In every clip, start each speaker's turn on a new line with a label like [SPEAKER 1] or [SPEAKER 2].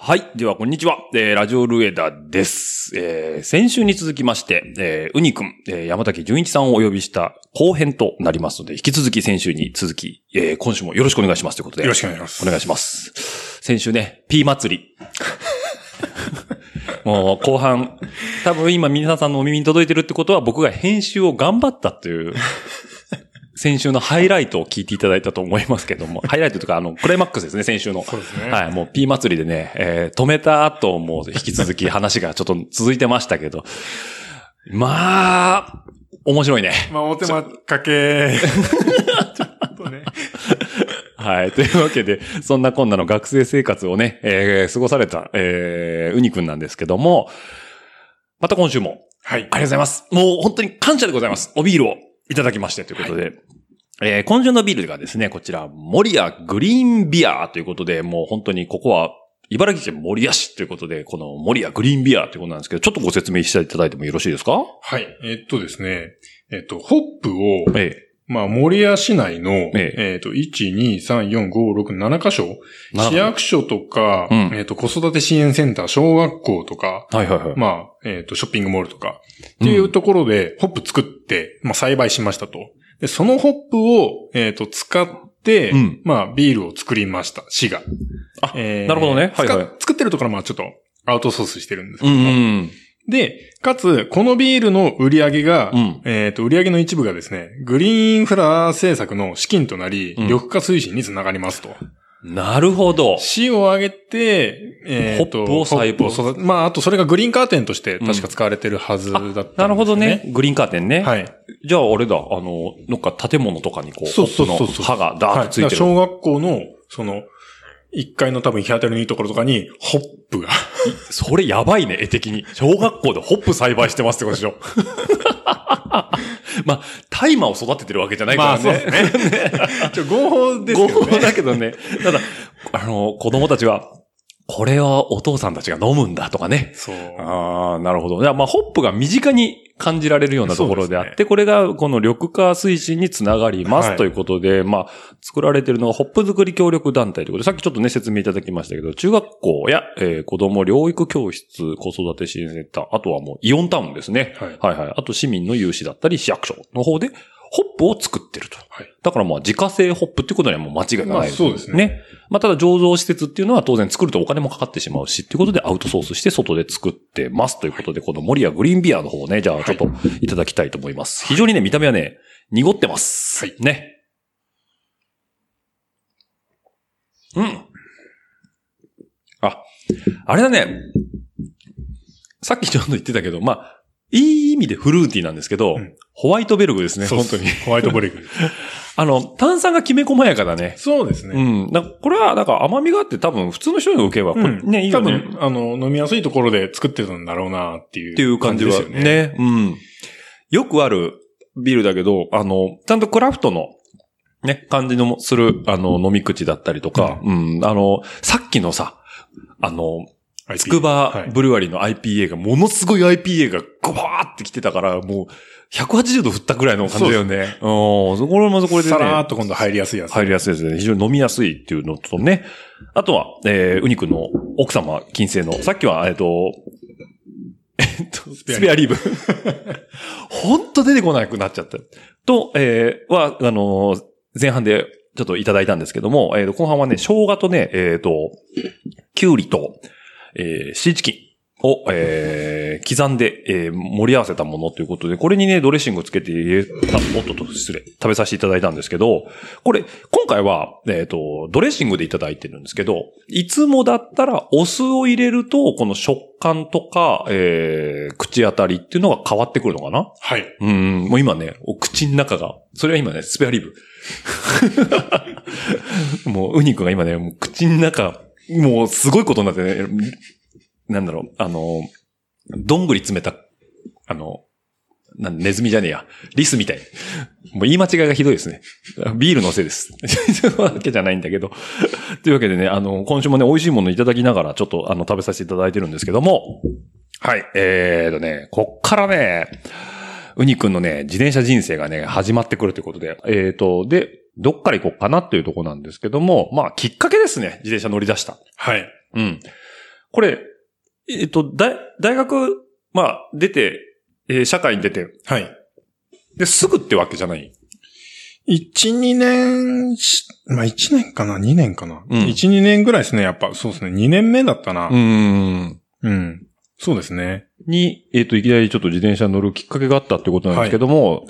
[SPEAKER 1] はい。では、こんにちは。えー、ラジオルエダです。えー、先週に続きまして、えー、ウニくん、えー、山崎純一さんをお呼びした後編となりますので、引き続き先週に続き、えー、今週もよろしくお願いしますということで。
[SPEAKER 2] よろしくお願いします
[SPEAKER 1] お願いします。先週ね、ピー祭り。もう、後半、多分今皆さんのお耳に届いてるってことは、僕が編集を頑張ったと いう、先週のハイライトを聞いていただいたと思いますけども、ハイライトというか、あの、クライマックスですね、先週の。
[SPEAKER 2] そうですね
[SPEAKER 1] はい、もう P 祭りでね、えー止めた後も引き続き話がちょっと続いてましたけど、まあ、面白いね。
[SPEAKER 2] まあ、お手間かけ。ちょっとね。
[SPEAKER 1] はい。というわけで、そんなこんなの学生生活をね、えー過ごされた、えー、うにくんなんですけども、また今週も、
[SPEAKER 2] はい
[SPEAKER 1] あ。りがとうございます。もう本当に感謝でございます。おビールをいただきましてということで。えー今週のビールがですね、こちら、森屋グリーンビアということで、もう本当にここは、茨城県守谷市ということで、この森屋グリーンビアということなんですけど、ちょっとご説明していただいてもよろしいですか
[SPEAKER 2] はい。えっとですね。えっと、ホップを、
[SPEAKER 1] え
[SPEAKER 2] まあ、森屋市内の、え
[SPEAKER 1] え
[SPEAKER 2] っと、1、2、3、4、5、6、7カ所、
[SPEAKER 1] 七
[SPEAKER 2] 市役所とか、
[SPEAKER 1] うん
[SPEAKER 2] えっと、子育て支援センター、小学校とか、
[SPEAKER 1] え。はいはいはい。
[SPEAKER 2] まあ、えっと、ショッピングモールとか、っていうところで、ホップ作って、まあ、栽培しましたと。で、そのホップを、えっと、使って、
[SPEAKER 1] うん
[SPEAKER 2] まあ、ビールを作りました、市が。
[SPEAKER 1] あ
[SPEAKER 2] えー
[SPEAKER 1] なるほどねはいはい
[SPEAKER 2] 使っ作ってるところはまあちょっとアウトソースしてるんですけ
[SPEAKER 1] う
[SPEAKER 2] ど。
[SPEAKER 1] んうん。
[SPEAKER 2] で、かつ、このビールの売り上げが、
[SPEAKER 1] うん
[SPEAKER 2] えっ、と、売り上げの一部がですね、グリーンフラー政策の資金となり、
[SPEAKER 1] うん
[SPEAKER 2] 緑化推進につながりますと。
[SPEAKER 1] なるほど。
[SPEAKER 2] 市を挙げて、えー
[SPEAKER 1] ホッ
[SPEAKER 2] と
[SPEAKER 1] プを栽培
[SPEAKER 2] ホップを育てまあ、あとそれがグリーンカーテンとして確か使われてるはずだったんですよね、
[SPEAKER 1] なるほどね。グリーンカーテンね。
[SPEAKER 2] はい。はい。
[SPEAKER 1] じゃあ、あれだ、あの、なんか建物とかにこう、
[SPEAKER 2] そうそうそうそう
[SPEAKER 1] ホップの刃がダーッとつい
[SPEAKER 2] だ
[SPEAKER 1] て
[SPEAKER 2] から
[SPEAKER 1] る。
[SPEAKER 2] 小学校の、その、1階の多分日当たりのいいところとかに、ホップ が。
[SPEAKER 1] それやばいね、絵的に。小学校でホップ栽培してますってことでしょ。 まあ、大麻を育ててるわけじゃないからね。
[SPEAKER 2] ね。ちょ、合法ですけど
[SPEAKER 1] 合
[SPEAKER 2] ね。
[SPEAKER 1] 法だけどね。ただ、あの、子供たちは、これはお父さんたちが飲むんだとかね。
[SPEAKER 2] そう。
[SPEAKER 1] ああ、なるほど。いや、まあ、ホップが身近に感じられるようなところであって、
[SPEAKER 2] そうで
[SPEAKER 1] これがこの緑化推進につながります、
[SPEAKER 2] はい
[SPEAKER 1] ということで、まあ、作られているのがホップ作り協力団体ということで、さっきちょっとね、説明いただきましたけど、中学校や、えー子供療育教室、子育て支援センター、あとはもうイオンタウンですね。
[SPEAKER 2] はい
[SPEAKER 1] はいはい。あと市民の有志だったり、市役所の方で、ホップを作ってると。
[SPEAKER 2] はい
[SPEAKER 1] だからまあ、自家製ホップってことにはもう間違いがない、
[SPEAKER 2] まあそうですね
[SPEAKER 1] ね。まあ、ただ醸造施設っていうのは当然作るとお金もかかってしまうし、っていうことでアウトソースして外で作ってますということで、この森屋グリーンビアの方をね、じゃあちょっといただきたいと思います。非常にね、見た目はね、濁ってます。
[SPEAKER 2] はい
[SPEAKER 1] ね。うん。あ、あれだね。さっきちょっと言ってたけど、まあ、いい意味でフルーティーなんですけど、
[SPEAKER 2] うん
[SPEAKER 1] ホワイトベルグですね、
[SPEAKER 2] そう
[SPEAKER 1] 本
[SPEAKER 2] っ
[SPEAKER 1] 当
[SPEAKER 2] す
[SPEAKER 1] に。。
[SPEAKER 2] ホワイトブレイク。
[SPEAKER 1] あの、炭酸がきめ細やかだね。
[SPEAKER 2] そうです
[SPEAKER 1] う
[SPEAKER 2] ね。
[SPEAKER 1] ん。だこれは、だから甘みがあって多分普通の人に受けは、こ
[SPEAKER 2] う
[SPEAKER 1] れ
[SPEAKER 2] ん。
[SPEAKER 1] ね、いいよね。
[SPEAKER 2] 多分、あの、飲みやすいところで作ってたんだろうなっていう。
[SPEAKER 1] っていう感じは
[SPEAKER 2] ですよね。
[SPEAKER 1] ね。うん。よくあるビールだけど、あの、ちゃんとクラフトの、ね、感じのもする、あの、飲み口だったりとか、うん、あの、さっきのさ、あの、
[SPEAKER 2] IP
[SPEAKER 1] つく
[SPEAKER 2] は
[SPEAKER 1] ば
[SPEAKER 2] い
[SPEAKER 1] ブルワリーの IPA が、ものすごい IPA がゴバーってきてたから、もう、180度振ったぐらいの感じだよね。うん、そこれもそこれでね。
[SPEAKER 2] さらーっと今度入りやすいやつ。
[SPEAKER 1] 入りやすいですね。非常に飲みやすいっていうのとね。あとは、えー、ウニ君の奥様、金星の、さっきは、えっ、と、えっと、ス
[SPEAKER 2] ペアリブ
[SPEAKER 1] ペアリブ。 ほんと出てこなくなっちゃった。と、えー、は、あのー前半でちょっといただいたんですけども、えー、と、後半はね、生姜とね、えっ、と、きゅうりと、えー、シーチキンを、えー、刻んで、えー、盛り合わせたものということで、これにね、ドレッシングつけて入れた、おっとっと、失礼、食べさせていただいたんですけど、これ、今回は、えっ、と、ドレッシングでいただいてるんですけど、いつもだったらお酢を入れると、この食感とか、えー、口当たりっていうのが変わってくるのかな
[SPEAKER 2] はい。
[SPEAKER 1] うん、もう今ね、お口の中が、それは今ね、スペアリブ。 もう、ウニ君が今ね、もう口の中、もうすごいことになってね、なんだろう、あの、どんぐり詰めた、あの、なんネズミじゃねえや。リスみたい。もう言い間違いがひどいですね。ビールのせいです。そういうわけじゃないんだけど。というわけでね、あの、今週もね、美味しいものいただきながら、ちょっと、あの、食べさせていただいてるんですけども。はい。えーとね、こっからね、ウニくんのね、自転車人生がね、始まってくるということで。えーと、で、どっから行こうかなというとこなんですけども、まあ、きっかけですね。自転車乗り出した。
[SPEAKER 2] はい。
[SPEAKER 1] うん。これ、えっと、大、大学、まあ、出て、えー社会に出て、
[SPEAKER 2] はい。
[SPEAKER 1] で、すぐってわけじゃない。
[SPEAKER 2] 一、二年し、まあ、一年かな二年かな
[SPEAKER 1] うん
[SPEAKER 2] 一、二年ぐらいですね、やっぱ。そうですね。二年目だったな。
[SPEAKER 1] ん。
[SPEAKER 2] うん。そうですね。
[SPEAKER 1] に、えっ、と、いきなりちょっと自転車に乗るきっかけがあったってことなんですけども、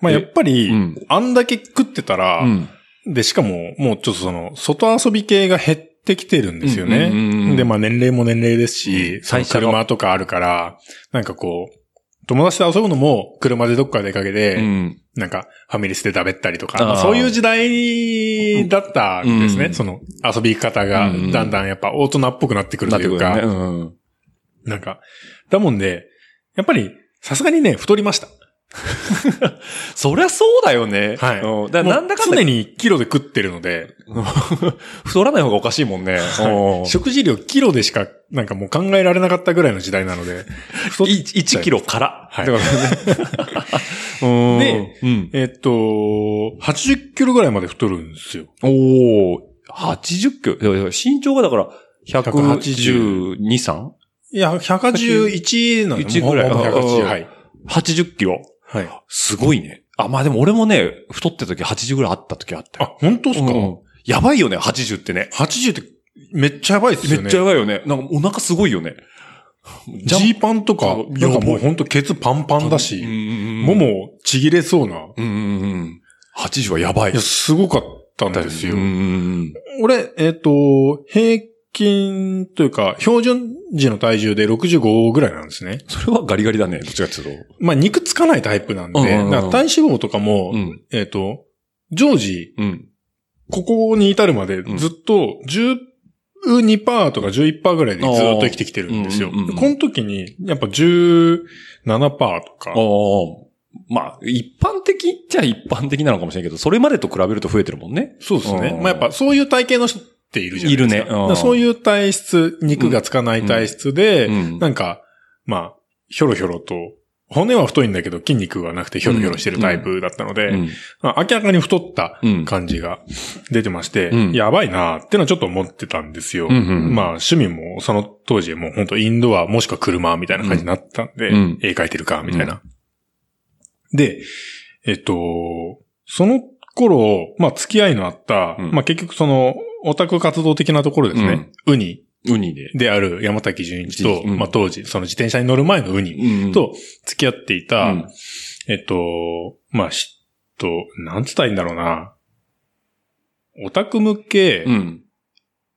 [SPEAKER 2] まあ、
[SPEAKER 1] え
[SPEAKER 2] やっぱり、
[SPEAKER 1] うん
[SPEAKER 2] あんだけ食ってたら、
[SPEAKER 1] うん。
[SPEAKER 2] で、しかも、もうちょっとその、外遊び系が減ってきてるんですよ
[SPEAKER 1] うんうんうんうん
[SPEAKER 2] ね。で、まあ年齢も年齢です
[SPEAKER 1] う
[SPEAKER 2] し
[SPEAKER 1] ん、
[SPEAKER 2] その
[SPEAKER 1] 会社の
[SPEAKER 2] 車とかあるから、なんかこう、友達と遊ぶのも車でどっか出かけて、
[SPEAKER 1] うん。
[SPEAKER 2] なんかファミレスでだべったりと
[SPEAKER 1] あ
[SPEAKER 2] か、
[SPEAKER 1] ー
[SPEAKER 2] まあそういう時代だったんですね。
[SPEAKER 1] うん
[SPEAKER 2] その遊び方が
[SPEAKER 1] うん
[SPEAKER 2] だんだんやっぱ大人っぽくなってくる
[SPEAKER 1] なっ
[SPEAKER 2] と
[SPEAKER 1] て
[SPEAKER 2] い
[SPEAKER 1] くる
[SPEAKER 2] う
[SPEAKER 1] よ
[SPEAKER 2] か、
[SPEAKER 1] ね。うん。
[SPEAKER 2] なんか、だもんで、やっぱりさすがにね、太りました。
[SPEAKER 1] そりゃそうだよね。
[SPEAKER 2] はい
[SPEAKER 1] うん、だからなんだかん
[SPEAKER 2] もう
[SPEAKER 1] だ
[SPEAKER 2] 常にキロで食ってるので、
[SPEAKER 1] 太らない方がおかしいもんね。うん
[SPEAKER 2] 食事量キロでしか、なんかもう考えられなかったぐらいの時代なの で。太っ
[SPEAKER 1] い1キロから。
[SPEAKER 2] はい
[SPEAKER 1] だか らねうんうん
[SPEAKER 2] えっと、80キロぐらいまで太るんですよ。
[SPEAKER 1] おお80キロ。いやいや身長がだから、182、3?80
[SPEAKER 2] いや、181なん
[SPEAKER 1] 1ぐらい
[SPEAKER 2] ほんま
[SPEAKER 1] あ
[SPEAKER 2] 180はい。
[SPEAKER 1] キロ。
[SPEAKER 2] はい。
[SPEAKER 1] すごいね。あ、まあでも俺もね、太ってた時80ぐらいあった時あった
[SPEAKER 2] あ
[SPEAKER 1] よ。、
[SPEAKER 2] 本当ですか、
[SPEAKER 1] うんやばいよね、80ってね。
[SPEAKER 2] ?80 ってめっちゃやばいです
[SPEAKER 1] め
[SPEAKER 2] よね。
[SPEAKER 1] っちゃやばいよね。なんかお腹すごいよね。
[SPEAKER 2] ジャンジーパンとか、
[SPEAKER 1] そう
[SPEAKER 2] なんか
[SPEAKER 1] や
[SPEAKER 2] も
[SPEAKER 1] ば
[SPEAKER 2] う
[SPEAKER 1] い
[SPEAKER 2] ほんとケツパンパンだ
[SPEAKER 1] う
[SPEAKER 2] し、
[SPEAKER 1] ん
[SPEAKER 2] も、もちぎれそうな。い
[SPEAKER 1] うんうんうん。80はやばい。
[SPEAKER 2] や、すごかったんですよ。
[SPEAKER 1] うんうん
[SPEAKER 2] 俺、えっ、と、平均というか、標準時の体重で65ぐらいなんですね。
[SPEAKER 1] それはガリガリだね、どっちかっていうと。
[SPEAKER 2] まあ、肉つかないタイプなんで、
[SPEAKER 1] うんうんうん
[SPEAKER 2] だから体脂肪とかも、
[SPEAKER 1] ん。
[SPEAKER 2] えっ、と、常時、
[SPEAKER 1] うん。
[SPEAKER 2] ここに至るまで
[SPEAKER 1] うん
[SPEAKER 2] ずっと12%とか11%ぐらいでずっと生きてきてるんですよ。
[SPEAKER 1] あーうんうんうん
[SPEAKER 2] この時に、やっぱ17%とか、
[SPEAKER 1] おまあ、一般的っちゃ一般的なのかもしれないけど、それまでと比べると増えてるもんね。
[SPEAKER 2] そうですね
[SPEAKER 1] う。ん
[SPEAKER 2] まあ、やっぱそういう体型の人っているじゃないですか。
[SPEAKER 1] いるねうん
[SPEAKER 2] だからそういう体質、肉がつかない体質で、
[SPEAKER 1] うん
[SPEAKER 2] なんか、まあ、ひょろひょろと、骨は太いんだけど筋肉がなくてひょろひょろしてるタイプだったので、
[SPEAKER 1] うん。
[SPEAKER 2] まあ明らかに太った
[SPEAKER 1] うん。
[SPEAKER 2] 感じが出てまして、
[SPEAKER 1] うん
[SPEAKER 2] やばいなーってのはちょっと思ってたんです
[SPEAKER 1] う
[SPEAKER 2] よ。
[SPEAKER 1] んうんうん
[SPEAKER 2] まあ趣味もその当時もう本当インドアもしくは車みたいな感じになったんで、
[SPEAKER 1] うん
[SPEAKER 2] 絵描いてるかみたいな。で、えっと、その頃、まあ付き合いのあった、
[SPEAKER 1] うん
[SPEAKER 2] まあ結局そのオタク活動的なところですね、ウニ
[SPEAKER 1] ウニで。
[SPEAKER 2] である山崎純一と、
[SPEAKER 1] うん
[SPEAKER 2] まあ当時その自転車に乗る前のウニ
[SPEAKER 1] うん、
[SPEAKER 2] と付き合っていた、
[SPEAKER 1] うん
[SPEAKER 2] えっと、まあ、しと、なんつったらいいんだろうな。オタク向け
[SPEAKER 1] うん。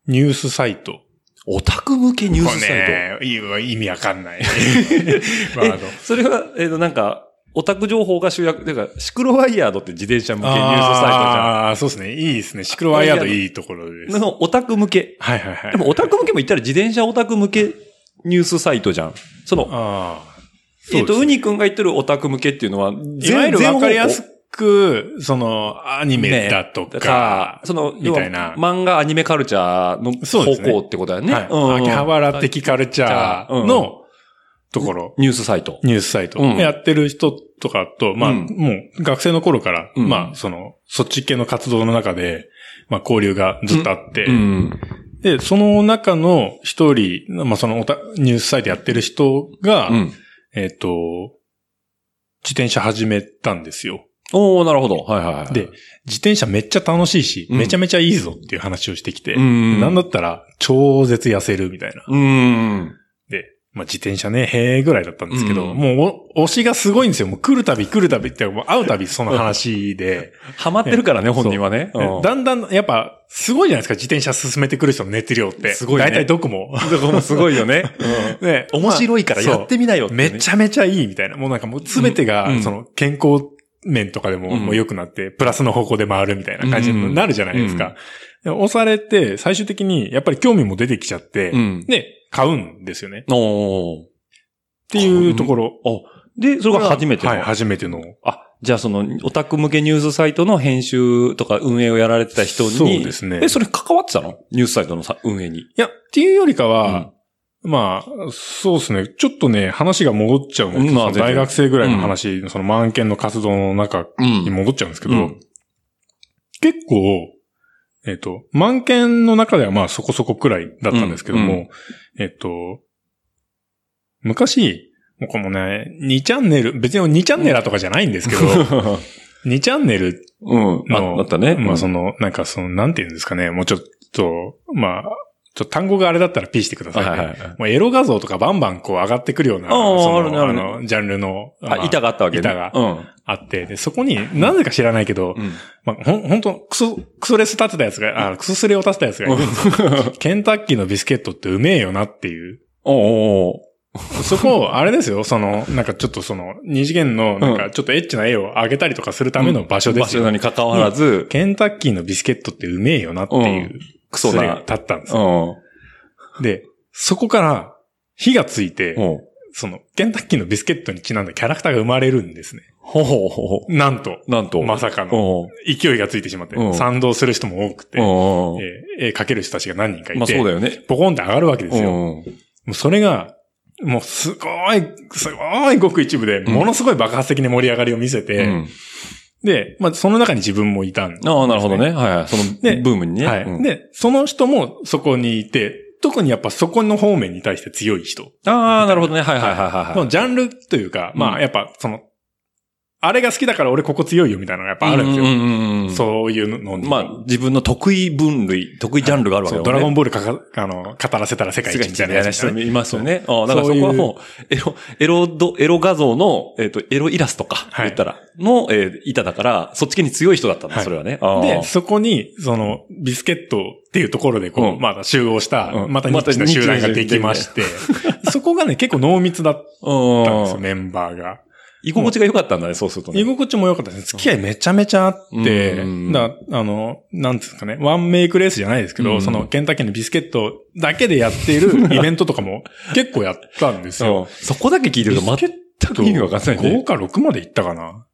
[SPEAKER 2] ニュースサイト。
[SPEAKER 1] オタク向けニュースサイト。
[SPEAKER 2] これねい意味わかん ない。ワ
[SPEAKER 1] え
[SPEAKER 2] ード
[SPEAKER 1] それは、えっ、と、なんか、オタク情報が集約、てか、シクロワイヤードって自転車向けニュースサイトじゃん。
[SPEAKER 2] ああ、そうですね。いいですね。シクロワイヤードいいところです。
[SPEAKER 1] そのオタク向け。
[SPEAKER 2] はいはいはい。
[SPEAKER 1] でもオタク向けも言ったら自転車オタク向けニュースサイトじゃん。その、
[SPEAKER 2] ああ。
[SPEAKER 1] えっ、と、ウ
[SPEAKER 2] に
[SPEAKER 1] ニ君が言ってるオタク向けっていうのは、
[SPEAKER 2] いわゆるわかりやす
[SPEAKER 1] く
[SPEAKER 2] く、その、アニメだとか、
[SPEAKER 1] その、
[SPEAKER 2] みたいな
[SPEAKER 1] 要は漫画アニメカルチャーの
[SPEAKER 2] そうですね
[SPEAKER 1] 方向ってことだよね。
[SPEAKER 2] はい
[SPEAKER 1] うん
[SPEAKER 2] 秋葉原的カルチャー
[SPEAKER 1] う
[SPEAKER 2] のところ。
[SPEAKER 1] ニュースサイト。
[SPEAKER 2] ニュースサイト
[SPEAKER 1] うん
[SPEAKER 2] やってる人とかと、まあ、
[SPEAKER 1] うん
[SPEAKER 2] もう学生の頃から、
[SPEAKER 1] うん
[SPEAKER 2] まあ、その、そっち系の活動の中で、まあ、交流がずっとあって、
[SPEAKER 1] うん。
[SPEAKER 2] で、その中の一人、まあ、そのおたニュースサイトやってる人が、
[SPEAKER 1] うん。
[SPEAKER 2] えっ、と、自転車始めたんですよ。
[SPEAKER 1] おー、なるほど。はいはいはい。
[SPEAKER 2] で、自転車めっちゃ楽しいし、
[SPEAKER 1] うん
[SPEAKER 2] めちゃめちゃいいぞっていう話をしてきて、
[SPEAKER 1] うん。
[SPEAKER 2] なんだったら超絶痩せるみたいな。
[SPEAKER 1] うん。
[SPEAKER 2] で、まあ、自転車ね、へえぐらいだったんですけど、
[SPEAKER 1] うん
[SPEAKER 2] もうお、推しがすごいんですよ。もう来るたび来るたびって、もう会うたびその話で、
[SPEAKER 1] ハマってるからね、本人はね。うん
[SPEAKER 2] だんだん、やっぱ、すごいじゃないですか、自転車進めてくる人の熱量って。
[SPEAKER 1] すごいね
[SPEAKER 2] 大体どこも。
[SPEAKER 1] だからもうすごいよね。
[SPEAKER 2] ね、
[SPEAKER 1] 面白いからやってみなよ
[SPEAKER 2] まあめちゃめちゃいいみたいな。もうなんかもう全てが、
[SPEAKER 1] うんうん
[SPEAKER 2] その、健康面とかでも、
[SPEAKER 1] うん
[SPEAKER 2] もう良くなって、プラスの方向で回るみたいな感じになるじゃないですか。で押されて、最終的に、やっぱり興味も出てきちゃって、
[SPEAKER 1] うん。
[SPEAKER 2] で、買うんですよね。
[SPEAKER 1] おー
[SPEAKER 2] っていうところ。
[SPEAKER 1] おで、それが初めての。
[SPEAKER 2] はい、初めての。
[SPEAKER 1] あ、じゃあその、オタク向けニュースサイトの編集とか運営をやられてた人に。
[SPEAKER 2] そうですね
[SPEAKER 1] え、それ関わってたのニュースサイトのさ運営に。
[SPEAKER 2] いや、っていうよりかは、まあ、そうですね。ちょっとね、話が戻っちゃうんですけど
[SPEAKER 1] まあ
[SPEAKER 2] その大学生ぐらいの
[SPEAKER 1] 全然
[SPEAKER 2] 話、その満研の活動の中
[SPEAKER 1] う
[SPEAKER 2] に
[SPEAKER 1] ん。
[SPEAKER 2] 戻っちゃうんですけど、
[SPEAKER 1] うん
[SPEAKER 2] 結構、えっ、と、満研の中ではまあそこそこくらいだったんですけども、
[SPEAKER 1] うん
[SPEAKER 2] えっ、と、昔、もうこのね、2チャンネル、別に2チャンネラーとかじゃないんですけど、2チャンネル
[SPEAKER 1] うん。
[SPEAKER 2] の、
[SPEAKER 1] ああったね。
[SPEAKER 2] まあそ
[SPEAKER 1] の、
[SPEAKER 2] の、なんかその、なんていうんですかね、もうちょっと、まあ、ちょっと単語があれだったらピーしてくださいね、
[SPEAKER 1] はいはいはい
[SPEAKER 2] もうエロ画像とかバンバンこう上がってくるような、
[SPEAKER 1] あー
[SPEAKER 2] その
[SPEAKER 1] あるねあるね
[SPEAKER 2] の、ジャンルの、ま
[SPEAKER 1] あ、板があったわけね。
[SPEAKER 2] 板が
[SPEAKER 1] うん。
[SPEAKER 2] あって、で、そこに、なぜか知らないけど、
[SPEAKER 1] うん。
[SPEAKER 2] まあ、ほん、ほんと、クソ、クソレス立てたやつが、あ、クソスレを立てたやつがいるんですよ、ケンタッキーのビスケットってうめえよなっていう。
[SPEAKER 1] おー
[SPEAKER 2] そこを、あれですよ、その、なんかちょっとその、二次元の、なんかちょっとエッチな絵を上げたりとかするための場所ですよ。
[SPEAKER 1] 場所に関わらず、
[SPEAKER 2] ケンタッキーのビスケットってうめえよなっていう、
[SPEAKER 1] うんクソ
[SPEAKER 2] スレ
[SPEAKER 1] な
[SPEAKER 2] が立ったんです
[SPEAKER 1] う
[SPEAKER 2] よ。
[SPEAKER 1] ん。
[SPEAKER 2] で、そこから、火がついて、
[SPEAKER 1] うん。
[SPEAKER 2] その、ケンタッキーのビスケットにちなんだキャラクターが生まれるんですね。
[SPEAKER 1] ほうほうほうほ
[SPEAKER 2] なんと、
[SPEAKER 1] う。なんと。
[SPEAKER 2] まさか
[SPEAKER 1] う
[SPEAKER 2] の、
[SPEAKER 1] ん。
[SPEAKER 2] 勢いがついてしまって
[SPEAKER 1] う、ん
[SPEAKER 2] 賛同する人も多くて、
[SPEAKER 1] うんうん
[SPEAKER 2] えー絵描ける人たちが何人かい
[SPEAKER 1] まあそうだ
[SPEAKER 2] て、
[SPEAKER 1] よね。
[SPEAKER 2] ボコンって上がるわけですよ。も
[SPEAKER 1] うん。
[SPEAKER 2] うそれが、もうすごい、すごいごく一部で、ものすごい爆発的に盛り上がりを見せ
[SPEAKER 1] う
[SPEAKER 2] て、
[SPEAKER 1] ん
[SPEAKER 2] で、まあその中に自分もいたんで
[SPEAKER 1] ああ、なるほどね。はいはい。その
[SPEAKER 2] で
[SPEAKER 1] ブームにね。
[SPEAKER 2] はい、
[SPEAKER 1] うん
[SPEAKER 2] で、その人もそこにいて、特にやっぱそこの方面に対して強い人。
[SPEAKER 1] ああ、なるほどね。はいはいはいはいは
[SPEAKER 2] の
[SPEAKER 1] い。
[SPEAKER 2] ジャンルというか、
[SPEAKER 1] うん
[SPEAKER 2] まあやっぱその、あれが好きだから俺ここ強いよみたいなのがやっぱあるんですよ。
[SPEAKER 1] うんうんうんうん
[SPEAKER 2] そういうのに。
[SPEAKER 1] まあ、自分の得意分類、得意ジャンルがあるわけ
[SPEAKER 2] そ
[SPEAKER 1] だ
[SPEAKER 2] う
[SPEAKER 1] も
[SPEAKER 2] ド
[SPEAKER 1] んね。
[SPEAKER 2] ラゴンボールかか、あの、語らせたら世界一みたいなやつ
[SPEAKER 1] 世界一みたい
[SPEAKER 2] ね、
[SPEAKER 1] な人いますよね。ああ、だからそ
[SPEAKER 2] そ
[SPEAKER 1] う
[SPEAKER 2] いう
[SPEAKER 1] こはもう、エロ、エロど、エロ画像の、えっと、エロイラストか、
[SPEAKER 2] はい
[SPEAKER 1] 言ったら、の、えー板だから、そっち系に強い人だったんだ、
[SPEAKER 2] はい
[SPEAKER 1] それはね。ああ
[SPEAKER 2] で、そこに、その、ビスケットっていうところで、こう、
[SPEAKER 1] うん
[SPEAKER 2] まだ集合した、
[SPEAKER 1] うん
[SPEAKER 2] またニッチな集団ができまして、そこがね、結構濃密だった
[SPEAKER 1] うん
[SPEAKER 2] んですよ、メンバーが。
[SPEAKER 1] 居心地が良かったんだね、そうするとね。
[SPEAKER 2] 居心地も良かったですね。付き合いめちゃめちゃあって、
[SPEAKER 1] うん
[SPEAKER 2] だあの、なんつうんですかね、ワンメイクレースじゃないですけ
[SPEAKER 1] う
[SPEAKER 2] ど、
[SPEAKER 1] ん
[SPEAKER 2] その、ケンタッキーのビスケットだけでやっている イベントとかも結構やったんですよ。
[SPEAKER 1] うんそこだけ聞いてると全く意味わかんない
[SPEAKER 2] 5
[SPEAKER 1] ね。
[SPEAKER 2] か6まで行ったかな。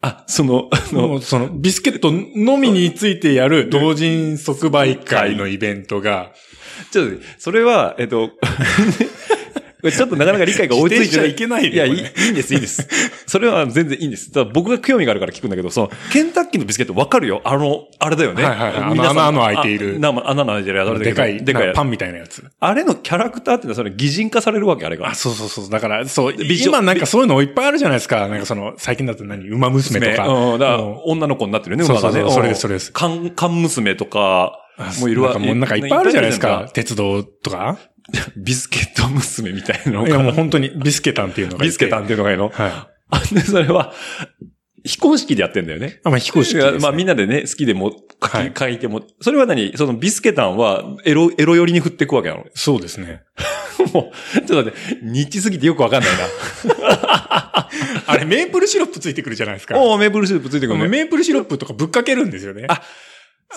[SPEAKER 1] あ、その、あの、
[SPEAKER 2] もうその、ビスケットのみについてやる同人即売会のイベントが、
[SPEAKER 1] ちょっとね、それは、えっと、これちょっとなかなか理解が追いついてない。
[SPEAKER 2] 否定しちゃいけないね
[SPEAKER 1] いや、い
[SPEAKER 2] こ
[SPEAKER 1] い
[SPEAKER 2] れ
[SPEAKER 1] いいんです、いいんです。それは全然いいんです。ただ僕が興味があるから聞くんだけど、その、ケンタッキーのビスケットわかるよあの、あれだよね。
[SPEAKER 2] はいはいはいあの
[SPEAKER 1] 皆さん
[SPEAKER 2] 穴の開いている
[SPEAKER 1] あな穴の開いてるやつあれだけ
[SPEAKER 2] で
[SPEAKER 1] ど
[SPEAKER 2] かい、
[SPEAKER 1] でか
[SPEAKER 2] なん
[SPEAKER 1] い
[SPEAKER 2] か。パンみたいなやつ。
[SPEAKER 1] あれのキャラクターっていうのは、それ擬人化されるわけ、あれが
[SPEAKER 2] あ、。そうそうそう。だから、そう、
[SPEAKER 1] 美女
[SPEAKER 2] 今なんかそういうのいっぱいあるじゃないですか。なんかその、最近だと何、馬娘とか。
[SPEAKER 1] うん、だから
[SPEAKER 2] うん
[SPEAKER 1] 女の子になってるよね、
[SPEAKER 2] そうそうそ
[SPEAKER 1] 馬
[SPEAKER 2] う
[SPEAKER 1] がねん
[SPEAKER 2] それですそれです
[SPEAKER 1] 缶、缶娘とか、もういる
[SPEAKER 2] なん
[SPEAKER 1] わ
[SPEAKER 2] かもうなんかいっぱいあるじゃないです
[SPEAKER 1] っぱ
[SPEAKER 2] か。鉄道と
[SPEAKER 1] あ
[SPEAKER 2] か。
[SPEAKER 1] るじゃないですか。ビスケット娘みたいなの
[SPEAKER 2] いや
[SPEAKER 1] が
[SPEAKER 2] もう本当にビスケタンっていうのがいて。
[SPEAKER 1] ビスケタンっていうのがいいの
[SPEAKER 2] はい。
[SPEAKER 1] あ、で、それは、非公式でやってんだよね。
[SPEAKER 2] あ、まあ非公式です、ね。
[SPEAKER 1] まあみんなでね、好きでも、書き、
[SPEAKER 2] はい
[SPEAKER 1] 書いても、それは何そのビスケタンは、エロ、エロ寄りに振っていくわけなの
[SPEAKER 2] そうですね。
[SPEAKER 1] もう、ちょっと待って、ニッチすぎてよくわかんない
[SPEAKER 2] あれ、メープルシロップついてくるじゃない ですか。
[SPEAKER 1] な。おーメープルシロップついてくるね。
[SPEAKER 2] メープルシロップとかぶっかけるんですよね。
[SPEAKER 1] あ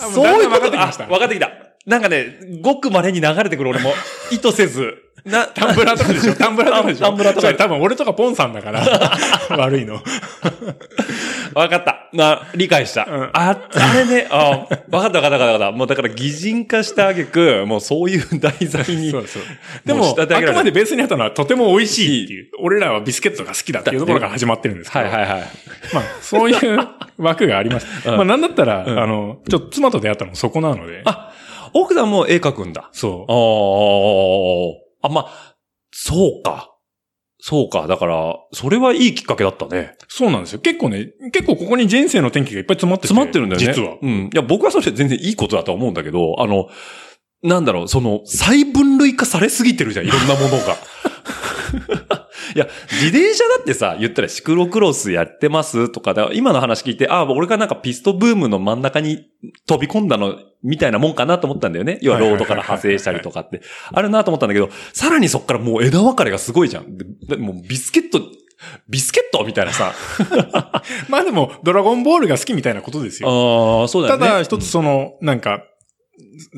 [SPEAKER 2] あ、
[SPEAKER 1] そういうこ
[SPEAKER 2] だ
[SPEAKER 1] と
[SPEAKER 2] んだん分かってきました
[SPEAKER 1] あ分かってきた。なんかね、ごく稀に流れてくる俺 も、意図せず。な、
[SPEAKER 2] タンブラーとかで しょタンブラーとかでしょ
[SPEAKER 1] タンブラーとか
[SPEAKER 2] それ多分俺とかポンさんだから。 悪いの。
[SPEAKER 1] わかった。な、理解した。
[SPEAKER 2] うん
[SPEAKER 1] あ、あれね、あ、わかったわかったわかったわかった。もうだから擬人化した挙句、もうそういう題材に。
[SPEAKER 2] そうそう。 でも、
[SPEAKER 1] もう仕
[SPEAKER 2] あ
[SPEAKER 1] 立て上げられる
[SPEAKER 2] くまでベースにあったのはとても美味しいっていう。俺らはビスケットが好きだっていうところから始まってるんですけ
[SPEAKER 1] は
[SPEAKER 2] ど。
[SPEAKER 1] いはいはい。
[SPEAKER 2] まあ、そういう枠がありま した。
[SPEAKER 1] うん
[SPEAKER 2] まあ、なんだったら、あの、ちょっと妻と出会ったのもそこなので。
[SPEAKER 1] あ、奥さんも絵描くんだ。
[SPEAKER 2] そ
[SPEAKER 1] あーあ、まあ、そうか。そうか。だから、それはいいきっかけだったね。
[SPEAKER 2] う。そうなんですよ。結構ね、結構ここに人生の転機がいっぱい詰まって
[SPEAKER 1] 詰まってるんだよね。
[SPEAKER 2] 実は。
[SPEAKER 1] うん。いや、僕はそれ全然いいことだとは思うんだけど、あの、なんだろう、その、細分類化されすぎてるじゃん、いろんなもの が。いや、自転車だってさ、言ったらシクロクロスやってますとかだ、今の話聞いて、ああ、俺がなんかピストブームの真ん中に飛び込んだの、みたいなもんかなと思ったんだよね。要はロードから派生したりとかって。あるなと思ったんだけど、さらにそっからもう枝分かれがすごいじゃん。ででもうビスケット、ビスケットみたいなさ。
[SPEAKER 2] まあでも、ドラゴンボールが好きみたいなことです よ。
[SPEAKER 1] ああ、そうだ
[SPEAKER 2] た
[SPEAKER 1] よね。
[SPEAKER 2] だ、一つその、なんか、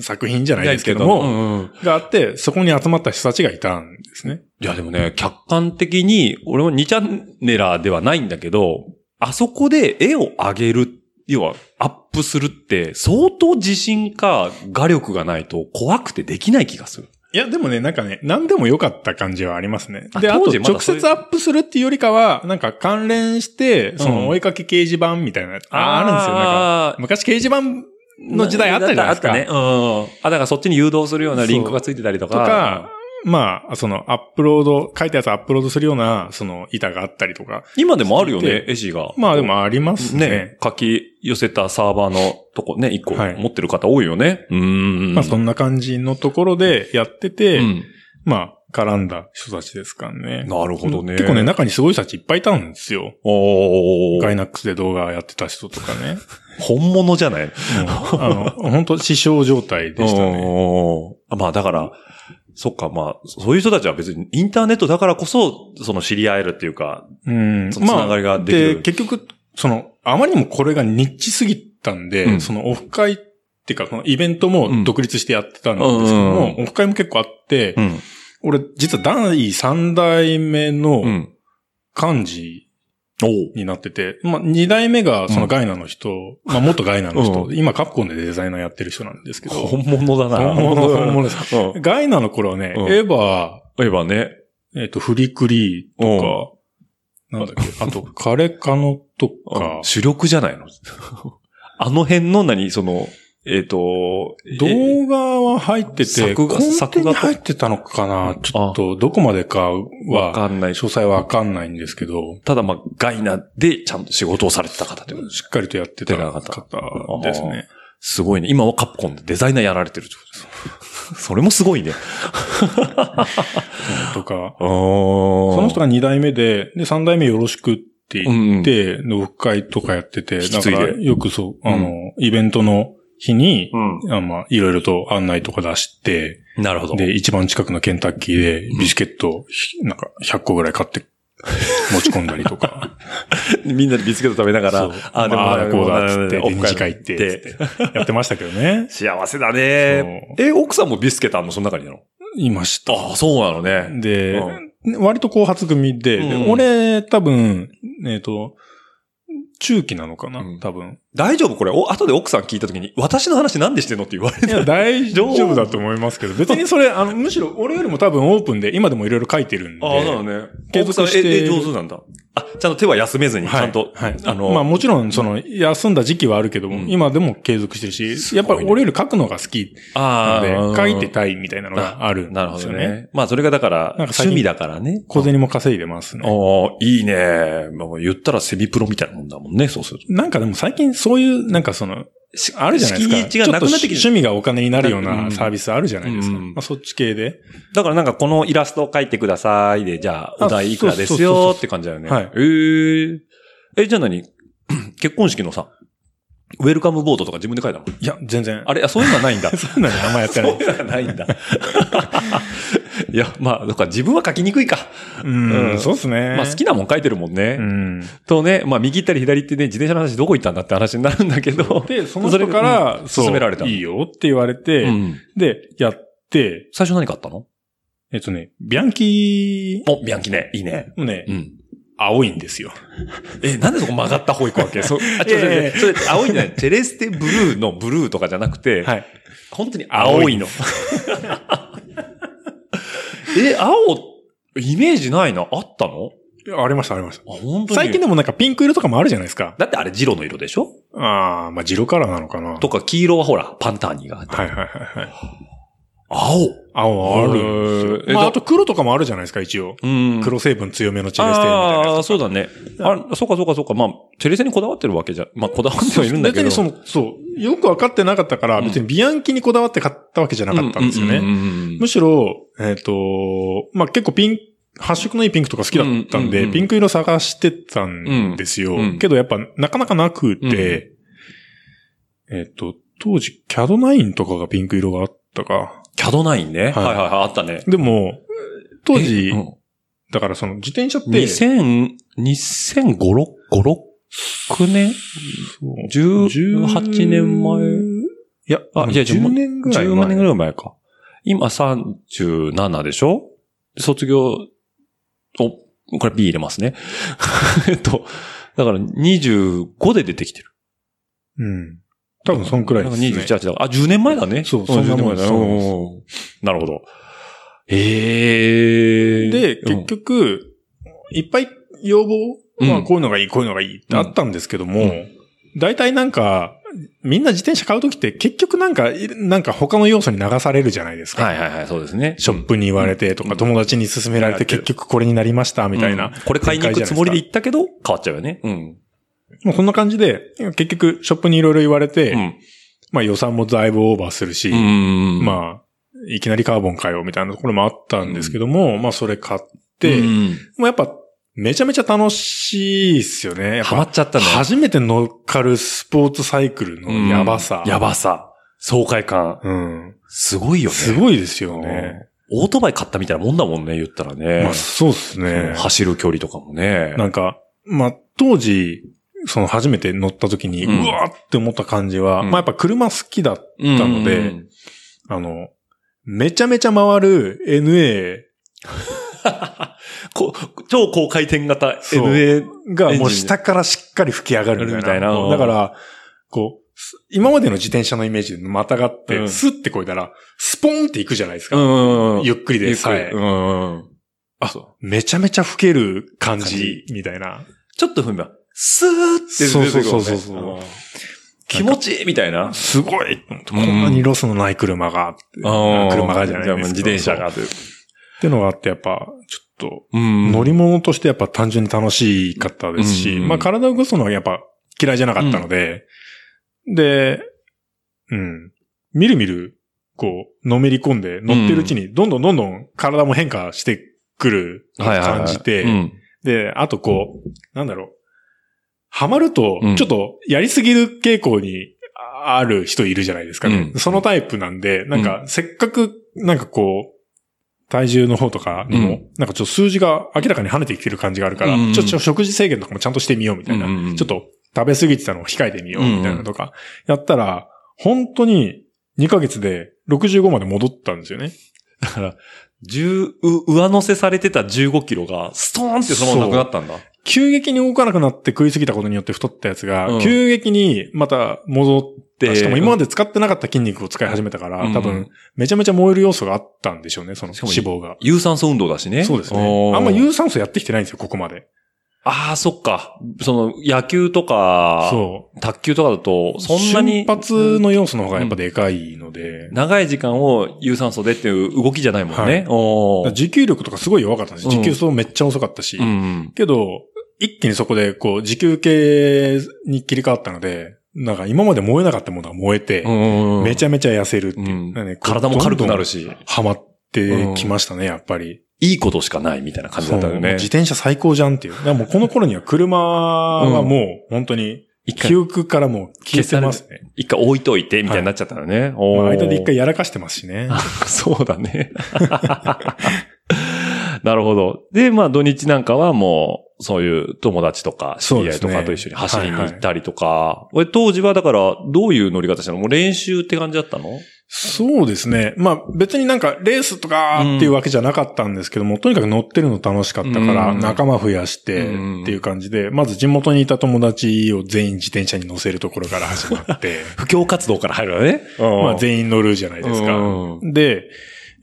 [SPEAKER 2] 作品じゃないですけども、
[SPEAKER 1] うんうん
[SPEAKER 2] があって、そこに集まった人たちがいたんでですね。
[SPEAKER 1] いや、でもね、客観的に、俺も2チャンネラーではないんだけど、あそこで絵を上げる、要はアップするって、相当自信か画力がないと怖くてできない気がする。
[SPEAKER 2] いや、でもね、なんかね、何でも良かった感じはありますね。
[SPEAKER 1] あ
[SPEAKER 2] で、あ
[SPEAKER 1] 当
[SPEAKER 2] と、
[SPEAKER 1] 時まだ
[SPEAKER 2] 直
[SPEAKER 1] そういう
[SPEAKER 2] 接アップするっていうよりかは、なんか関連して、その、お絵かき掲示板みたいな、ああるんですよ。なんか、
[SPEAKER 1] あ
[SPEAKER 2] 昔掲示板の時代あったじゃないですか。
[SPEAKER 1] あったね。うん。あ、だからそっちに誘導するようなリンクがついてたりと
[SPEAKER 2] と
[SPEAKER 1] か。
[SPEAKER 2] か、まあ、その、アップロード、書いたやつアップロードするような、その、板があったりとか。
[SPEAKER 1] 今でもあるよね
[SPEAKER 2] で、
[SPEAKER 1] 絵師が。
[SPEAKER 2] まあ、でもありますね。
[SPEAKER 1] ね、書き寄せたサーバーのとこね、一個
[SPEAKER 2] はい
[SPEAKER 1] 持ってる方多いよね。うーん。
[SPEAKER 2] まあ、そんな感じのところでやってて、
[SPEAKER 1] うん
[SPEAKER 2] まあ、絡んだ人たちですからね。
[SPEAKER 1] なるほどね。
[SPEAKER 2] 結構ね、中にすごい人たちいっぱいいたんですよ。
[SPEAKER 1] お
[SPEAKER 2] ガ
[SPEAKER 1] ー
[SPEAKER 2] イナックスで動画やってた人とかね。
[SPEAKER 1] 本物じゃない
[SPEAKER 2] もうあの、本当死傷状態でしたね。
[SPEAKER 1] おーあまあだから、そっか、まあ、そういう人たちは別にインターネットだからこそ、その知り合えるっていうか、
[SPEAKER 2] うん。
[SPEAKER 1] そのつながりができる
[SPEAKER 2] で、結局、その、あまりにもこれがニッチすぎたんで、
[SPEAKER 1] うん
[SPEAKER 2] そのオフ会っていうか、このイベントも独立してやってたんです
[SPEAKER 1] う
[SPEAKER 2] けど
[SPEAKER 1] ん
[SPEAKER 2] も
[SPEAKER 1] う、ん
[SPEAKER 2] オフ会も結構あって、
[SPEAKER 1] ん。
[SPEAKER 2] 俺、実は第3代目
[SPEAKER 1] う
[SPEAKER 2] の
[SPEAKER 1] ん。
[SPEAKER 2] 幹事
[SPEAKER 1] お
[SPEAKER 2] になってて、まあ2代目がそのガイナの人、まあ元ガイナの人、
[SPEAKER 1] う
[SPEAKER 2] 今カプコンでデザイナーやってる人なんですけど、
[SPEAKER 1] 本物だな。
[SPEAKER 2] 本物本物です
[SPEAKER 1] す。うん。
[SPEAKER 2] ガイナの頃はね、
[SPEAKER 1] うん
[SPEAKER 2] エヴァ、
[SPEAKER 1] 言えばね。
[SPEAKER 2] えっ、と、フリクリーとか、なんだっけ、あと、カレカノとか
[SPEAKER 1] うん、主力じゃないの あの辺の何、その、えっ、と、え
[SPEAKER 2] 動画は入ってて、
[SPEAKER 1] 作画
[SPEAKER 2] コン
[SPEAKER 1] 作
[SPEAKER 2] テ
[SPEAKER 1] 画
[SPEAKER 2] に
[SPEAKER 1] と
[SPEAKER 2] 入ってたのかなちょっと、どこまでか
[SPEAKER 1] わ
[SPEAKER 2] は、
[SPEAKER 1] かんない
[SPEAKER 2] 詳細はわかんないんですけど、
[SPEAKER 1] ただまあ、ガイナでちゃんと仕事をされてた方ってことでしょ
[SPEAKER 2] しっかりとやって
[SPEAKER 1] て
[SPEAKER 2] た
[SPEAKER 1] なかった
[SPEAKER 2] 方ですね。
[SPEAKER 1] すごいね。今はカプコンでデザイナーやられてるってことです。それもすごいね。
[SPEAKER 2] とか、
[SPEAKER 1] その
[SPEAKER 2] その人が2代目で、で、3代目よろしくって言って、の復会とかやってて、
[SPEAKER 1] 引
[SPEAKER 2] だ
[SPEAKER 1] き
[SPEAKER 2] か
[SPEAKER 1] 継いで
[SPEAKER 2] らよくそう、あ
[SPEAKER 1] う
[SPEAKER 2] の、イベントの日に、
[SPEAKER 1] うん。
[SPEAKER 2] あまあ、いろいろと案内とか出して、
[SPEAKER 1] なるほど。
[SPEAKER 2] で、一番近くのケンタッキーでビスケットをひ、なんか100個ぐらい買って持ち込んだりと か。
[SPEAKER 1] みんなでビスケット食べながら、
[SPEAKER 2] あ、でも、ああ、こうだっつって、
[SPEAKER 1] オフ
[SPEAKER 2] で二次
[SPEAKER 1] 会。
[SPEAKER 2] 会行って、つってやってましたけどね
[SPEAKER 1] 幸せだね。え、奥さんもビスケットあんのその中になの
[SPEAKER 2] いました。
[SPEAKER 1] ああ、そうなのね。
[SPEAKER 2] で、
[SPEAKER 1] うん
[SPEAKER 2] 割と後発組で、で
[SPEAKER 1] うん
[SPEAKER 2] 俺、多分、えっ、と、中期なのかな、
[SPEAKER 1] うん
[SPEAKER 2] 多分。
[SPEAKER 1] 大丈夫これ、お、後で奥さん聞いたときに、私の話なんでしてんのって言われ
[SPEAKER 2] い
[SPEAKER 1] て。
[SPEAKER 2] や、大丈夫だと思いますけど、別にそれ、あの、むしろ俺よりも多分オープンで、今でもいろいろ書いてるんで。
[SPEAKER 1] ああ、なのね。
[SPEAKER 2] 継
[SPEAKER 1] 奥さん
[SPEAKER 2] 続して
[SPEAKER 1] ええ上手なんだ。あ、ちゃんと手は休めずに、ち
[SPEAKER 2] はい
[SPEAKER 1] ゃんと。
[SPEAKER 2] はい。
[SPEAKER 1] あの
[SPEAKER 2] まあもちろん、その、休んだ時期はあるけど
[SPEAKER 1] う
[SPEAKER 2] も、
[SPEAKER 1] ん
[SPEAKER 2] 今でも継続してる
[SPEAKER 1] す
[SPEAKER 2] し、
[SPEAKER 1] ごい
[SPEAKER 2] や
[SPEAKER 1] ね
[SPEAKER 2] っぱ俺より書くのが好きな
[SPEAKER 1] あ
[SPEAKER 2] の
[SPEAKER 1] ー
[SPEAKER 2] で、書いてたいみたいなのがあるん
[SPEAKER 1] なるほ
[SPEAKER 2] です
[SPEAKER 1] ど
[SPEAKER 2] よね。
[SPEAKER 1] ね。まあ、それがだから、
[SPEAKER 2] なんか最
[SPEAKER 1] 趣
[SPEAKER 2] 近
[SPEAKER 1] 味だからね。
[SPEAKER 2] 小銭も稼いでますね。
[SPEAKER 1] おーいいね。まあ、もう言ったらセミプロみたいなもんだもんね、そうすると。
[SPEAKER 2] なんかでも最近そういう、なんかその、あるじゃないですか。
[SPEAKER 1] 敷地がなくなってきて
[SPEAKER 2] ちょっと趣味がお金になるよう
[SPEAKER 1] うん
[SPEAKER 2] なサービスあるじゃないですか。
[SPEAKER 1] うん
[SPEAKER 2] まあそっち系で。
[SPEAKER 1] だからなんかこのイラストを描いてくださいで、じゃあ
[SPEAKER 2] あ
[SPEAKER 1] お題いくらですよって感じだよね。
[SPEAKER 2] そうそ
[SPEAKER 1] え
[SPEAKER 2] う
[SPEAKER 1] ーえ、じゃあ何 結婚式のさ、ウェルカムボードとか自分で書いたの
[SPEAKER 2] いや、全然。
[SPEAKER 1] あれあ、そういうのはないんだ。 そ
[SPEAKER 2] そんなにあんまやって
[SPEAKER 1] う
[SPEAKER 2] ないい。
[SPEAKER 1] うのはない んだ。いや、まあ、だから自分は書きにくいか。
[SPEAKER 2] うん、
[SPEAKER 1] うん
[SPEAKER 2] そうですね。
[SPEAKER 1] まあ好きなもん書いてるもんね。
[SPEAKER 2] うん。
[SPEAKER 1] とね、まあ右行ったり左行ってね、自転車の話どこ行ったんだって話になるんだけど。
[SPEAKER 2] で、その
[SPEAKER 1] そ
[SPEAKER 2] 人か
[SPEAKER 1] れう
[SPEAKER 2] ら、
[SPEAKER 1] ん
[SPEAKER 2] そう
[SPEAKER 1] 勧められた。
[SPEAKER 2] いいよって言われて、
[SPEAKER 1] うん
[SPEAKER 2] で、やって、
[SPEAKER 1] 最初何買ったの
[SPEAKER 2] えっとね、ビャンキ
[SPEAKER 1] お、ビャンキね。いいね。
[SPEAKER 2] ーもね、
[SPEAKER 1] うん。
[SPEAKER 2] 青いんですよ。
[SPEAKER 1] え、なんでそこ曲がった方行くわけそ、あ、ちょ、ちょ、
[SPEAKER 2] え
[SPEAKER 1] ちょ、それ青いんじゃないチェレステブルーのブルーとかじゃなくて、
[SPEAKER 2] はい。
[SPEAKER 1] 本当に青いの。 え、青、イメージないな。あったの
[SPEAKER 2] ありました、ありまし
[SPEAKER 1] あ、本当
[SPEAKER 2] た。
[SPEAKER 1] に
[SPEAKER 2] 最近でもなんかピンク色とかもあるじゃないですか。
[SPEAKER 1] だってあれ、ジロの色でしょ
[SPEAKER 2] ああ、まあ、ジロカラーなのかな。
[SPEAKER 1] とか、黄色はほら、パンターニーがあって。
[SPEAKER 2] はいはいはいはい。
[SPEAKER 1] 青
[SPEAKER 2] 青あるんです
[SPEAKER 1] え
[SPEAKER 2] よ。まあ、
[SPEAKER 1] だ
[SPEAKER 2] あと黒とかもあるじゃないですか、一応。
[SPEAKER 1] うん
[SPEAKER 2] 黒成分強めのチェレステみたいな
[SPEAKER 1] あ
[SPEAKER 2] や
[SPEAKER 1] あ、そうだね。あ、そうかそうかそうか。まあ、チェレステにこだわってるわけじゃ、まあ、こだわって
[SPEAKER 2] つ。
[SPEAKER 1] はいるんだけど。
[SPEAKER 2] 別にその、そう、よく分かってなかったから、別にビアンキにこだわって買ったわけじゃなかったんですよね。
[SPEAKER 1] うんうんうんうん
[SPEAKER 2] むしろ、えっ、と、まあ、結構ピン、発色のいいピンクとか好きだったんで、
[SPEAKER 1] うんうんうん
[SPEAKER 2] ピンク色探してたんですよ。
[SPEAKER 1] うんうん
[SPEAKER 2] けどやっぱなかなかなくて、えっ、と、当時、キャドナインとかがピンク色があったか。
[SPEAKER 1] キャドナインね。は
[SPEAKER 2] はいい
[SPEAKER 1] はいはい、あったね。
[SPEAKER 2] でも、当時、
[SPEAKER 1] えうん
[SPEAKER 2] だからその自転車って、
[SPEAKER 1] 2000、2005、6、6年
[SPEAKER 2] そう
[SPEAKER 1] 10 18年前。
[SPEAKER 2] いや、
[SPEAKER 1] あ、いや、
[SPEAKER 2] 10年ぐらい前。
[SPEAKER 1] 10年ぐらい前か。今37でしょ卒業、お、これ B 入れますね。 えっと、だから25で出てきてる。
[SPEAKER 2] うん。多分そんくらいですね。
[SPEAKER 1] なんか28だから。あ、10年前だね。
[SPEAKER 2] そう
[SPEAKER 1] 10
[SPEAKER 2] そんなも
[SPEAKER 1] 年前
[SPEAKER 2] ん
[SPEAKER 1] だね
[SPEAKER 2] そう
[SPEAKER 1] うんなるほど。ええー。
[SPEAKER 2] で、
[SPEAKER 1] うん
[SPEAKER 2] 結局、いっぱい要望
[SPEAKER 1] うん
[SPEAKER 2] まあ、こういうのがいい、こういうのがいいってあったんですけども、
[SPEAKER 1] う
[SPEAKER 2] 大体なんか、みんな自転車買うときって結局なんか、いなんか他の要素に流されるじゃないですか。
[SPEAKER 1] はいはいはい、そうですね。
[SPEAKER 2] ショップに言われてとか、
[SPEAKER 1] うん
[SPEAKER 2] 友達に勧められて
[SPEAKER 1] うん
[SPEAKER 2] 結局これになりました、みたい
[SPEAKER 1] う
[SPEAKER 2] な。
[SPEAKER 1] んこれ買いに行くつもりで行ったけど、変わっちゃうよね。うん。
[SPEAKER 2] もうそんな感じで、結局ショップにいろいろ言われて、
[SPEAKER 1] うん。
[SPEAKER 2] まあ予算もだいぶオーバーするし、
[SPEAKER 1] うんあ、
[SPEAKER 2] まあ、いきなりカーボン買ようみたいなところもあったんですけども、まあそれ買って、
[SPEAKER 1] うん
[SPEAKER 2] もうやっぱめちゃめちゃ楽しいっすよね。やっ
[SPEAKER 1] ハマ
[SPEAKER 2] ぱ
[SPEAKER 1] っちゃったね。
[SPEAKER 2] 初めて乗っかるスポーツサイクルの
[SPEAKER 1] うん
[SPEAKER 2] やばさ。
[SPEAKER 1] やばさ。爽快感。
[SPEAKER 2] うん。
[SPEAKER 1] すごいよね。
[SPEAKER 2] すごいですよね。
[SPEAKER 1] オートバイ買ったみたいなもんだもんね、言ったらね。
[SPEAKER 2] まあそうっすね。
[SPEAKER 1] 走る距離とかもね。
[SPEAKER 2] なんか、まあ当時、その初めて乗った時に、
[SPEAKER 1] う
[SPEAKER 2] うんわーって思った感じは、
[SPEAKER 1] うん
[SPEAKER 2] まあやっぱ車好きだ、
[SPEAKER 1] うん
[SPEAKER 2] たので
[SPEAKER 1] うん
[SPEAKER 2] あの、めちゃめちゃ回る NA
[SPEAKER 1] こ超高回転型
[SPEAKER 2] そう
[SPEAKER 1] NA。エ
[SPEAKER 2] が
[SPEAKER 1] ンジン
[SPEAKER 2] もう下からしっかり吹き上がるみたいな。
[SPEAKER 1] みたいな
[SPEAKER 2] だから、こう、す今までの自転車のイメージでまたがって、
[SPEAKER 1] うん
[SPEAKER 2] スッてこいだら、スポンって行くじゃないですか。
[SPEAKER 1] ん
[SPEAKER 2] ゆっくり
[SPEAKER 1] ゆ
[SPEAKER 2] で
[SPEAKER 1] っく
[SPEAKER 2] さ
[SPEAKER 1] り
[SPEAKER 2] え
[SPEAKER 1] う。んうん。
[SPEAKER 2] あ、めちゃめちゃ吹ける感
[SPEAKER 1] 感
[SPEAKER 2] じ
[SPEAKER 1] じ、
[SPEAKER 2] みたいな。
[SPEAKER 1] ちょっと踏めば、スーって出てくるもんね
[SPEAKER 2] そうそうそうそうそう
[SPEAKER 1] あー気持ちいいみたいな。
[SPEAKER 2] すごいと思って
[SPEAKER 1] うん
[SPEAKER 2] こんなにロスのない車がって、
[SPEAKER 1] あー
[SPEAKER 2] 車がじゃないですけど
[SPEAKER 1] 自転車がという。
[SPEAKER 2] ってのがあって、やっぱ、ちょっと、
[SPEAKER 1] うん
[SPEAKER 2] 乗り物としてやっぱ単純に楽しかったですし、
[SPEAKER 1] うん
[SPEAKER 2] まあ体を動かすのはやっぱ嫌いじゃなかったので、で、うん。みるみる、こう、のめり込んで、乗ってるうちに、どんどんどんどん体も変化してくるのを
[SPEAKER 1] はいはいはい
[SPEAKER 2] 感じて、
[SPEAKER 1] うん
[SPEAKER 2] で、あとこう、なんだろう。ハマると
[SPEAKER 1] うん、
[SPEAKER 2] ちょっとやりすぎる傾向にあある人いるじゃないですかね。
[SPEAKER 1] うん
[SPEAKER 2] そのタイプなんで、なんかせっかく、なんかこう、体重の方とかにも、
[SPEAKER 1] う
[SPEAKER 2] なんかちょっと数字が明らかに跳ねてきてる感じがあるから、
[SPEAKER 1] うん
[SPEAKER 2] ちょっと食事制限とかもちゃんとしてみようみたいな。
[SPEAKER 1] うんうん
[SPEAKER 2] ちょっと食べ過ぎてたのを控えてみようみたいなとか、やったら、本当に2ヶ月で65まで戻ったんですよね。
[SPEAKER 1] だから、十、う上乗せされてた15キロが、ストーンってそのままなくなったんだ。
[SPEAKER 2] 急激に動かなくなって食いすぎたことによって太ったやつが、
[SPEAKER 1] うん
[SPEAKER 2] 急激にまた戻って、
[SPEAKER 1] で
[SPEAKER 2] しかも今まで使ってなかった筋肉を使い始めたから、
[SPEAKER 1] うん
[SPEAKER 2] 多分、めちゃめちゃ燃える要素があったんでしょうね、その
[SPEAKER 1] しかも
[SPEAKER 2] 脂肪が。
[SPEAKER 1] 有酸素運動だしね。
[SPEAKER 2] そうです
[SPEAKER 1] お
[SPEAKER 2] ね。
[SPEAKER 1] ー
[SPEAKER 2] あんま有酸素やってきてないんですよ、ここまで。
[SPEAKER 1] ああ、そっか。その、野球とか、
[SPEAKER 2] そ
[SPEAKER 1] 卓球とかだと、
[SPEAKER 2] う。
[SPEAKER 1] そんなに、
[SPEAKER 2] 瞬発の要素の方がやっぱでかいので、
[SPEAKER 1] 長い時間を有酸素でっていう動きじゃないもん
[SPEAKER 2] は
[SPEAKER 1] ね
[SPEAKER 2] い。
[SPEAKER 1] お
[SPEAKER 2] だ
[SPEAKER 1] ー
[SPEAKER 2] から持久力とかすごい弱かったんですよ。
[SPEAKER 1] うん
[SPEAKER 2] 持久走めっちゃ遅かったし。
[SPEAKER 1] うん。
[SPEAKER 2] けど、一気にそこで、こう、持久系に切り替わったので、なんか今まで燃えなかったものが燃えて、めち
[SPEAKER 1] ゃ、
[SPEAKER 2] ゃめちゃ痩せるっていう。
[SPEAKER 1] うん
[SPEAKER 2] なんでこう
[SPEAKER 1] 体も軽くなるし、
[SPEAKER 2] ハマってきましたね、やっぱり。
[SPEAKER 1] いいことしかないみたいな感じだったよ
[SPEAKER 2] そうもう
[SPEAKER 1] ね。
[SPEAKER 2] 自転車最高じゃんっていう。だからもうこの頃には車はもう本当に
[SPEAKER 1] 一
[SPEAKER 2] 記
[SPEAKER 1] 回、
[SPEAKER 2] 憶からもう消えてますね。
[SPEAKER 1] 一回置いといて、みたいになっちゃったよね。おー
[SPEAKER 2] まあ、間で一回やらかしてますしね。
[SPEAKER 1] そうだね。なるほど。で、まあ土日なんかはもう、そういう友達とか、知り合いと
[SPEAKER 2] そうです
[SPEAKER 1] か
[SPEAKER 2] ね
[SPEAKER 1] と一緒に走りに行ったりとか、これ当時はだから、どういう乗り方したのもう練習って感じだったの
[SPEAKER 2] そうですね。まあ別になんかレースとかっていうわけじゃなかったんですけども、とにかく乗ってるの楽しかったか
[SPEAKER 1] う
[SPEAKER 2] ら、
[SPEAKER 1] ん
[SPEAKER 2] 仲間増やして
[SPEAKER 1] うん
[SPEAKER 2] っていう感じで、まず地元にいた友達を全員自転車に乗せるところから始ま って、
[SPEAKER 1] 布教活動から入るわね。
[SPEAKER 2] まあ
[SPEAKER 1] 員
[SPEAKER 2] 全員乗るじゃないですか。で、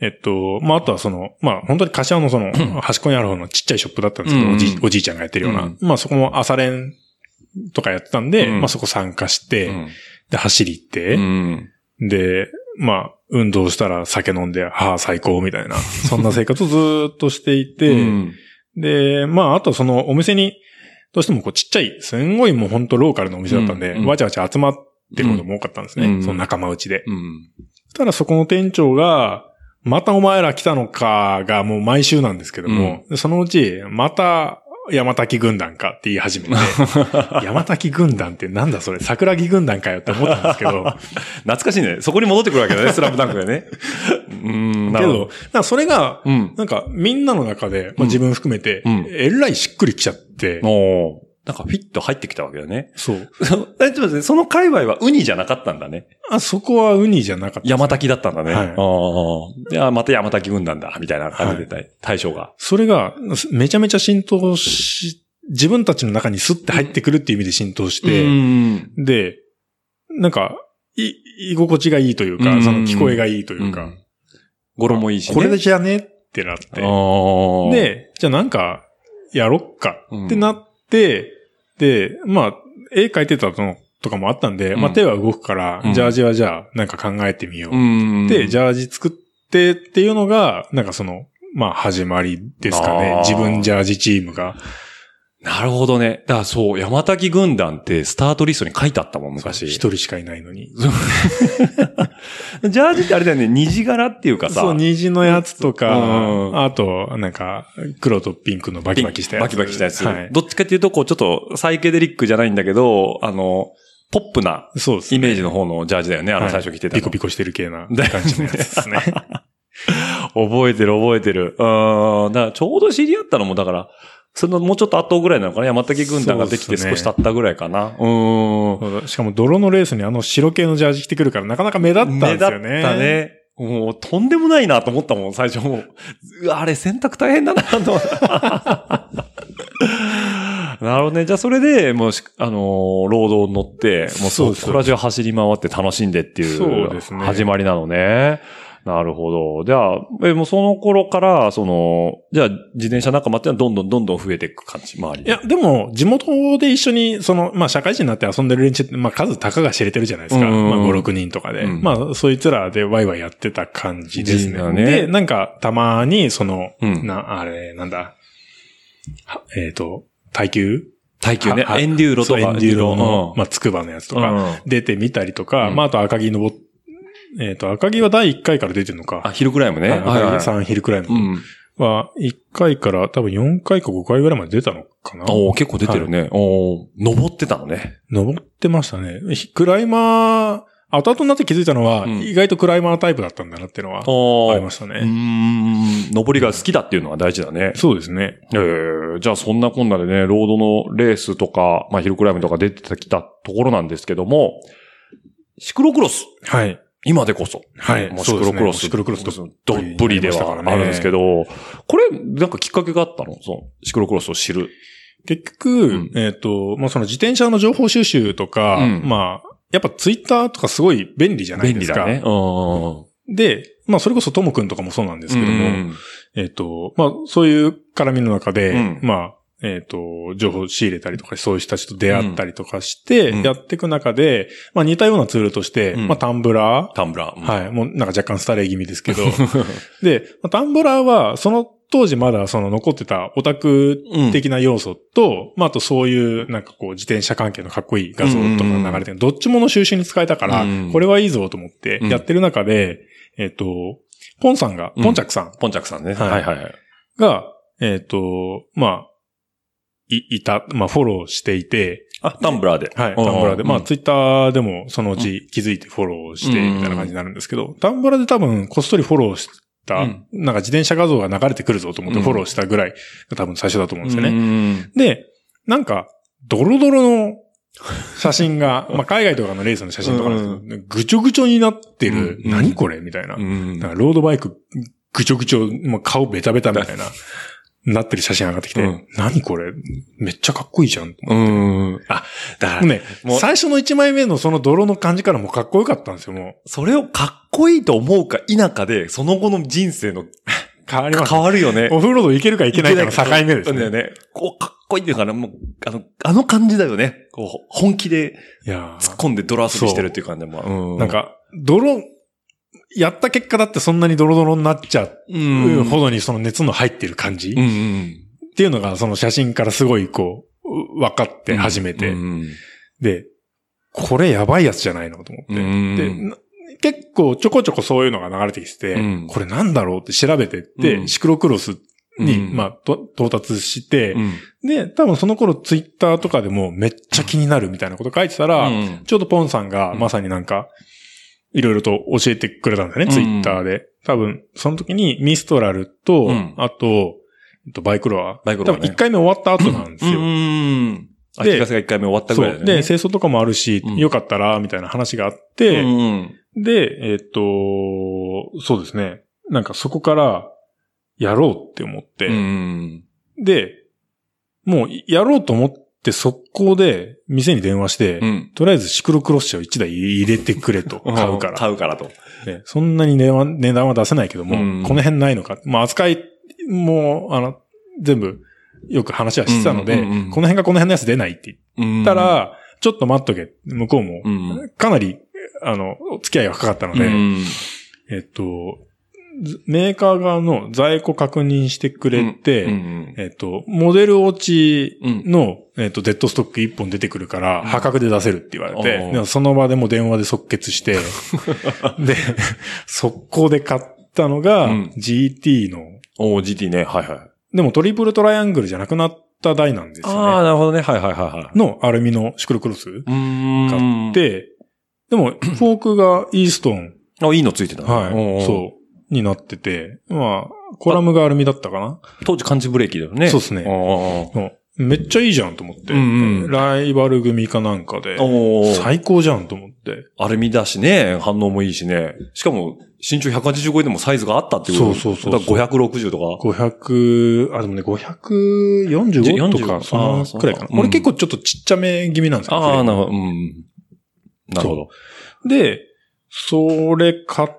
[SPEAKER 2] えっと、まあ、あとはその、まあ、本当に柏のその、端っこにある方のちっちゃいショップだったんですけど、
[SPEAKER 1] うんうん
[SPEAKER 2] おじいおじいちゃんがやってるような。
[SPEAKER 1] うん
[SPEAKER 2] まあ、そこも朝練とかやってたんで、
[SPEAKER 1] うん
[SPEAKER 2] まあ、そこ参加して、
[SPEAKER 1] う
[SPEAKER 2] で、走り行って、
[SPEAKER 1] ん。
[SPEAKER 2] で、まあ、運動したら酒飲んで、はあ、最高みたいな、そんな生活をずーっとしていて、
[SPEAKER 1] うん。
[SPEAKER 2] で、まあ、あとそのお店に、どうしてもこうちっちゃい、すんごいもう本当ローカルのお店だったんで、
[SPEAKER 1] うんうん
[SPEAKER 2] わちゃわちゃ集まってることも多かったんですね。
[SPEAKER 1] うん
[SPEAKER 2] その仲間内で。
[SPEAKER 1] うん。
[SPEAKER 2] ただそこの店長が、またお前ら来たのかがもう毎週なんですけども、そのうち、また山滝軍団かって言い 始めて、山滝軍団ってなんだそれ、桜木軍団かよって思ったんです けど、
[SPEAKER 1] 懐かしいね。そこに戻ってくるわけだね、スラムダンクがね。 うん、な
[SPEAKER 2] け
[SPEAKER 1] るほ
[SPEAKER 2] ど、なんかそれが、
[SPEAKER 1] うん。
[SPEAKER 2] なんかみんなの中で、まあ、自分含めて、
[SPEAKER 1] うん
[SPEAKER 2] えらいしっくりきちゃって、
[SPEAKER 1] おーなんかフィット入ってきたわけだね。
[SPEAKER 2] そう。
[SPEAKER 1] えちょっと待ってその界隈はウニじゃなかったんだね。
[SPEAKER 2] あ、そこはウニじゃなかったですね、
[SPEAKER 1] 山滝だったんだね。
[SPEAKER 2] はい
[SPEAKER 1] ああ。で、あまた山滝軍団だ、みたいな感じで、対象が。
[SPEAKER 2] それが、めちゃめちゃ浸透し、自分たちの中にスッて入ってくるっていう意味で浸透して、
[SPEAKER 1] うん
[SPEAKER 2] で、なんか、い、居心地がいいというか、
[SPEAKER 1] うん
[SPEAKER 2] その聞こえがいいというか、
[SPEAKER 1] うん語呂もいいしね。
[SPEAKER 2] これじゃねってなっ
[SPEAKER 1] あ
[SPEAKER 2] て、
[SPEAKER 1] ー、
[SPEAKER 2] で、じゃあなんか、やろっか
[SPEAKER 1] うん
[SPEAKER 2] ってなって、で、まあ、絵描いてたのとかもあったんで、
[SPEAKER 1] うん
[SPEAKER 2] まあ手は動くから、
[SPEAKER 1] うん
[SPEAKER 2] ジャージはじゃあ、なんか考えてみよう。
[SPEAKER 1] うん。
[SPEAKER 2] で、ジャージ作ってっていうのが、なんかその、まあ始まりですか
[SPEAKER 1] あ。
[SPEAKER 2] ね
[SPEAKER 1] ー
[SPEAKER 2] 自分ジャージチームが。
[SPEAKER 1] なるほどね。だからそう、山滝軍団ってスタートリストに書いてあったもん、昔。
[SPEAKER 2] 一人しかいないのに。
[SPEAKER 1] ジャージってあれだよね、虹柄っていうかさ。
[SPEAKER 2] そう、虹のやつとか、
[SPEAKER 1] うん
[SPEAKER 2] あと、なんか、黒とピンクのバキバキしたやつ。
[SPEAKER 1] バキバキしたやつ。
[SPEAKER 2] はい。
[SPEAKER 1] どっちかっていうと、こう、ちょっとサイケデリックじゃないんだけど、あの、ポップな
[SPEAKER 2] そうです
[SPEAKER 1] イ
[SPEAKER 2] ね。
[SPEAKER 1] メージの方のジャージだよね、あの
[SPEAKER 2] はい
[SPEAKER 1] 最初着てた
[SPEAKER 2] ピ
[SPEAKER 1] の。
[SPEAKER 2] コピコしてる系な
[SPEAKER 1] だよね
[SPEAKER 2] 感じのや つですね。
[SPEAKER 1] 覚えてる覚えてる。うん。だからちょうど知り合ったのも、だから、そのもうちょっと後ぐらいなのかな山竹軍団ができ
[SPEAKER 2] そう
[SPEAKER 1] て
[SPEAKER 2] ですね
[SPEAKER 1] 少し経ったぐらいかな。うん。
[SPEAKER 2] そうしかも泥のレースにあの白系のジャージ着てくるからなかなか目立ったん
[SPEAKER 1] 目
[SPEAKER 2] です
[SPEAKER 1] 立
[SPEAKER 2] よね。
[SPEAKER 1] った。ね。もう、とんでもないなと思ったもん、最初もう。うわあれ、洗濯大変だな、と思った。 なるほどね。じゃあ、それで、もうし、あのーロードに乗って、もう
[SPEAKER 2] そう
[SPEAKER 1] そ
[SPEAKER 2] です
[SPEAKER 1] こら中走り回って楽しんでってい
[SPEAKER 2] そう
[SPEAKER 1] う
[SPEAKER 2] で、すね
[SPEAKER 1] 始まりなのね。なるほど。じゃあ、え、もうその頃から、その、じゃあ、自転車仲間ってのはどんどんどんどん増えていく感じ、周りに。
[SPEAKER 2] いや、でも、地元で一緒に、その、まあ、社会人になって遊んでる連中って、まあ、数たかが知れてるじゃないです
[SPEAKER 1] う
[SPEAKER 2] か。
[SPEAKER 1] んうんうん
[SPEAKER 2] まあ、5、6人とかで。
[SPEAKER 1] うん
[SPEAKER 2] まあ、そいつらでワイワイやってた感じです
[SPEAKER 1] いいよ
[SPEAKER 2] ね。
[SPEAKER 1] ね
[SPEAKER 2] で、なんか、たまに、その、
[SPEAKER 1] うん
[SPEAKER 2] な、あれ、なんだ、はえっ、と、耐久
[SPEAKER 1] 耐久ね。
[SPEAKER 2] はは
[SPEAKER 1] エンデューロと
[SPEAKER 2] そう
[SPEAKER 1] か。
[SPEAKER 2] エンデューロの、
[SPEAKER 1] うん
[SPEAKER 2] まあ、つくばのやつと
[SPEAKER 1] う
[SPEAKER 2] か、
[SPEAKER 1] ん
[SPEAKER 2] 出てみたりとか、
[SPEAKER 1] うん
[SPEAKER 2] まあ、あと赤城登っ、えっ、と、赤城は第1回から出てるのか。
[SPEAKER 1] あ、ヒルクライムね。はいはい
[SPEAKER 2] 3ヒルくらいの。
[SPEAKER 1] うん。
[SPEAKER 2] は、1回から多分4回か5回ぐらいまで出たのかな
[SPEAKER 1] おお結構出てるね。おお登ってたのね。
[SPEAKER 2] 登ってましたね。ひクライマー、後々になって気づいたのは、
[SPEAKER 1] うん
[SPEAKER 2] 意外とクライマータイプだったんだなっていうのは、
[SPEAKER 1] お
[SPEAKER 2] あ
[SPEAKER 1] ー
[SPEAKER 2] りました
[SPEAKER 1] うー
[SPEAKER 2] ね。
[SPEAKER 1] ん。登りが好きだっていうのは大事だね。
[SPEAKER 2] そうですね。
[SPEAKER 1] えー、じゃあそんなこんなでね、ロードのレースとか、まあヒルクライムとか出てきたところなんですけども、シクロクロス、
[SPEAKER 2] はい。
[SPEAKER 1] 今でこそ。
[SPEAKER 2] はい
[SPEAKER 1] もうシクロクロス。
[SPEAKER 2] そうですねシクロクロスどっぷり
[SPEAKER 1] どっぷりではあるんですけど、これ、なんかきっかけがあったのその、シクロクロスを知る。
[SPEAKER 2] 結局、
[SPEAKER 1] ん
[SPEAKER 2] えっ、と、まあ、その自転車の情報収集とか、
[SPEAKER 1] うん
[SPEAKER 2] まあ、やっぱツイッターとかすごい便利じゃない
[SPEAKER 1] 便
[SPEAKER 2] で
[SPEAKER 1] 利
[SPEAKER 2] すか。
[SPEAKER 1] だね。うん。
[SPEAKER 2] で、まあ、それこそともくんとかもそうなんですけども、
[SPEAKER 1] うん
[SPEAKER 2] えっ、と、まあ、そういう絡みの中で、
[SPEAKER 1] うん
[SPEAKER 2] まあ、えっ、と、情報を仕入れたりとか、そういう人たちと出会ったりとかして
[SPEAKER 1] うん、
[SPEAKER 2] やっていく中で、まあ似たようなツールとして、
[SPEAKER 1] うん
[SPEAKER 2] まあタンブラー、
[SPEAKER 1] タンブラー。い。
[SPEAKER 2] はい、もうなんか若干スタレー気味で す けど、で、まあタンブラーは、その当時まだその残ってたオタク
[SPEAKER 1] うん
[SPEAKER 2] 的な要素と、まああとそういうなんかこう自転車関係のかっこいい画像とかが流れてる、どっちもの収集に使えたから
[SPEAKER 1] うん、
[SPEAKER 2] これはいいぞと思ってやってる中で、えっ、と、ポンさんが、ポンチャクさん
[SPEAKER 1] ポンチャクさんね。
[SPEAKER 2] はい
[SPEAKER 1] はいはいはい。
[SPEAKER 2] が、えっ、と、まあ、い、いた、まあ、フォローしていて、
[SPEAKER 1] あ、タンブラーで。
[SPEAKER 2] はい、タンブラーで、まあ、
[SPEAKER 1] うん
[SPEAKER 2] ツイッターでもそのうち気づいてフォローして、みたいな感じになるんですけど、タンブラーで多分、こっそりフォローした、
[SPEAKER 1] うん
[SPEAKER 2] なんか自転車画像が流れてくるぞと思って
[SPEAKER 1] うん
[SPEAKER 2] フォローしたぐらいが多分最初だと思うんですよね。
[SPEAKER 1] ね。
[SPEAKER 2] で、なんか、ドロドロの写真が、 まあ、海外とかのレースの写真とかなんですけど、ぐちょぐちょになってる、
[SPEAKER 1] うん
[SPEAKER 2] 何これみたいな。
[SPEAKER 1] うん
[SPEAKER 2] なんかロードバイク、ぐちょぐちょ、もう顔ベタベタみたい な、なってる写真上がってきて、
[SPEAKER 1] うん
[SPEAKER 2] 何これめっちゃかっこいいじゃん。
[SPEAKER 1] うん。あ、だから、
[SPEAKER 2] ね
[SPEAKER 1] もう、
[SPEAKER 2] 最初の1枚目のその泥の感じからもうかっこよかったんですよ、も
[SPEAKER 1] それをかっこいいと思うか否かで、その後の人生の
[SPEAKER 2] う。変わりました
[SPEAKER 1] 変。わるよね。
[SPEAKER 2] オフロードいけるかいけないかの境目です
[SPEAKER 1] そうだよ
[SPEAKER 2] ね。
[SPEAKER 1] ね。こう、かっこいいっていうから、もう、あの、あの感じだよね。こう、本気で
[SPEAKER 2] いや
[SPEAKER 1] 突っ込んで泥遊びしてるっていう感じも。う
[SPEAKER 2] ーなん、か、泥、やった結果だってそんなにドロドロになっちゃ
[SPEAKER 1] う。
[SPEAKER 2] うんほどにその熱の入ってる感じ、
[SPEAKER 1] うんう
[SPEAKER 2] っ
[SPEAKER 1] ん。
[SPEAKER 2] ていうのがその写真からすごいこう、う分かって初めて、
[SPEAKER 1] うん
[SPEAKER 2] で、これやばいやつじゃないのと思って。
[SPEAKER 1] うん
[SPEAKER 2] で、な結構ちょこちょこそういうのが流れてきてて、
[SPEAKER 1] うん
[SPEAKER 2] これなんだろうって調べてって、
[SPEAKER 1] うん
[SPEAKER 2] シクロクロスに、
[SPEAKER 1] うん
[SPEAKER 2] まあ、と到達して、
[SPEAKER 1] うん。
[SPEAKER 2] で、多分その頃ツイッターとかでもめっちゃ気になるみたいなこと書いてたら、
[SPEAKER 1] うん
[SPEAKER 2] ちょうどポンさんがまさになんか、いろいろと教えてくれたんだよね、
[SPEAKER 1] うん
[SPEAKER 2] ツイッターで。多分、その時にミストラルと、
[SPEAKER 1] うん
[SPEAKER 2] あと、えっとバイクロア。
[SPEAKER 1] バイクロアね
[SPEAKER 2] 多分1回目終わった後なんですよ。
[SPEAKER 1] うん。秋ヶ瀬が1回目終わったぐ
[SPEAKER 2] そ。
[SPEAKER 1] らいうだよ
[SPEAKER 2] で、
[SPEAKER 1] ね。
[SPEAKER 2] 清掃とかもあるし、
[SPEAKER 1] うん
[SPEAKER 2] よかったら、みたいな話があって、
[SPEAKER 1] うんうん。
[SPEAKER 2] で、えっと、そうですね。なんかそこから、やろうって思って、
[SPEAKER 1] うん。
[SPEAKER 2] で、もう、やろうと思って、速攻で、店に電話して、
[SPEAKER 1] うん。
[SPEAKER 2] とりあえずシクロクロス車を1台入れてくれ と、買うから。
[SPEAKER 1] 買うからと。
[SPEAKER 2] ねそんなに値は値段は出せないけども、
[SPEAKER 1] うん
[SPEAKER 2] この辺ないのか。まあ、扱いも、あの、全部、よく話はしてたので、
[SPEAKER 1] うんうんうんうん
[SPEAKER 2] この辺がこの辺のやつ出ないって言
[SPEAKER 1] うん
[SPEAKER 2] った、ら、ちょっと待っとけ。向こうも
[SPEAKER 1] う、ん。
[SPEAKER 2] かなり、あの、お付き合いがかかったの
[SPEAKER 1] う
[SPEAKER 2] で、
[SPEAKER 1] ん。
[SPEAKER 2] えっと、ずメーカー側の在庫確認してくれて、
[SPEAKER 1] うん
[SPEAKER 2] えっと、モデル落ち
[SPEAKER 1] うん。
[SPEAKER 2] の、えっと、デッドストック1本出てくるから、
[SPEAKER 1] うん
[SPEAKER 2] 破格で出せるって言われ
[SPEAKER 1] お
[SPEAKER 2] て、
[SPEAKER 1] ー
[SPEAKER 2] でその場でもう電話で即 決して、で、速攻で買ったのが、
[SPEAKER 1] うん
[SPEAKER 2] GT の、
[SPEAKER 1] おー GT ね。はいはい。
[SPEAKER 2] でもトリプルトライアングルじゃなくなった台なんです
[SPEAKER 1] あ
[SPEAKER 2] よ
[SPEAKER 1] あ、
[SPEAKER 2] ね。
[SPEAKER 1] なるほどね。はいはいはいはい。
[SPEAKER 2] のアルミのシクロクロス
[SPEAKER 1] うん
[SPEAKER 2] 買って、で も、フォークがイーストン、
[SPEAKER 1] あ、いいのついてたね。
[SPEAKER 2] はい、
[SPEAKER 1] そ
[SPEAKER 2] そう、になってて、まあ、コラムがアルミだったかな
[SPEAKER 1] う。当時感知ブレーキだよね。
[SPEAKER 2] そうっすね
[SPEAKER 1] お
[SPEAKER 2] うんめっちゃいいじゃんと思って、
[SPEAKER 1] うんうん
[SPEAKER 2] ライバル組かなんかで
[SPEAKER 1] ー、おー
[SPEAKER 2] 最高じゃんと思って。
[SPEAKER 1] アルミだしね、反応もいいしね。しかも、身長185でもサイズがあったっていうこと。
[SPEAKER 2] そうそうそう
[SPEAKER 1] だから560とか。
[SPEAKER 2] 500、あ、でもね、545と
[SPEAKER 1] 40
[SPEAKER 2] か、そのくらいか
[SPEAKER 1] あーそうか
[SPEAKER 2] な。
[SPEAKER 1] うん
[SPEAKER 2] 俺結構ちょっとちっちゃめ気味なんですよ。
[SPEAKER 1] ああ、
[SPEAKER 2] フレ
[SPEAKER 1] な
[SPEAKER 2] ー
[SPEAKER 1] るほど。
[SPEAKER 2] ム
[SPEAKER 1] うん。なるほど。
[SPEAKER 2] で、それ買って、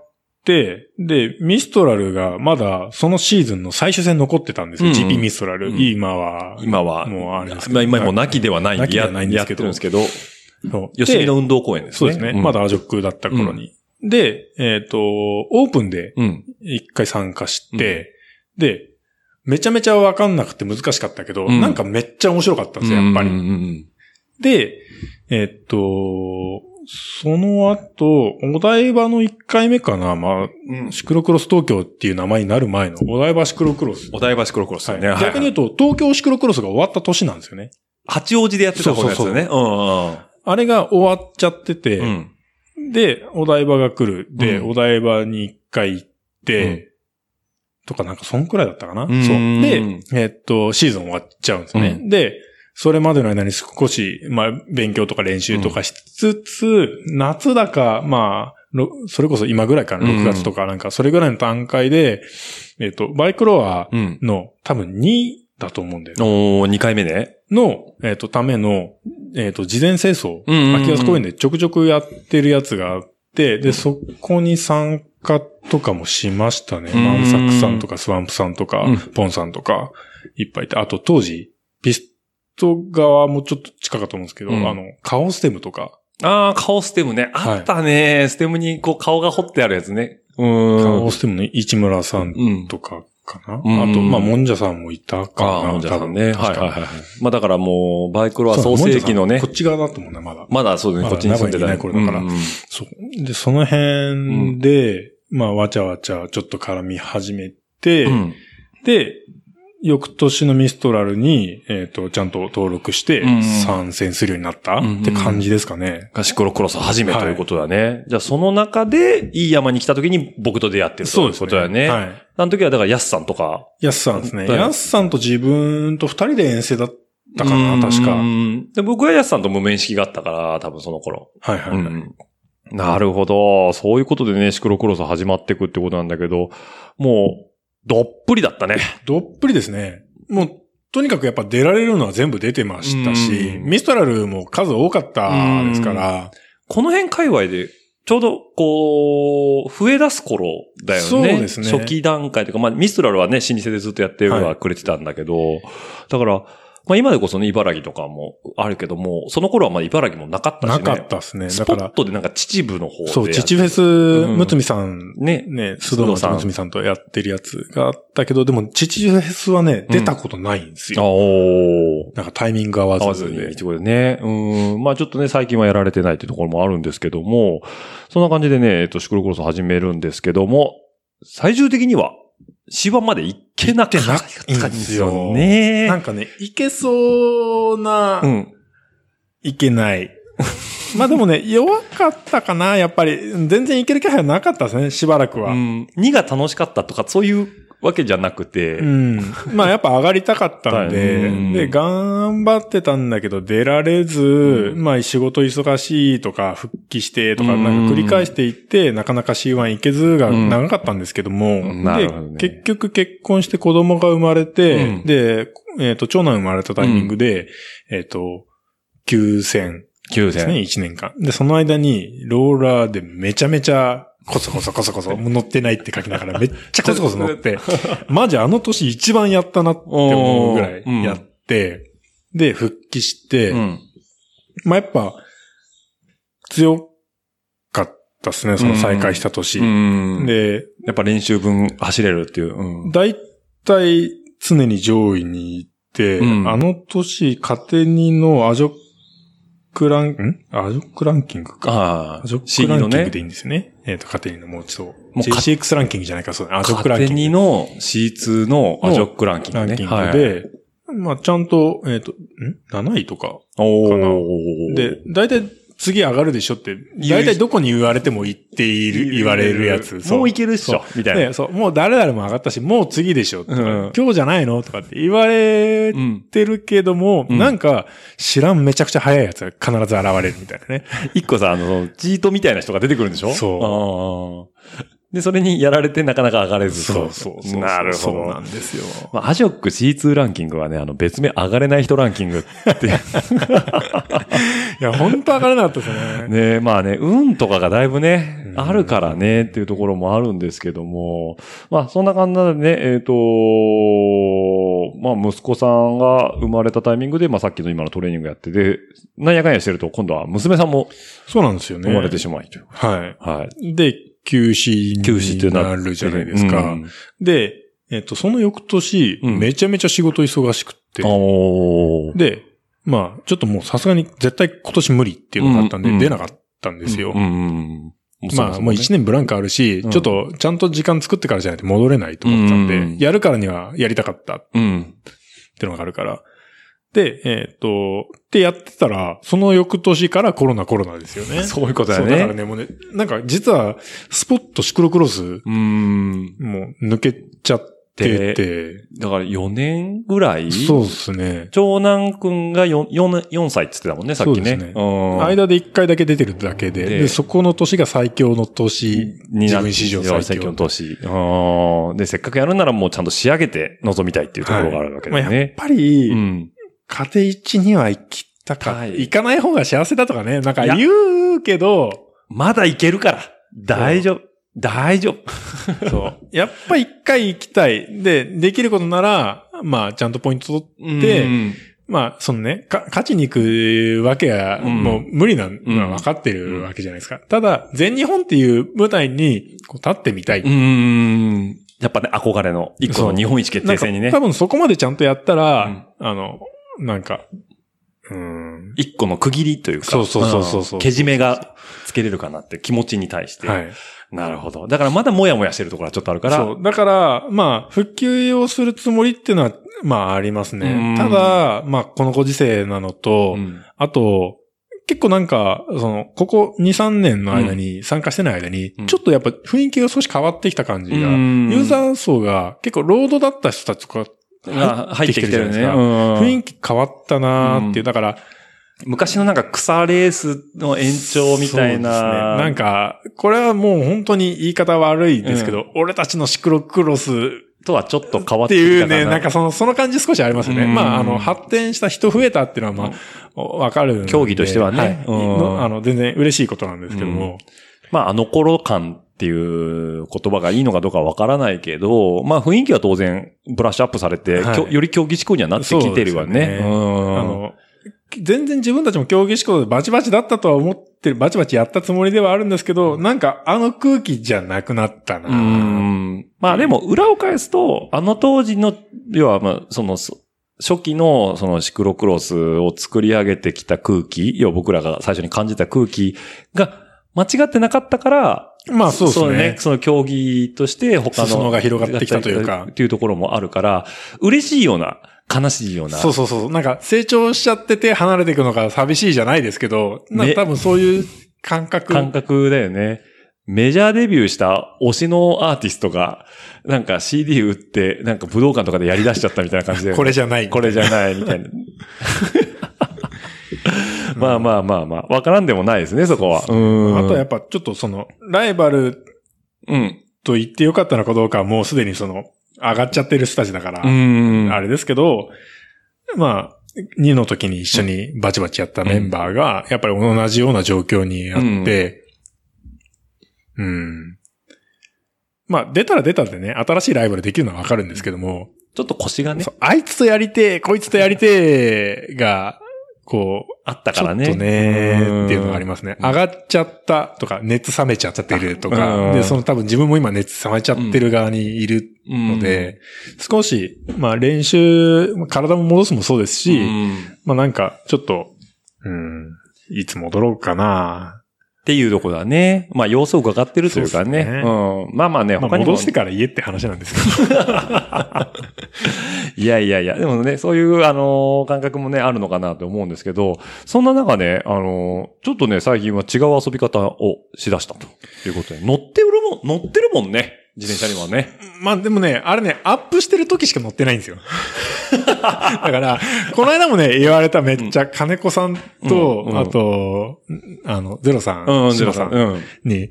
[SPEAKER 2] で、ミストラルがまだそのシーズンの最終戦残ってたんですよ。
[SPEAKER 1] うんうん
[SPEAKER 2] GP ミストラル。
[SPEAKER 1] うん
[SPEAKER 2] 今は、
[SPEAKER 1] 今は、
[SPEAKER 2] もうあれですけど
[SPEAKER 1] まあ今もうなきではない
[SPEAKER 2] なんき
[SPEAKER 1] で、
[SPEAKER 2] で
[SPEAKER 1] や
[SPEAKER 2] はないんで
[SPEAKER 1] やっ
[SPEAKER 2] す
[SPEAKER 1] て
[SPEAKER 2] け
[SPEAKER 1] る
[SPEAKER 2] ど
[SPEAKER 1] んですけど、
[SPEAKER 2] そう
[SPEAKER 1] 吉見
[SPEAKER 2] で
[SPEAKER 1] の運動公園ですね。
[SPEAKER 2] そうですね。
[SPEAKER 1] ん
[SPEAKER 2] ま。だアジョックだった頃に。で、えっ、と、オープンで
[SPEAKER 1] うん。
[SPEAKER 2] 一回参加して、で、めちゃめちゃわかんなくて難しかったけど、
[SPEAKER 1] うん
[SPEAKER 2] なんかめっちゃ面白かったんですよ、やっぱり。
[SPEAKER 1] うんうんうん
[SPEAKER 2] で、えっと、その後、お台場の1回目かな、
[SPEAKER 1] う
[SPEAKER 2] ま
[SPEAKER 1] んうん
[SPEAKER 2] あ、シクロクロス東京っていう名前になる前のお台場シクロクロス。
[SPEAKER 1] お台場シクロクロスだ
[SPEAKER 2] はい
[SPEAKER 1] ね。はい
[SPEAKER 2] 逆に言うと、東京シクロクロスが終わった年なんですよね。
[SPEAKER 1] 八王子でやってた方のやつだね。
[SPEAKER 2] あれが終わっちゃってて、
[SPEAKER 1] うんうんうん。うん。
[SPEAKER 2] で、お台場が来る。で、
[SPEAKER 1] うん
[SPEAKER 2] お台場に1回行って、とかなんかそんくらいだったかな。
[SPEAKER 1] うん
[SPEAKER 2] そう。で、えっと、シーズン終わっちゃうんですね。
[SPEAKER 1] う
[SPEAKER 2] で、それまでの間に少し、まあ、勉強とか練習とかしつつ、夏だか、まあ、ろそれこそ今ぐらいかな、
[SPEAKER 1] うん
[SPEAKER 2] 6月とかなんか、それぐらいの段階で、えっと、バイクロア
[SPEAKER 1] うん。
[SPEAKER 2] の多分2だと思うんだよね。
[SPEAKER 1] おー、二回目ね。
[SPEAKER 2] の、えっと、ための、えっと、事前清掃、
[SPEAKER 1] うんうんうん
[SPEAKER 2] 秋安公園でちょくちょくやってるやつがあって、で、そこに参加とかもしましたね。
[SPEAKER 1] うん
[SPEAKER 2] マンサクさんとかスワンプさんとか、
[SPEAKER 1] うん
[SPEAKER 2] ポンさんとか、いっぱいいて、あと当時、ピスト側もちょっと近かったと思うんですけど、
[SPEAKER 1] うん
[SPEAKER 2] あの、カオステムとか、
[SPEAKER 1] ああ、顔ステムね。あったね。ステムにこう顔が彫ってあるやつね。う
[SPEAKER 2] カ
[SPEAKER 1] ーん
[SPEAKER 2] オ。ステムの市村さん
[SPEAKER 1] うん。
[SPEAKER 2] とかかな、
[SPEAKER 1] うん
[SPEAKER 2] あと、まあ、もんじゃさんもいたか
[SPEAKER 1] あ
[SPEAKER 2] な。
[SPEAKER 1] あ、もんじゃさんね。
[SPEAKER 2] 多分
[SPEAKER 1] はい
[SPEAKER 2] 確
[SPEAKER 1] はい
[SPEAKER 2] か
[SPEAKER 1] はい。まあだからもう、バイクロは
[SPEAKER 2] そう
[SPEAKER 1] 創
[SPEAKER 2] だ
[SPEAKER 1] 世紀のね
[SPEAKER 2] もんじゃさんこ。っち側だと思うね、まだ。
[SPEAKER 1] まだそうだね、
[SPEAKER 2] ま
[SPEAKER 1] こ
[SPEAKER 2] だ
[SPEAKER 1] っちに住んでたね。
[SPEAKER 2] 名古屋にいない頃だから
[SPEAKER 1] うんうん
[SPEAKER 2] そう。で、その辺で、まあ、わちゃわちゃちょっと絡み始めて、
[SPEAKER 1] うん
[SPEAKER 2] で、翌年のミストラルに、えっ、と、ちゃんと登録して
[SPEAKER 1] うんうん、
[SPEAKER 2] 参戦するようになった
[SPEAKER 1] うんうん
[SPEAKER 2] って感じですかね。
[SPEAKER 1] がシクロクロス始め
[SPEAKER 2] はい
[SPEAKER 1] ということだね。じゃあその中で、いい山に来た時に僕と出会ってるということだよね。
[SPEAKER 2] は
[SPEAKER 1] あ
[SPEAKER 2] い。
[SPEAKER 1] の時はだから、ヤスさんとか。
[SPEAKER 2] ヤスさんですね。
[SPEAKER 1] はい
[SPEAKER 2] ヤスさんと自分と二人で遠征だったかな、確か。
[SPEAKER 1] う
[SPEAKER 2] はい
[SPEAKER 1] んで僕はヤスさんとも面識があったから、多分その頃。
[SPEAKER 2] はい。
[SPEAKER 1] うんなるほど。そういうことでね、シクロクロス始まってくってことなんだけど、もう、どっぷりだったね。
[SPEAKER 2] どっぷりですね。もう、とにかくやっぱ出られるのは全部出てましたし、
[SPEAKER 1] うん
[SPEAKER 2] ミストラルも数多かったですから、
[SPEAKER 1] この辺界隈で、ちょうど、こう、増え出す頃だよね。
[SPEAKER 2] そうですね
[SPEAKER 1] 初期段階というか、まあ、ミストラルはね、老舗でずっとやってはくれてたんだけど、だから、まあ、今でこそね、茨城とかもあるけども、その頃はまあ、茨城もなかったし
[SPEAKER 2] な
[SPEAKER 1] ね。
[SPEAKER 2] かったですね。
[SPEAKER 1] ス
[SPEAKER 2] だ
[SPEAKER 1] ポ
[SPEAKER 2] か
[SPEAKER 1] ッ
[SPEAKER 2] ら、
[SPEAKER 1] トでなんか秩父の方でやって。
[SPEAKER 2] そう、父フェス、
[SPEAKER 1] うん
[SPEAKER 2] むつみさん、
[SPEAKER 1] ね。
[SPEAKER 2] ね、須藤
[SPEAKER 1] 須藤さん
[SPEAKER 2] さん、むつみさんとやってるやつがあったけど、でも、父フェスはね、
[SPEAKER 1] うん
[SPEAKER 2] 出たことないんです
[SPEAKER 1] あ
[SPEAKER 2] よ。
[SPEAKER 1] おー。
[SPEAKER 2] なんかタイミング合
[SPEAKER 1] 合
[SPEAKER 2] わ
[SPEAKER 1] わ
[SPEAKER 2] ず
[SPEAKER 1] ずに
[SPEAKER 2] で。
[SPEAKER 1] ってことでね。うん。まあちょっとね、最近はやられてないっていうところもあるんですけども、そんな感じでね、えっと、シクロクロスを始めるんですけども、最終的には、芝まで行けなかったんですよね。
[SPEAKER 2] なんかね、いけそうな、
[SPEAKER 1] うん。
[SPEAKER 2] いけない。まあでもね、弱かったかな、やっぱり。全然いける気配はなかったですね、しばらくは。
[SPEAKER 1] うん。2が楽しかったとか、そういうわけじゃなくて、
[SPEAKER 2] うん。まあやっぱ上がりたかった
[SPEAKER 1] だ
[SPEAKER 2] んで、
[SPEAKER 1] よね
[SPEAKER 2] で、頑張ってたんだけど出られず、
[SPEAKER 1] うん
[SPEAKER 2] まあ仕事忙しいとか復帰してとか、
[SPEAKER 1] うん
[SPEAKER 2] なんか繰り返していって、なかなか C1 行けずが
[SPEAKER 1] うん
[SPEAKER 2] 長かったんですけども、
[SPEAKER 1] んなるほどね
[SPEAKER 2] で、結局結婚して子供が生まれて、
[SPEAKER 1] うん
[SPEAKER 2] で、えっ、と、長男生まれたタイミングで、えっ、と、9000
[SPEAKER 1] 9
[SPEAKER 2] ですね、
[SPEAKER 1] 0
[SPEAKER 2] 1年間。で、その間にローラーでめちゃめちゃコソコソコソコソ、もう乗ってないって書きながらめっちゃコソコソ乗 って、マジあの年一番やったなって思うぐら
[SPEAKER 1] おーうん
[SPEAKER 2] いやって、で、復帰して、
[SPEAKER 1] うん。
[SPEAKER 2] まあ、やっぱ、強かったですね、その再開した年。
[SPEAKER 1] うん。
[SPEAKER 2] で、
[SPEAKER 1] やっぱ練習分走れるっていう。うん。
[SPEAKER 2] だいたい常に上位に行って、
[SPEAKER 1] うん
[SPEAKER 2] あの年、カテニのアジョックラン、んアジョックランキングか。
[SPEAKER 1] ああ、
[SPEAKER 2] アジョッ
[SPEAKER 1] CD
[SPEAKER 2] クランキ
[SPEAKER 1] の
[SPEAKER 2] ング
[SPEAKER 1] ね
[SPEAKER 2] でい、いんですよね。えっ、と、カテニのもう一
[SPEAKER 1] う
[SPEAKER 2] 度。
[SPEAKER 1] か
[SPEAKER 2] JCX ランキングじゃないか、そうだね。アジョックラ
[SPEAKER 1] 勝
[SPEAKER 2] ンキン
[SPEAKER 1] 手
[SPEAKER 2] グ。
[SPEAKER 1] にの C2 のアジョックランキン
[SPEAKER 2] ラ
[SPEAKER 1] グね。
[SPEAKER 2] ンキング
[SPEAKER 1] はい、
[SPEAKER 2] で、まあ、ちゃんと、えっ、と、ん ?7 位とか。
[SPEAKER 1] お
[SPEAKER 2] かな
[SPEAKER 1] ー
[SPEAKER 2] で、、大体次上がるでしょって、大体どこに言われても言っている、言われるやつ。
[SPEAKER 1] もういけるっしょ
[SPEAKER 2] そう
[SPEAKER 1] みたいな
[SPEAKER 2] ね、そう。もう誰々も上がったし、もう次でしょとか、
[SPEAKER 1] うん
[SPEAKER 2] 今日じゃないのとかって言われ
[SPEAKER 1] うん。
[SPEAKER 2] てるけども、
[SPEAKER 1] うん
[SPEAKER 2] なんか、知らんめちゃくちゃ早いやつが必ず現れるみたいな ね。
[SPEAKER 1] 一個さ、あの、チートみたいな人が出てくるんでしょ。
[SPEAKER 2] そう
[SPEAKER 1] で、それにやられてなかなか上がれず。なるほ
[SPEAKER 2] そうな
[SPEAKER 1] ど
[SPEAKER 2] ん。ですよ。
[SPEAKER 1] まあ、アジョック C2 ランキングはね、あの、別名上がれない人ランキングって、
[SPEAKER 2] いや、本当上がらなかったです ね。
[SPEAKER 1] ねまあね、運とかがだいぶね、
[SPEAKER 2] うん
[SPEAKER 1] あるからね、っていうところもあるんですけども、まあそんな感じなのでね、えっ、と、まあ息子さんが生まれたタイミングで、まあさっきの今のトレーニングやってで、なんやかんやしてると、今度は娘さんも
[SPEAKER 2] そうなんですよね。
[SPEAKER 1] 生まれてしまいという。
[SPEAKER 2] は
[SPEAKER 1] はい。
[SPEAKER 2] い。で、休止
[SPEAKER 1] 休止って
[SPEAKER 2] に
[SPEAKER 1] な
[SPEAKER 2] な
[SPEAKER 1] って
[SPEAKER 2] るじゃないですか。
[SPEAKER 1] うん
[SPEAKER 2] で、えっと、その翌年、
[SPEAKER 1] うん
[SPEAKER 2] めちゃめちゃ仕事忙しくって、
[SPEAKER 1] おー
[SPEAKER 2] で、まあ、ちょっともうさすがに絶対今年無理っていうのがあったんで、
[SPEAKER 1] うんうん
[SPEAKER 2] 出なかったんですよ。
[SPEAKER 1] うんうんうん。
[SPEAKER 2] まあ、もう一
[SPEAKER 1] 年
[SPEAKER 2] 年ブランクあるし、
[SPEAKER 1] うん
[SPEAKER 2] ちょっとちゃんと時間作ってからじゃないと戻れないと思ってたんで、
[SPEAKER 1] うんうん
[SPEAKER 2] やるからにはやりたかったっ。
[SPEAKER 1] うん。
[SPEAKER 2] ていうのがあるから。で、えっと、ってやってたら、その翌年からコロナコロナですよね。
[SPEAKER 1] そういうことだ
[SPEAKER 2] そ
[SPEAKER 1] よ
[SPEAKER 2] うだから
[SPEAKER 1] ね。
[SPEAKER 2] ね、もうね、なんか実は、スポットシクロクロス、
[SPEAKER 1] うん。
[SPEAKER 2] もう抜けちゃってて、
[SPEAKER 1] だから4年ぐらい
[SPEAKER 2] そうですね。
[SPEAKER 1] 長男くんが 4, 4, 4歳って言ってたもんね、さっき
[SPEAKER 2] そ
[SPEAKER 1] ね。
[SPEAKER 2] うですね
[SPEAKER 1] ん
[SPEAKER 2] 間で一回だけ出てるだけで、
[SPEAKER 1] で
[SPEAKER 2] で、そこの年が最強の年、自分史上最強
[SPEAKER 1] の年。うんで、せっかくやるならもうちゃんと仕上げて臨みたいっていうところがあるわけだよ
[SPEAKER 2] まあやっ
[SPEAKER 1] ね。
[SPEAKER 2] ぱり、
[SPEAKER 1] うん。
[SPEAKER 2] 家庭一には行きたか、
[SPEAKER 1] はい
[SPEAKER 2] 行かない方が幸せだとかね、なんか
[SPEAKER 1] いや
[SPEAKER 2] 言うけど、
[SPEAKER 1] まだいけるから。大丈夫。大丈夫。
[SPEAKER 2] そう。やっぱ一回行きたい。で、できることなら、まあ、ちゃんとポイント取って、で
[SPEAKER 1] うん
[SPEAKER 2] まあ、そのね、か、勝ちに行くわけは、
[SPEAKER 1] うん
[SPEAKER 2] もう無理なのは分かって
[SPEAKER 1] うん
[SPEAKER 2] るわけじゃないですか。ただ、全日本っていう舞台にこう立ってみたい。
[SPEAKER 1] うん。やっぱね、憧れの、一個の日本一決
[SPEAKER 2] なん
[SPEAKER 1] 定
[SPEAKER 2] か
[SPEAKER 1] 戦にね
[SPEAKER 2] 多、分そこまでちゃんとやったら、あの、なんか、うん。
[SPEAKER 1] 一個の区切りというか、
[SPEAKER 2] そうそうそうそうそうん
[SPEAKER 1] けじめがつけれるかなって気持ちに対して。
[SPEAKER 2] はい。
[SPEAKER 1] なるほど。だからまだもやもやしてるところはちょっとあるから、
[SPEAKER 2] そう。だから、まあ、復旧をするつもりっていうのは、まあ、あります
[SPEAKER 1] うん
[SPEAKER 2] ね。ただ、まあ、このご時世なのと、
[SPEAKER 1] うん
[SPEAKER 2] あと、結構なんか、その、ここ2、3年の間に、参加してない間に、
[SPEAKER 1] うん
[SPEAKER 2] ちょっとやっぱ雰囲気が少し変わってきた感じが、ユ
[SPEAKER 1] うん
[SPEAKER 2] ーザー層が結構ロードだった人たちとか、
[SPEAKER 1] が入ってきてるね。
[SPEAKER 2] 入ってきてるじゃないですか雰
[SPEAKER 1] 雰
[SPEAKER 2] 囲気変わったなーっていう、
[SPEAKER 1] うん
[SPEAKER 2] だから、
[SPEAKER 1] 昔のなんか草レースの延長みたいな。
[SPEAKER 2] そうですねなんか、これはもう本当に言い方悪いですけど、俺たちのシクロクロス
[SPEAKER 1] とはちょっと変わっ
[SPEAKER 2] って
[SPEAKER 1] て
[SPEAKER 2] い
[SPEAKER 1] き
[SPEAKER 2] う
[SPEAKER 1] たかな。
[SPEAKER 2] ね、なんかその、その感じ少しありますよね。
[SPEAKER 1] うん
[SPEAKER 2] まあ、あの、発展した人増えたっていうのは、まあ、わかるんで。
[SPEAKER 1] 競技としてはね
[SPEAKER 2] はい
[SPEAKER 1] うん
[SPEAKER 2] のあの、全然嬉しいことなんですけども。
[SPEAKER 1] まああの頃感っていう言葉がいいのかどうかはわからないけど、まあ雰囲気は当然ブラッシュアップされて、
[SPEAKER 2] はい
[SPEAKER 1] きょより競技志向にはなってきてるわね。
[SPEAKER 2] そうですよね
[SPEAKER 1] うん
[SPEAKER 2] あの、全然自分たちも競技志向でバチバチだったとは思ってる、バチバチやったつもりではあるんですけど、なんか、あの空気じゃなくなった
[SPEAKER 1] う
[SPEAKER 2] な。
[SPEAKER 1] んまあでも裏を返すと、あの当時の、要はまあその、そ初期のそのシクロクロスを作り上げてきた空気、要は僕らが最初に感じた空気が間違ってなかったから、
[SPEAKER 2] まあ、そうです
[SPEAKER 1] だ
[SPEAKER 2] ね。
[SPEAKER 1] その競技として他の。
[SPEAKER 2] 裾野が広がってきたというか
[SPEAKER 1] っていうところもあるから、嬉しいような、悲しいような。
[SPEAKER 2] そうそうそう。なんか成長しちゃってて離れていくのが寂しいじゃないですけど、な
[SPEAKER 1] ね
[SPEAKER 2] 多分そういう感覚。
[SPEAKER 1] 感覚だよね。メジャーデビューした推しのアーティストが、なんか CD 売って、なんか武道館とかでやり出しちゃったみたいな感じで。
[SPEAKER 2] これじゃない。
[SPEAKER 1] これじゃない、みたい な。まあまあまあまあ、わからんでもないですね、そこは。うん。
[SPEAKER 2] あとやっぱちょっとその、ライバル
[SPEAKER 1] うん。
[SPEAKER 2] と言ってよかったのかどうかはもうすでにその、上がっちゃってる人たちだから、
[SPEAKER 1] うん。
[SPEAKER 2] あれですけど、まあ、2の時に一緒にバチバチやったメンバーが、やっぱり同じような状況にあって、うん。まあ、出たら出たんでね、新しいライバルできるのはわかるんですけども、
[SPEAKER 1] ちょっと腰がね
[SPEAKER 2] そ、うあいつとやりてえ、こいつとやりてえが、こう、
[SPEAKER 1] あった
[SPEAKER 2] ち
[SPEAKER 1] か
[SPEAKER 2] ょ
[SPEAKER 1] ら
[SPEAKER 2] っ
[SPEAKER 1] ね。
[SPEAKER 2] とね、っていうのがありますね。
[SPEAKER 1] うん
[SPEAKER 2] 上がっちゃったとか、熱冷めちゃってると
[SPEAKER 1] うん
[SPEAKER 2] か、で、その多分自分も今熱冷めちゃってる側にいる
[SPEAKER 1] すの
[SPEAKER 2] の、で、少し、まあ練習、体も戻すもそうです
[SPEAKER 1] う
[SPEAKER 2] し、
[SPEAKER 1] ん。っ
[SPEAKER 2] まあなんか、ちょっと、うん、いつ戻ろうかな。
[SPEAKER 1] ていうとこだね。まあ、様子を伺ってるというかね。
[SPEAKER 2] そうですね
[SPEAKER 1] うん。まあまあね、
[SPEAKER 2] まあ
[SPEAKER 1] 他にも。
[SPEAKER 2] 戻してから家って話なんですけど。
[SPEAKER 1] いやいやいや、でもね、そういう、あのー感覚もね、あるのかなと思うんですけど、そんな中ね、あのーちょっとね、最近は違う遊び方をしだしたということで、乗ってるもん、乗ってるもんね、自転車にはね。
[SPEAKER 2] まあでもね、あれね、アップしてる時しか乗ってないんですよ。 だから、この間もね、言われためっちゃ金子さんと、
[SPEAKER 1] うんうん
[SPEAKER 2] あと、あの、ゼロさん、
[SPEAKER 1] うん、
[SPEAKER 2] シロさん
[SPEAKER 1] うん。
[SPEAKER 2] に、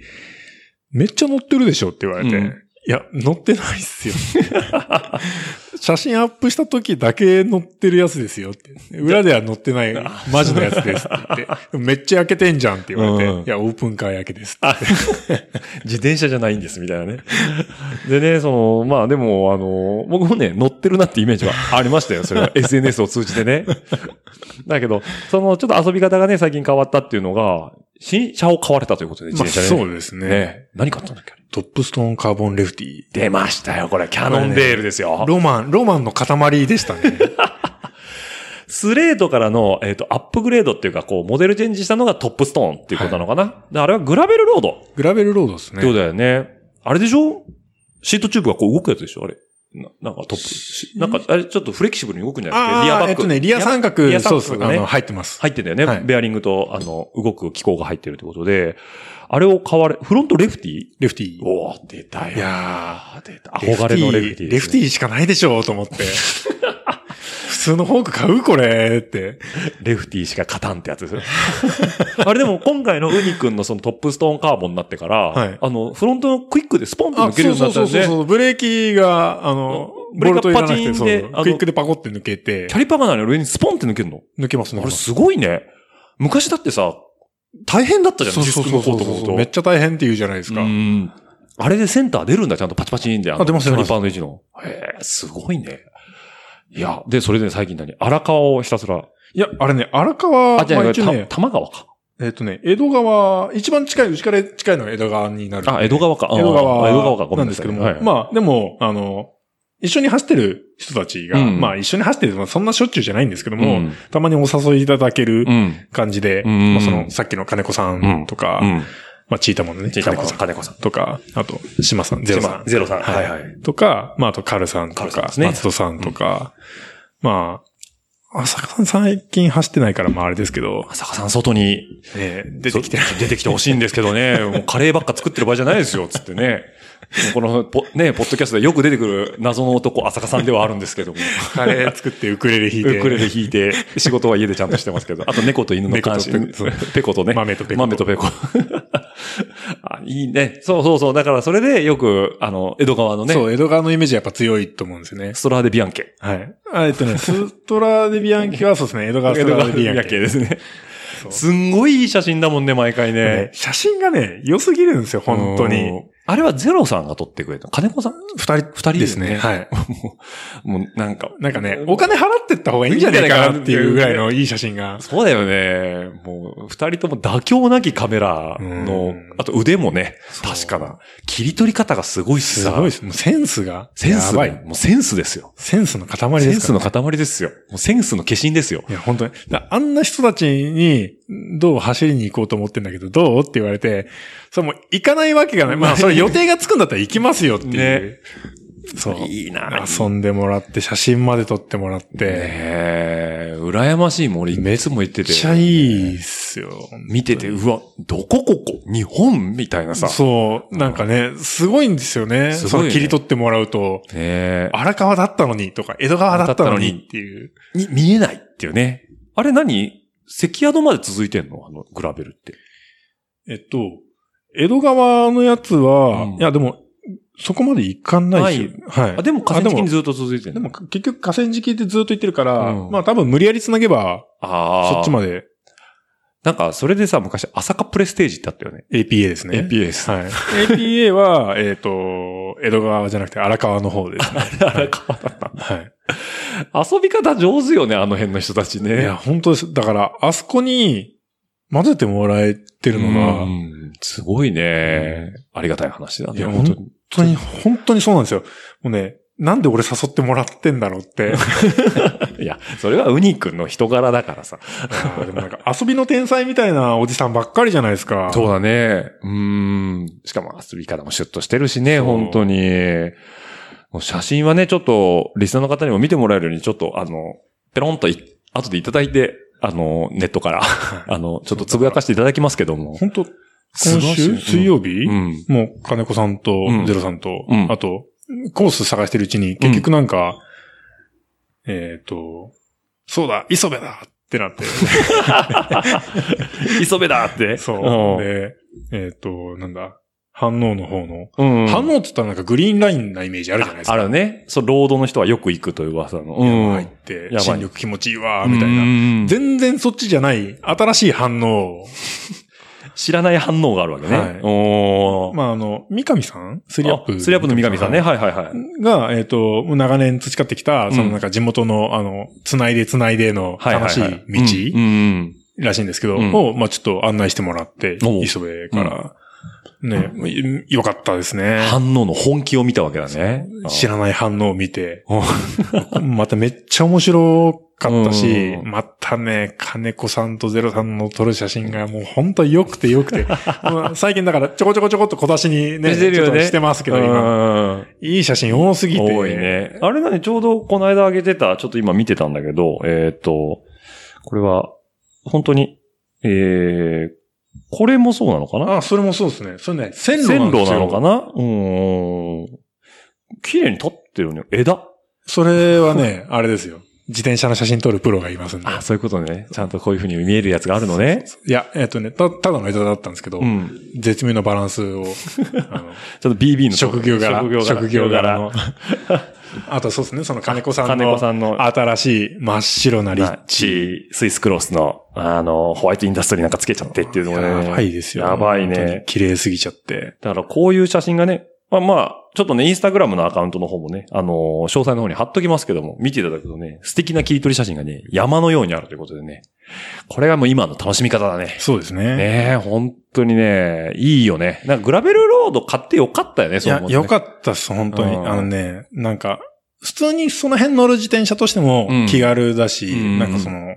[SPEAKER 2] めっちゃ乗ってるでしょって言われて、
[SPEAKER 1] うん
[SPEAKER 2] いや、乗ってないっすよ。 写真アップした時だけ乗ってるやつですよって。裏では乗ってない、マジのやつですって言って。めっちゃ焼けてんじゃんって言われて。
[SPEAKER 1] うん
[SPEAKER 2] いや、オープンカー焼けですって。
[SPEAKER 1] あ 自転車じゃないんです、みたいなね。でね、その、まあでも、あの、僕もね、乗ってるなってイメージはありましたよ。それ は SNS を通じてね。だけど、その、ちょっと遊び方がね、最近変わったっていうのが、新車を買われたということで、自
[SPEAKER 2] まあ、
[SPEAKER 1] 転車で、ね
[SPEAKER 2] そうですね
[SPEAKER 1] ね。何買ったんだっけ
[SPEAKER 2] トップストーンカーボンレフティ。
[SPEAKER 1] 出ましたよ、これ。キャノンベールですよ。
[SPEAKER 2] ロマン、ロマンの塊でし たね。
[SPEAKER 1] スレートからの、えっ、と、アップグレードっていうか、こう、モデルチェンジしたのがトップストーンっていうことなのかな。で、あれはグラベルロードっ
[SPEAKER 2] グラベルロードです
[SPEAKER 1] てこと
[SPEAKER 2] ね。
[SPEAKER 1] だよね。あれでしょシートチューブがこう動くやつでしょあれ。ななんかトップし、なんか、あれちょっとフレキシブルに動くんじゃないですかリア
[SPEAKER 2] あ
[SPEAKER 1] バ
[SPEAKER 2] あ、
[SPEAKER 1] ッ
[SPEAKER 2] えっ
[SPEAKER 1] ク。
[SPEAKER 2] とね、リア三角、
[SPEAKER 1] リア三
[SPEAKER 2] そう
[SPEAKER 1] 角
[SPEAKER 2] そう、
[SPEAKER 1] が
[SPEAKER 2] あ
[SPEAKER 1] ね
[SPEAKER 2] の、入ってます。
[SPEAKER 1] 入ってんだよね。
[SPEAKER 2] はい
[SPEAKER 1] ベアリングと、あの、動く機構が入ってるってことで、あれを買われ、フロントレフティ
[SPEAKER 2] レフティ。
[SPEAKER 1] おお出たよ。
[SPEAKER 2] いやー、
[SPEAKER 1] 出た。憧れのレフティですね、
[SPEAKER 2] レフティしかないでしょうと思って。 普通のフォーク買うこれって。
[SPEAKER 1] レフティーしか勝たんってやつです よあれでも今回のウニ君のそのトップストーンカーボンになってから、
[SPEAKER 2] はい
[SPEAKER 1] あの、フロントのクイックでスポンと
[SPEAKER 2] あ、
[SPEAKER 1] 抜けるよ
[SPEAKER 2] そう
[SPEAKER 1] うにな
[SPEAKER 2] そう
[SPEAKER 1] ったん
[SPEAKER 2] そうそう
[SPEAKER 1] ですね。
[SPEAKER 2] ブレーキが、あの、
[SPEAKER 1] ブレーキが
[SPEAKER 2] ボルト入れなく
[SPEAKER 1] パチ
[SPEAKER 2] て
[SPEAKER 1] ンで
[SPEAKER 2] そう
[SPEAKER 1] あの
[SPEAKER 2] クイックでパコって抜けて
[SPEAKER 1] キャ、リパーがないの上にスポンって抜けるの
[SPEAKER 2] 抜けます、
[SPEAKER 1] あ
[SPEAKER 2] 抜けま
[SPEAKER 1] れ
[SPEAKER 2] す。
[SPEAKER 1] すごいね。昔だってさ、大変だったじゃん、
[SPEAKER 2] そうそうそう
[SPEAKER 1] ディスクの方
[SPEAKER 2] そ
[SPEAKER 1] と
[SPEAKER 2] う
[SPEAKER 1] こ
[SPEAKER 2] そう。めっちゃ大変って言うじゃないです
[SPEAKER 1] う
[SPEAKER 2] か。
[SPEAKER 1] ん。あれでセンター出るんだ、ちゃんとパチパチンで。の
[SPEAKER 2] あ出ます
[SPEAKER 1] キ
[SPEAKER 2] 出
[SPEAKER 1] ャ
[SPEAKER 2] ます
[SPEAKER 1] リパーの位置の。へえ、すごいね。いや、で、それで最近何荒川をひたすら。
[SPEAKER 2] いや、あれね、荒川、
[SPEAKER 1] あ、じゃ
[SPEAKER 2] ま
[SPEAKER 1] あ、
[SPEAKER 2] 一
[SPEAKER 1] た
[SPEAKER 2] 応ね、
[SPEAKER 1] 玉川か。
[SPEAKER 2] えっとね、江戸川、一番近い、うちから近いのが江戸川になるんで。
[SPEAKER 1] あ、江戸川か。あー
[SPEAKER 2] 江戸川。
[SPEAKER 1] 江戸川か、ごめ
[SPEAKER 2] なんん
[SPEAKER 1] な
[SPEAKER 2] です
[SPEAKER 1] さ
[SPEAKER 2] け
[SPEAKER 1] い。
[SPEAKER 2] ども。
[SPEAKER 1] はい
[SPEAKER 2] まあ、でも、あの、一緒に走ってる人たちが、
[SPEAKER 1] うん
[SPEAKER 2] まあ一緒に走ってる、まあそんなしょっちゅうじゃないんですけども、
[SPEAKER 1] うん
[SPEAKER 2] たまにお誘いいただける
[SPEAKER 1] うん。
[SPEAKER 2] 感じで、
[SPEAKER 1] うん
[SPEAKER 2] まあその、さっきの金子さんとか、
[SPEAKER 1] うん。
[SPEAKER 2] まあチータモンのね、
[SPEAKER 1] 金子さん、金
[SPEAKER 2] 金
[SPEAKER 1] 子さん。
[SPEAKER 2] とか、あと、島さん、ゼロさん
[SPEAKER 1] ゼロさん。
[SPEAKER 2] はい
[SPEAKER 1] はい。
[SPEAKER 2] とか、まああとカルさん
[SPEAKER 1] カ
[SPEAKER 2] と
[SPEAKER 1] ルさん
[SPEAKER 2] か
[SPEAKER 1] で、すね
[SPEAKER 2] 松戸さんとか、まあ、浅香さん最近走ってないから、まああれですけど、
[SPEAKER 1] 浅香さん、外に
[SPEAKER 2] ね出てきてる。
[SPEAKER 1] そ出てきてほしいんですけど ね、もうカレーばっか作ってる場合じゃないですよ、つってね。もうこのポ、ね、ポッドキャストでよく出てくる謎の男、浅香さんではあるんですけども。
[SPEAKER 2] カレー作って ウクレレ弾いて。
[SPEAKER 1] ウクレレ弾いて、仕事は家でちゃんとしてます けど、あと猫と犬の監視
[SPEAKER 2] 猫とペコそう、
[SPEAKER 1] ペコとね。
[SPEAKER 2] 豆とペコ
[SPEAKER 1] 豆とペコ。 あ、いいね。そうそうそう。だからそれでよく、あの、江戸川のね、
[SPEAKER 2] そう、江戸川のイメージはやっぱ強いと思うんですよね。
[SPEAKER 1] ストラーデビアンケ。
[SPEAKER 2] はい。あえっと ね、ストラデビアンキはそうですね、江戸川ス
[SPEAKER 1] 江
[SPEAKER 2] ト
[SPEAKER 1] 戸
[SPEAKER 2] ラ
[SPEAKER 1] 川
[SPEAKER 2] デ
[SPEAKER 1] デビ
[SPEAKER 2] ビア
[SPEAKER 1] ア
[SPEAKER 2] ン
[SPEAKER 1] ン
[SPEAKER 2] キ。
[SPEAKER 1] ケですね。
[SPEAKER 2] そう
[SPEAKER 1] すんごいいい写真だもんね、毎回
[SPEAKER 2] ね
[SPEAKER 1] ね。
[SPEAKER 2] 写真がね、良すぎるんですよ、本当
[SPEAKER 1] う
[SPEAKER 2] に。
[SPEAKER 1] ん。あれはゼロさんが撮ってくれた。金子さん
[SPEAKER 2] 二人、二人
[SPEAKER 1] ですね
[SPEAKER 2] はい。
[SPEAKER 1] もう、もうなんか。
[SPEAKER 2] なんかね、お金払ってった方がいいんじゃないかなっていうぐらいのいい写真が。
[SPEAKER 1] そうだよね。もう、二人とも妥協なきカメラ
[SPEAKER 2] う
[SPEAKER 1] の
[SPEAKER 2] ん、
[SPEAKER 1] あと腕もね、
[SPEAKER 2] そう
[SPEAKER 1] 確かな。切り取り方がすごいし
[SPEAKER 2] す
[SPEAKER 1] さ。
[SPEAKER 2] ごいです。もうセンスが。
[SPEAKER 1] センス
[SPEAKER 2] や
[SPEAKER 1] が、
[SPEAKER 2] ばい。
[SPEAKER 1] もうセンスですよ。
[SPEAKER 2] センスの塊ですから、
[SPEAKER 1] センスの塊ですよ。もうセンスの化身ですよ。
[SPEAKER 2] いや、本当に。だあんな人たちに、どう走りに行こうと思ってんだけど、どうって言われて、それもう行かないわけがない。まあ、それ予定がつくんだったら行きますよっていう。
[SPEAKER 1] ね
[SPEAKER 2] そう。
[SPEAKER 1] いいな
[SPEAKER 2] 遊んでもらって、写真まで撮ってもらっ
[SPEAKER 1] ね
[SPEAKER 2] て。
[SPEAKER 1] え、羨ましい森、いつも言って
[SPEAKER 2] め
[SPEAKER 1] て。
[SPEAKER 2] っちゃいいっすよ。
[SPEAKER 1] 見てて、うわ、どこここ日本みたいなさ。
[SPEAKER 2] そう。なんかね、すごいんですよね。
[SPEAKER 1] すごいね
[SPEAKER 2] その切り取ってもらうと、
[SPEAKER 1] ねえ。
[SPEAKER 2] 荒川だったのにとか、江戸川だったのにっていう。
[SPEAKER 1] に見えないっていうね。あれ何関宿まで続いてんのあの、グラベルって。
[SPEAKER 2] えっと、江戸川のやつは、
[SPEAKER 1] うん
[SPEAKER 2] いやでも、そこまで行かないし。はい。
[SPEAKER 1] あ、でも河川
[SPEAKER 2] あで
[SPEAKER 1] 敷
[SPEAKER 2] も
[SPEAKER 1] にずっと続いてん
[SPEAKER 2] で
[SPEAKER 1] の
[SPEAKER 2] も結局河川敷ってずっと行ってるから、
[SPEAKER 1] うん
[SPEAKER 2] まあ多分無理やり繋げば、
[SPEAKER 1] ああ。
[SPEAKER 2] そっちまで
[SPEAKER 1] なんか、それでさ、昔、朝霞プレステージってあったよ ね。
[SPEAKER 2] APA ですね。
[SPEAKER 1] APA です
[SPEAKER 2] はい。APA は、えっ、と、江戸川じゃなくて荒川の方ですね。
[SPEAKER 1] 荒川だった。
[SPEAKER 2] はい。
[SPEAKER 1] 遊び方上手よね、あの辺の人たちね。
[SPEAKER 2] いや、本当です。だから、あそこに混ぜてもらえてるのが、
[SPEAKER 1] う
[SPEAKER 2] 本
[SPEAKER 1] んすごいね。ありがたい話だ
[SPEAKER 2] い
[SPEAKER 1] ね。
[SPEAKER 2] や
[SPEAKER 1] 本当に
[SPEAKER 2] 当に、本当にそうなんですよ。もうね、なんで俺誘ってもらってんだろうって。
[SPEAKER 1] いや、それはウニ君の人柄だからさ。
[SPEAKER 2] あーでもなんか遊びの天才みたいなおじさんばっかりじゃないですか。
[SPEAKER 1] そうだね。うん。しかも遊び方もシュッとしてるしね、
[SPEAKER 2] そう
[SPEAKER 1] 本当に。もう写真はね、ちょっと、リスナーの方にも見てもらえるように、ちょっと、あの、ペロンとい、後でいただいて、あの、ネット から、あの、ちょっとつぶやかしていただきますけども。
[SPEAKER 2] 本当今
[SPEAKER 1] 素晴らしい
[SPEAKER 2] 週水曜日、
[SPEAKER 1] うん。
[SPEAKER 2] もう、金子さんと
[SPEAKER 1] うん、
[SPEAKER 2] ゼロさんと、
[SPEAKER 1] うん
[SPEAKER 2] あと、コース探してるうちに、結局なんか、えっ、と、そうだ、磯部だって なって、
[SPEAKER 1] 磯部だって。
[SPEAKER 2] そう。
[SPEAKER 1] ん。
[SPEAKER 2] で、えっ、と、なんだ、反応の方の、
[SPEAKER 1] うん。
[SPEAKER 2] 反応って言ったらなんかグリーンラインなイメージあるじゃないですか。
[SPEAKER 1] あるね。そう、ロードの人はよく行くという噂の。う
[SPEAKER 2] 入っ
[SPEAKER 1] ん。
[SPEAKER 2] て
[SPEAKER 1] やば、い
[SPEAKER 2] 新緑気持ちいいわ、みたいな。
[SPEAKER 1] な
[SPEAKER 2] 全然そっちじゃない、新しい反応を。
[SPEAKER 1] 知らない反応があるわけね。
[SPEAKER 2] はい
[SPEAKER 1] おー
[SPEAKER 2] まあ、あの、三上さんスリーアップ。
[SPEAKER 1] あスリーアップの三上さんね。。はいはいはい。
[SPEAKER 2] が、えっ、と、もう長年培ってきた、そのなんか地元の、あの、つないでつないでの
[SPEAKER 1] はいはい
[SPEAKER 2] 楽
[SPEAKER 1] は
[SPEAKER 2] しい
[SPEAKER 1] うん
[SPEAKER 2] 道
[SPEAKER 1] うん
[SPEAKER 2] らしいんですけど、
[SPEAKER 1] うん
[SPEAKER 2] を、まあちょっと案内してもらって、
[SPEAKER 1] おう
[SPEAKER 2] 磯部から、ね、いよかったですね。
[SPEAKER 1] 反応の本気を見たわけだね。
[SPEAKER 2] 知らない反応を見て
[SPEAKER 1] お、
[SPEAKER 2] まためっちゃ面白かったし、
[SPEAKER 1] うん
[SPEAKER 2] またね、金子さんとゼロさんの撮る写真がもう本当良くて良 くて、まあ最近だからちょこちょこちょこっと小出しにね、
[SPEAKER 1] してるよね
[SPEAKER 2] ちょっとしてますけど、今。
[SPEAKER 1] 今。
[SPEAKER 2] いい写真多すぎて。
[SPEAKER 1] 多いね。あれだね、ちょうどこの間あげてた、ちょっと今見てたんだけど、えっ、と、これは、本当に、えー、これもそうなのかな
[SPEAKER 2] あ、それもそうですね。それね、線路な
[SPEAKER 1] 線
[SPEAKER 2] んで
[SPEAKER 1] 路
[SPEAKER 2] す
[SPEAKER 1] な
[SPEAKER 2] よ
[SPEAKER 1] のかなうーん。綺麗に立ってるね。枝。
[SPEAKER 2] それはね、あれですよ。自転車の写真撮るプロがいますんで。
[SPEAKER 1] あ、そういうことね。ちゃんとこういう風に見えるやつがあるのね。
[SPEAKER 2] いや、えっ、とね、た、ただの枝だったんですけど、
[SPEAKER 1] うん。
[SPEAKER 2] 絶妙なバランス を、あの
[SPEAKER 1] ちょっと BB の
[SPEAKER 2] 職業柄、
[SPEAKER 1] 職業柄。
[SPEAKER 2] の。あとそうですね、その金子さん
[SPEAKER 1] 金
[SPEAKER 2] の
[SPEAKER 1] 子、さんの
[SPEAKER 2] 新しい真っ白なリ
[SPEAKER 1] リ
[SPEAKER 2] ッ
[SPEAKER 1] ッ
[SPEAKER 2] チ。
[SPEAKER 1] チ、スイスクロスの、あの、ホワイトインダストリーなんかつけちゃってっていうのがね。
[SPEAKER 2] やばいですよ。
[SPEAKER 1] やばいね
[SPEAKER 2] 本当に綺麗すぎちゃって。
[SPEAKER 1] だからこういう写真がね、まあまあ、ちょっとね、インスタグラムのアカウントの方もね、あのー詳細の方に貼っときますけども、見ていただくとね、素敵な切り取り写真がね、山のようにあるということでね。これがもう今の楽しみ方だね。
[SPEAKER 2] そうですね。
[SPEAKER 1] ねえ、本当にね、いいよね。なんかグラベルロード買ってよかったよね、
[SPEAKER 2] い
[SPEAKER 1] そう
[SPEAKER 2] や
[SPEAKER 1] 思、うとね
[SPEAKER 2] よかったっす、本当に。
[SPEAKER 1] うん
[SPEAKER 2] あのね、なんか、普通にその辺乗る自転車としても
[SPEAKER 1] うん
[SPEAKER 2] 気軽だし、
[SPEAKER 1] うん
[SPEAKER 2] なんかその、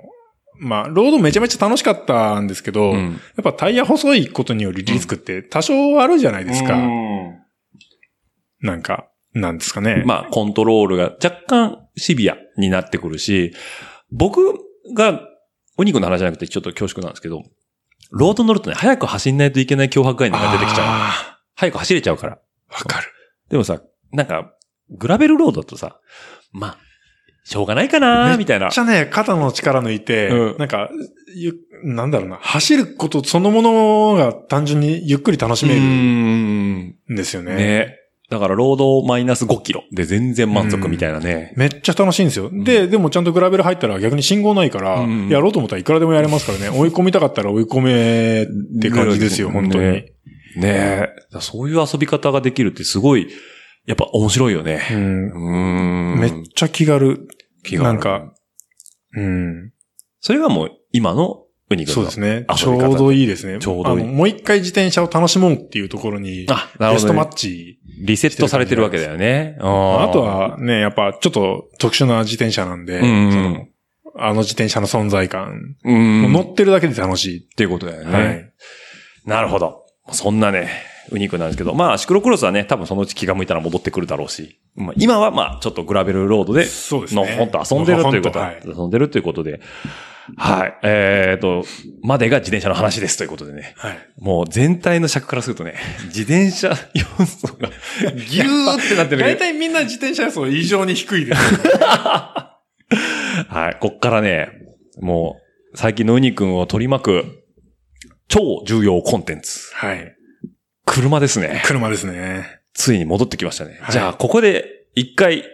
[SPEAKER 2] まあ、ロードめちゃめちゃ楽しかったんですけど、
[SPEAKER 1] う
[SPEAKER 2] や
[SPEAKER 1] ん。
[SPEAKER 2] っぱタイヤ細いことによりリスクって多少あるじゃないですか。
[SPEAKER 1] うん
[SPEAKER 2] なんか、なんですかね。
[SPEAKER 1] まあ、コントロールが若干シビアになってくるし、僕が、お肉の話じゃなくてちょっと恐縮なんですけど、ロード乗るとね、早く走んないといけない脅迫概念が出てきちゃう。
[SPEAKER 2] ゃ
[SPEAKER 1] 早く走れちゃうから。
[SPEAKER 2] う。わかる。
[SPEAKER 1] でもさ、なんか、グラベルロードだとさ、まあ、しょうがないかなーみたい
[SPEAKER 2] め
[SPEAKER 1] な
[SPEAKER 2] っち。ゃね、肩の力抜いて、
[SPEAKER 1] うん
[SPEAKER 2] なんか、ゆ、なんだろうな、走ることそのものが単純にゆっくり楽し
[SPEAKER 1] う
[SPEAKER 2] めるん
[SPEAKER 1] ーん。
[SPEAKER 2] ですよね。
[SPEAKER 1] ね。だから、ロードマイナス5キロで全然満足みたいなね。
[SPEAKER 2] めっちゃ楽しいんですよ。
[SPEAKER 1] ん
[SPEAKER 2] で、でもちゃんとグラベル入ったら逆に信号ないから、
[SPEAKER 1] うん
[SPEAKER 2] やろうと思ったらいくらでもやれます からね。追い込みたかったら追い込めって感じですよ、
[SPEAKER 1] ね
[SPEAKER 2] 本当に。
[SPEAKER 1] ねねえ。だからそういう遊び方ができるってすごい、やっぱ面白いよね。
[SPEAKER 2] うん。
[SPEAKER 1] うーん。
[SPEAKER 2] めっちゃ気軽。
[SPEAKER 1] 気が
[SPEAKER 2] なんか、うん。
[SPEAKER 1] それがもう今のウニ君の
[SPEAKER 2] そうですね。
[SPEAKER 1] あ
[SPEAKER 2] ちょうどいいですね。
[SPEAKER 1] ちょうどいい
[SPEAKER 2] あのもう一回自転車を楽しもうっていうところに、
[SPEAKER 1] あ、な
[SPEAKER 2] ベ
[SPEAKER 1] る
[SPEAKER 2] ス
[SPEAKER 1] ほ
[SPEAKER 2] ト
[SPEAKER 1] ど
[SPEAKER 2] マ
[SPEAKER 1] ね、
[SPEAKER 2] ッチ。
[SPEAKER 1] リセットされてるわけだよね。あ
[SPEAKER 2] あ
[SPEAKER 1] ー
[SPEAKER 2] と、はね、やっぱちょっと特殊な自転車なんで、
[SPEAKER 1] うんうん
[SPEAKER 2] そのあの自転車の存在感。
[SPEAKER 1] うん。
[SPEAKER 2] もう乗
[SPEAKER 1] っ
[SPEAKER 2] ってるだけで楽し
[SPEAKER 1] ていうことだよ
[SPEAKER 2] い。
[SPEAKER 1] ね。
[SPEAKER 2] はい。
[SPEAKER 1] なるほど。そんなね、ウニ君なんですけど、まあ、シクロクロスはね、多分そのうち気が向いたら戻ってくるだろうし。
[SPEAKER 3] まあ、今はまあ、ちょっとグラベルロードで、
[SPEAKER 4] そうですね
[SPEAKER 3] のほんと遊んでるということ、
[SPEAKER 4] のほんと
[SPEAKER 3] 遊んでるということで、はい。えっ、と、までが自転車の話ですということでね。
[SPEAKER 4] はい。
[SPEAKER 3] もう全体の尺からするとね、自転車要素がギューってなってるけ
[SPEAKER 4] 大
[SPEAKER 3] ど。
[SPEAKER 4] 体みんな自転車層異常に低 いです。
[SPEAKER 3] はい。こっからね、もう、最近のウニ君を取り巻く、超重要コンテンツ。
[SPEAKER 4] はい。
[SPEAKER 3] 車ですね。
[SPEAKER 4] 車ですね。
[SPEAKER 3] ついに戻ってきましたね。
[SPEAKER 4] はい
[SPEAKER 3] じゃあ、ここで、一回、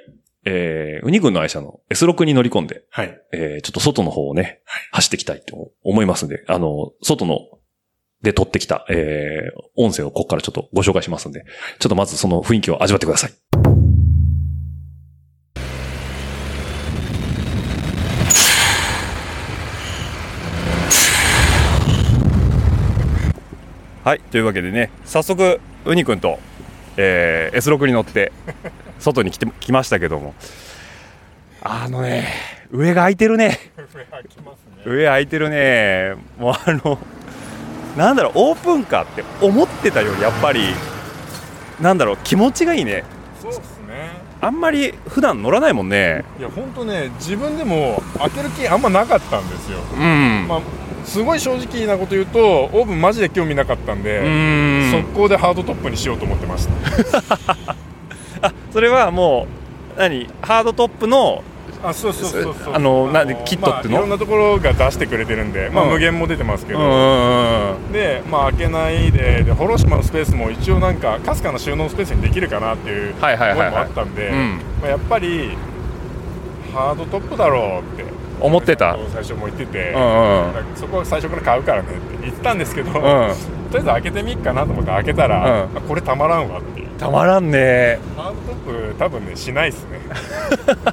[SPEAKER 3] えー、ウニ君の愛車の S6 に乗り込んで、
[SPEAKER 4] はい。
[SPEAKER 3] えー、ちょっと外の方をね、走っていきたいと思いますんで、あの、外の、で撮ってきた、えー、音声をここからちょっとご紹介しますんで、ちょっとまずその雰囲気を味わってください。はい、というわけでね、早速、ウニ君と、えー、S6 に乗って、外に来て、来ましたけども、あのね、上が空いてるね。上空いてるね。もうあの、なんだろう、オープンカーって思ってたよりやっぱり、なんだろう、気持ちがいいね。
[SPEAKER 4] そうですね。
[SPEAKER 3] あんまり普段乗らないもんね。
[SPEAKER 4] いや、本当ね、自分でも開ける気あんまなかったんですよ。
[SPEAKER 3] うん。
[SPEAKER 4] まあ、すごい正直なこと言うと、オーブンマジで興味なかったん
[SPEAKER 3] う
[SPEAKER 4] で、
[SPEAKER 3] ん
[SPEAKER 4] 速攻でハードトップにしようと思ってました。
[SPEAKER 3] あそれはもう何ハードトップの
[SPEAKER 4] あそうそうそうそう
[SPEAKER 3] あのなんでキットっての
[SPEAKER 4] まあ、いろんなところが出してくれてるんで、まあ、
[SPEAKER 3] うん
[SPEAKER 4] 無限も出てますけ
[SPEAKER 3] う
[SPEAKER 4] ど、
[SPEAKER 3] ん
[SPEAKER 4] で、まあ、開けないでで幌島のスペースも一応なんかかすかな収納スペースにできるかなっていう思
[SPEAKER 3] はい
[SPEAKER 4] いも
[SPEAKER 3] はいはいはい
[SPEAKER 4] あったんで、
[SPEAKER 3] うん
[SPEAKER 4] まあ、やっぱりハードトップだろうって
[SPEAKER 3] 思ってたうん
[SPEAKER 4] 最初も言ってて、
[SPEAKER 3] うん
[SPEAKER 4] だからそこは最初から買うからねって言ってたんですけど、と
[SPEAKER 3] う
[SPEAKER 4] り
[SPEAKER 3] ん
[SPEAKER 4] あえず開けてみっかなと思って開けたら、
[SPEAKER 3] うん
[SPEAKER 4] あこれたまらんわっていう
[SPEAKER 3] たまらんね
[SPEAKER 4] ハードトップ多分ねしない ですねま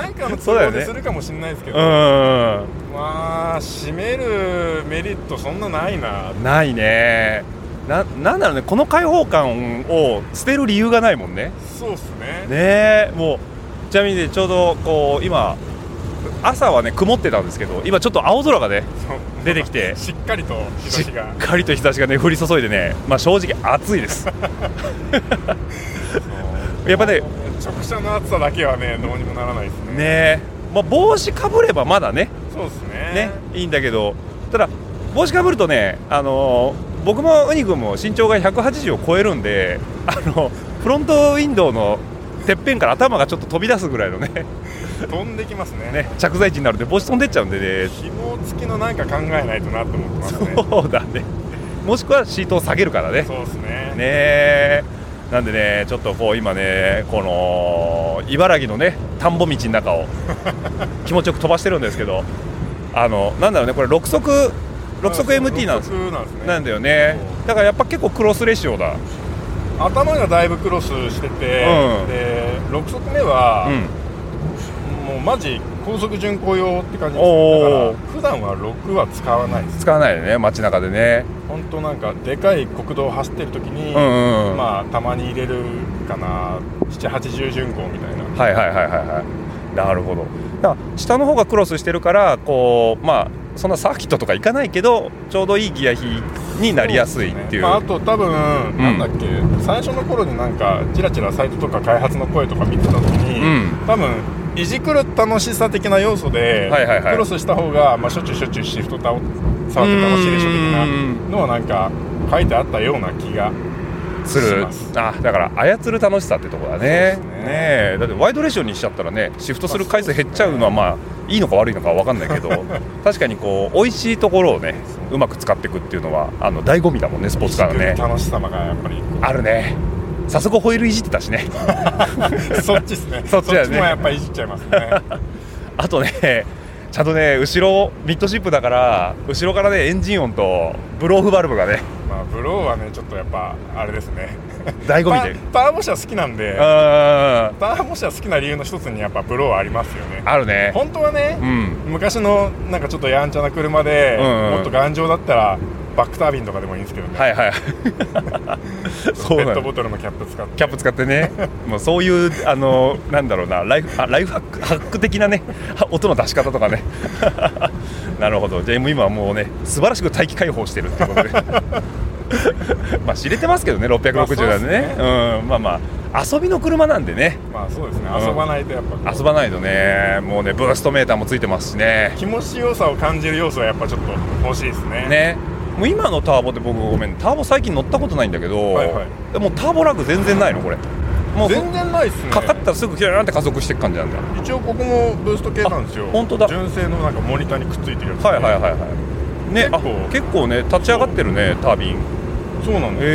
[SPEAKER 4] あなんかの
[SPEAKER 3] そ
[SPEAKER 4] 都
[SPEAKER 3] うだよ
[SPEAKER 4] 合
[SPEAKER 3] ね
[SPEAKER 4] でするかもしれないですけ
[SPEAKER 3] う
[SPEAKER 4] ど、
[SPEAKER 3] ん
[SPEAKER 4] まあ閉めるメリットそんなないな
[SPEAKER 3] ないねななんだろうねこの開放感を捨てる理由がないもんね
[SPEAKER 4] そうっすね
[SPEAKER 3] ねえもうちなみにねちょうどこう今朝はね曇ってたんですけど今ちょっと青空がね
[SPEAKER 4] そう
[SPEAKER 3] 出てきて
[SPEAKER 4] しっかりと日
[SPEAKER 3] し
[SPEAKER 4] 差
[SPEAKER 3] っ
[SPEAKER 4] しが
[SPEAKER 3] かりと日差しがね降り注いでねまあ正直暑い ですやっぱね
[SPEAKER 4] 直射の暑さだけはねどうにもならないですね
[SPEAKER 3] ねえ、まあ、帽子かぶればまだね
[SPEAKER 4] そうっすね
[SPEAKER 3] ねいいんだけどただ帽子かぶるとねあのー僕もウニ君も身長が180を超えるんであのフロントウィンドウのてっぺんから頭がちょっと飛び出すぐらいのね
[SPEAKER 4] 飛んできますね
[SPEAKER 3] ね着座位置になるんで帽子飛んでっちゃうんでね
[SPEAKER 4] 紐付きのなんか考えないとなと思ってますね
[SPEAKER 3] そうだね。もしくはシートを下げるからね。ね
[SPEAKER 4] そうっすね
[SPEAKER 3] え。なんでね、ちょっとこう今ね、この茨城のね、田んぼ道の中を気持ちよく飛ばしてるんですけど、あの、なんだろうね、これ6速、6速 MT なんです
[SPEAKER 4] 六。足なんですね
[SPEAKER 3] なんだよね。だからやっぱ結構クロスレシオだ。
[SPEAKER 4] 頭がだいぶクロスしてて、
[SPEAKER 3] うん
[SPEAKER 4] で6足目は、
[SPEAKER 3] うん。
[SPEAKER 4] もうマジ高速巡航用って感じですだか
[SPEAKER 3] おー
[SPEAKER 4] ら普段は6は使わないです
[SPEAKER 3] 使わないでね、街中でね。
[SPEAKER 4] 本当なんかでかい国道を走ってる時に、
[SPEAKER 3] うんうんうん。
[SPEAKER 4] まあたまに入れるかな780巡航みた
[SPEAKER 3] は
[SPEAKER 4] いな
[SPEAKER 3] いはいはいはいはいなるほどだから下の方がクロスしてるからこうまあそんなサーキットとか行かないけどちょうどいいギア比になりやすいっていう
[SPEAKER 4] まあ、あと多分、なんだっけ最初の頃になんかちらちらサイトとか開発の声とか見てた時に、
[SPEAKER 3] うん
[SPEAKER 4] 多分いじくる楽しさ的な要素で、
[SPEAKER 3] はいはいはい
[SPEAKER 4] クロスした方が、まあ、しょっちゅうしょっちゅうシフトたお触って楽しいでしょ的なのはなんか書いてあったような気が
[SPEAKER 3] する
[SPEAKER 4] します
[SPEAKER 3] あだから操る楽しさってとこだね
[SPEAKER 4] そうですね
[SPEAKER 3] ねえだってワイドレーションにしちゃったらねシフトする回数減っちゃうのはまあいいのか悪いのか分かんないけど 確かにこう美味しいところをねうまく使っていくっていうのはあの醍醐味だもんねスポーツから
[SPEAKER 4] いじ
[SPEAKER 3] ね
[SPEAKER 4] くる楽しさがやっ ぱり
[SPEAKER 3] あるね早速ホイールいじってたしね
[SPEAKER 4] そっちですね
[SPEAKER 3] そっちだね
[SPEAKER 4] もやっぱりいじっちゃいます ね
[SPEAKER 3] あとね、ちゃんとね、後ろ、ミッドシップだから、後ろからね、エンジン音とブローフバルブがね、
[SPEAKER 4] まあブローはねちょっとやっぱあれですね
[SPEAKER 3] 醍醐味
[SPEAKER 4] タ
[SPEAKER 3] で。
[SPEAKER 4] ターボ車好きなんで
[SPEAKER 3] うん、あ
[SPEAKER 4] ターボ車好きな理由の一つにやっぱブローはありますよね
[SPEAKER 3] るね。
[SPEAKER 4] 本当はね、
[SPEAKER 3] うん。
[SPEAKER 4] 昔のなんかちょっとやんちゃな車で、
[SPEAKER 3] うんうん
[SPEAKER 4] もっと頑丈だったらバックタービンとかでもいいんですけどね、
[SPEAKER 3] はいはい。そう
[SPEAKER 4] ペ
[SPEAKER 3] な
[SPEAKER 4] ット
[SPEAKER 3] の
[SPEAKER 4] ボ。トルのキャップ使って
[SPEAKER 3] キャップ使ってね、 もうそういう、あの、なんだろうな、ライフ、あライフハック、ハック的なね、 は音の出し方とかね。 なるほど。じゃあ、もう今はもうね、素晴らしく大気解放してるってことで。 まあ知れてますけどね、660なんでね。うん、まあまあ、遊びの車なんでね。
[SPEAKER 4] まあそうですね
[SPEAKER 3] ん
[SPEAKER 4] 遊ばないとやっぱこう
[SPEAKER 3] 遊ばないとね、もうね、ブーストメーターもついてますしね。
[SPEAKER 4] 気持ちよさを感じる要素はやっぱちょっと欲しいですね
[SPEAKER 3] ね。もう今のターボって僕ごめん、ターボ最近乗ったことないんだけど、
[SPEAKER 4] はいは
[SPEAKER 3] もうターボラグ全然ないの、これ。もう
[SPEAKER 4] 全然ないですね
[SPEAKER 3] かかったらすぐキューンって加速していく感じなんだよ。
[SPEAKER 4] 一応ここもブースト系なんですよ
[SPEAKER 3] あ本当だ
[SPEAKER 4] 純正のなんかモニターにくっついてるやつ、
[SPEAKER 3] はいはいはいはい。ね、あ
[SPEAKER 4] 結構
[SPEAKER 3] 結構ね、立ち上がってるね、タービン。
[SPEAKER 4] いそうなんです
[SPEAKER 3] へ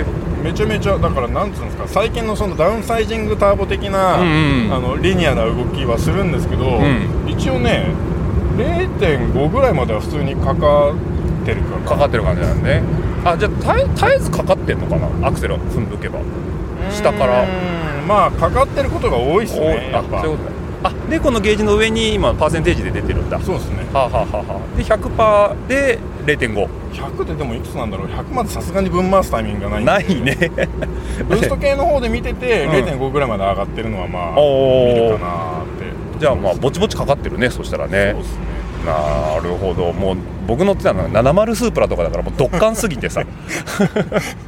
[SPEAKER 3] え。
[SPEAKER 4] めちゃめちゃだからなんつうんですか最近のそのダウンサイジングターボ的な、
[SPEAKER 3] うんうん
[SPEAKER 4] あのリニアな動きはするんですけど、
[SPEAKER 3] ん
[SPEAKER 4] 一応ね0.5ぐらいまでは普通にかかってるから
[SPEAKER 3] かかってる感じなんで、ね。あ、じゃあ絶え絶えずかかってんのかな、アクセルを踏んどけば。下から
[SPEAKER 4] うーんまあかかってることが多いですねや
[SPEAKER 3] あ
[SPEAKER 4] っぱ
[SPEAKER 3] そういうことねあでこのゲージの上に今パーセンテージで出てるんだは
[SPEAKER 4] そうですね
[SPEAKER 3] あ、はあはあはあ、で100%で0.5
[SPEAKER 4] 100ででもいくつなんだろう100までさすがに分回すタイミングがないん
[SPEAKER 3] な
[SPEAKER 4] で
[SPEAKER 3] いね
[SPEAKER 4] ブースト系の方で見てて、
[SPEAKER 3] うん
[SPEAKER 4] 0.5ぐらいまで上がってるのはまあ
[SPEAKER 3] お
[SPEAKER 4] 見るか
[SPEAKER 3] お
[SPEAKER 4] なーって
[SPEAKER 3] じゃあまあぼちぼちかかってるねそしたらね
[SPEAKER 4] そうですね
[SPEAKER 3] なるほどもう僕乗ってたのが70スープラとかだからもうドッカンすぎてさ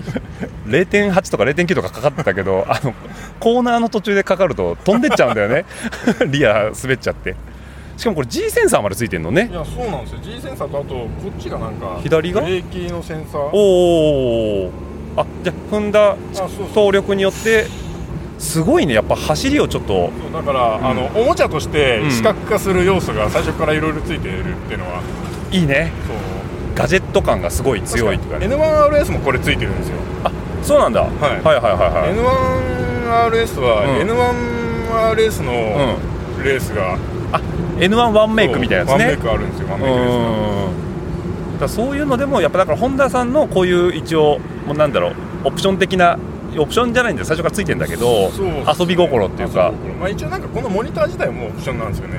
[SPEAKER 3] 0.8とか0.9とかかかってたけどあのコーナーの途中でかかると飛んでっちゃうんだよね リア滑っちゃってしかもこれ G センサーまでついてんのね
[SPEAKER 4] いやそうなんですよ G センサーとあとこっちがなんか
[SPEAKER 3] 左が
[SPEAKER 4] ブレーキのセンサー
[SPEAKER 3] おおあじゃあ踏んだ
[SPEAKER 4] そうそう
[SPEAKER 3] 走力によってすごいねやっぱ走りをちょっと
[SPEAKER 4] そうだから、
[SPEAKER 3] ん
[SPEAKER 4] あのおもちゃとして
[SPEAKER 3] うん
[SPEAKER 4] 視覚化する要素が最初からいろいろついているっていうのは、
[SPEAKER 3] いいね
[SPEAKER 4] そう
[SPEAKER 3] ガジェット感がすごい強いというかね
[SPEAKER 4] N1RS もこれついてるんですよ、
[SPEAKER 3] そうなんだ、
[SPEAKER 4] い
[SPEAKER 3] はいはいはいはい
[SPEAKER 4] N1RS は、N1RS のレースが、
[SPEAKER 3] N1 ワンメイクみたいなやつ
[SPEAKER 4] ワンメ
[SPEAKER 3] ね
[SPEAKER 4] イクあるんですよワンメイクレースが
[SPEAKER 3] うんだからそういうのでもやっぱだから本田さんのこういう一応もうなんだろうオプション的なオプションじゃないんで最初からついてんだけど、
[SPEAKER 4] そうですね
[SPEAKER 3] 遊び心っていうか
[SPEAKER 4] 遊び心まあ、一応なんかこのモニター自体もオプションなんですよね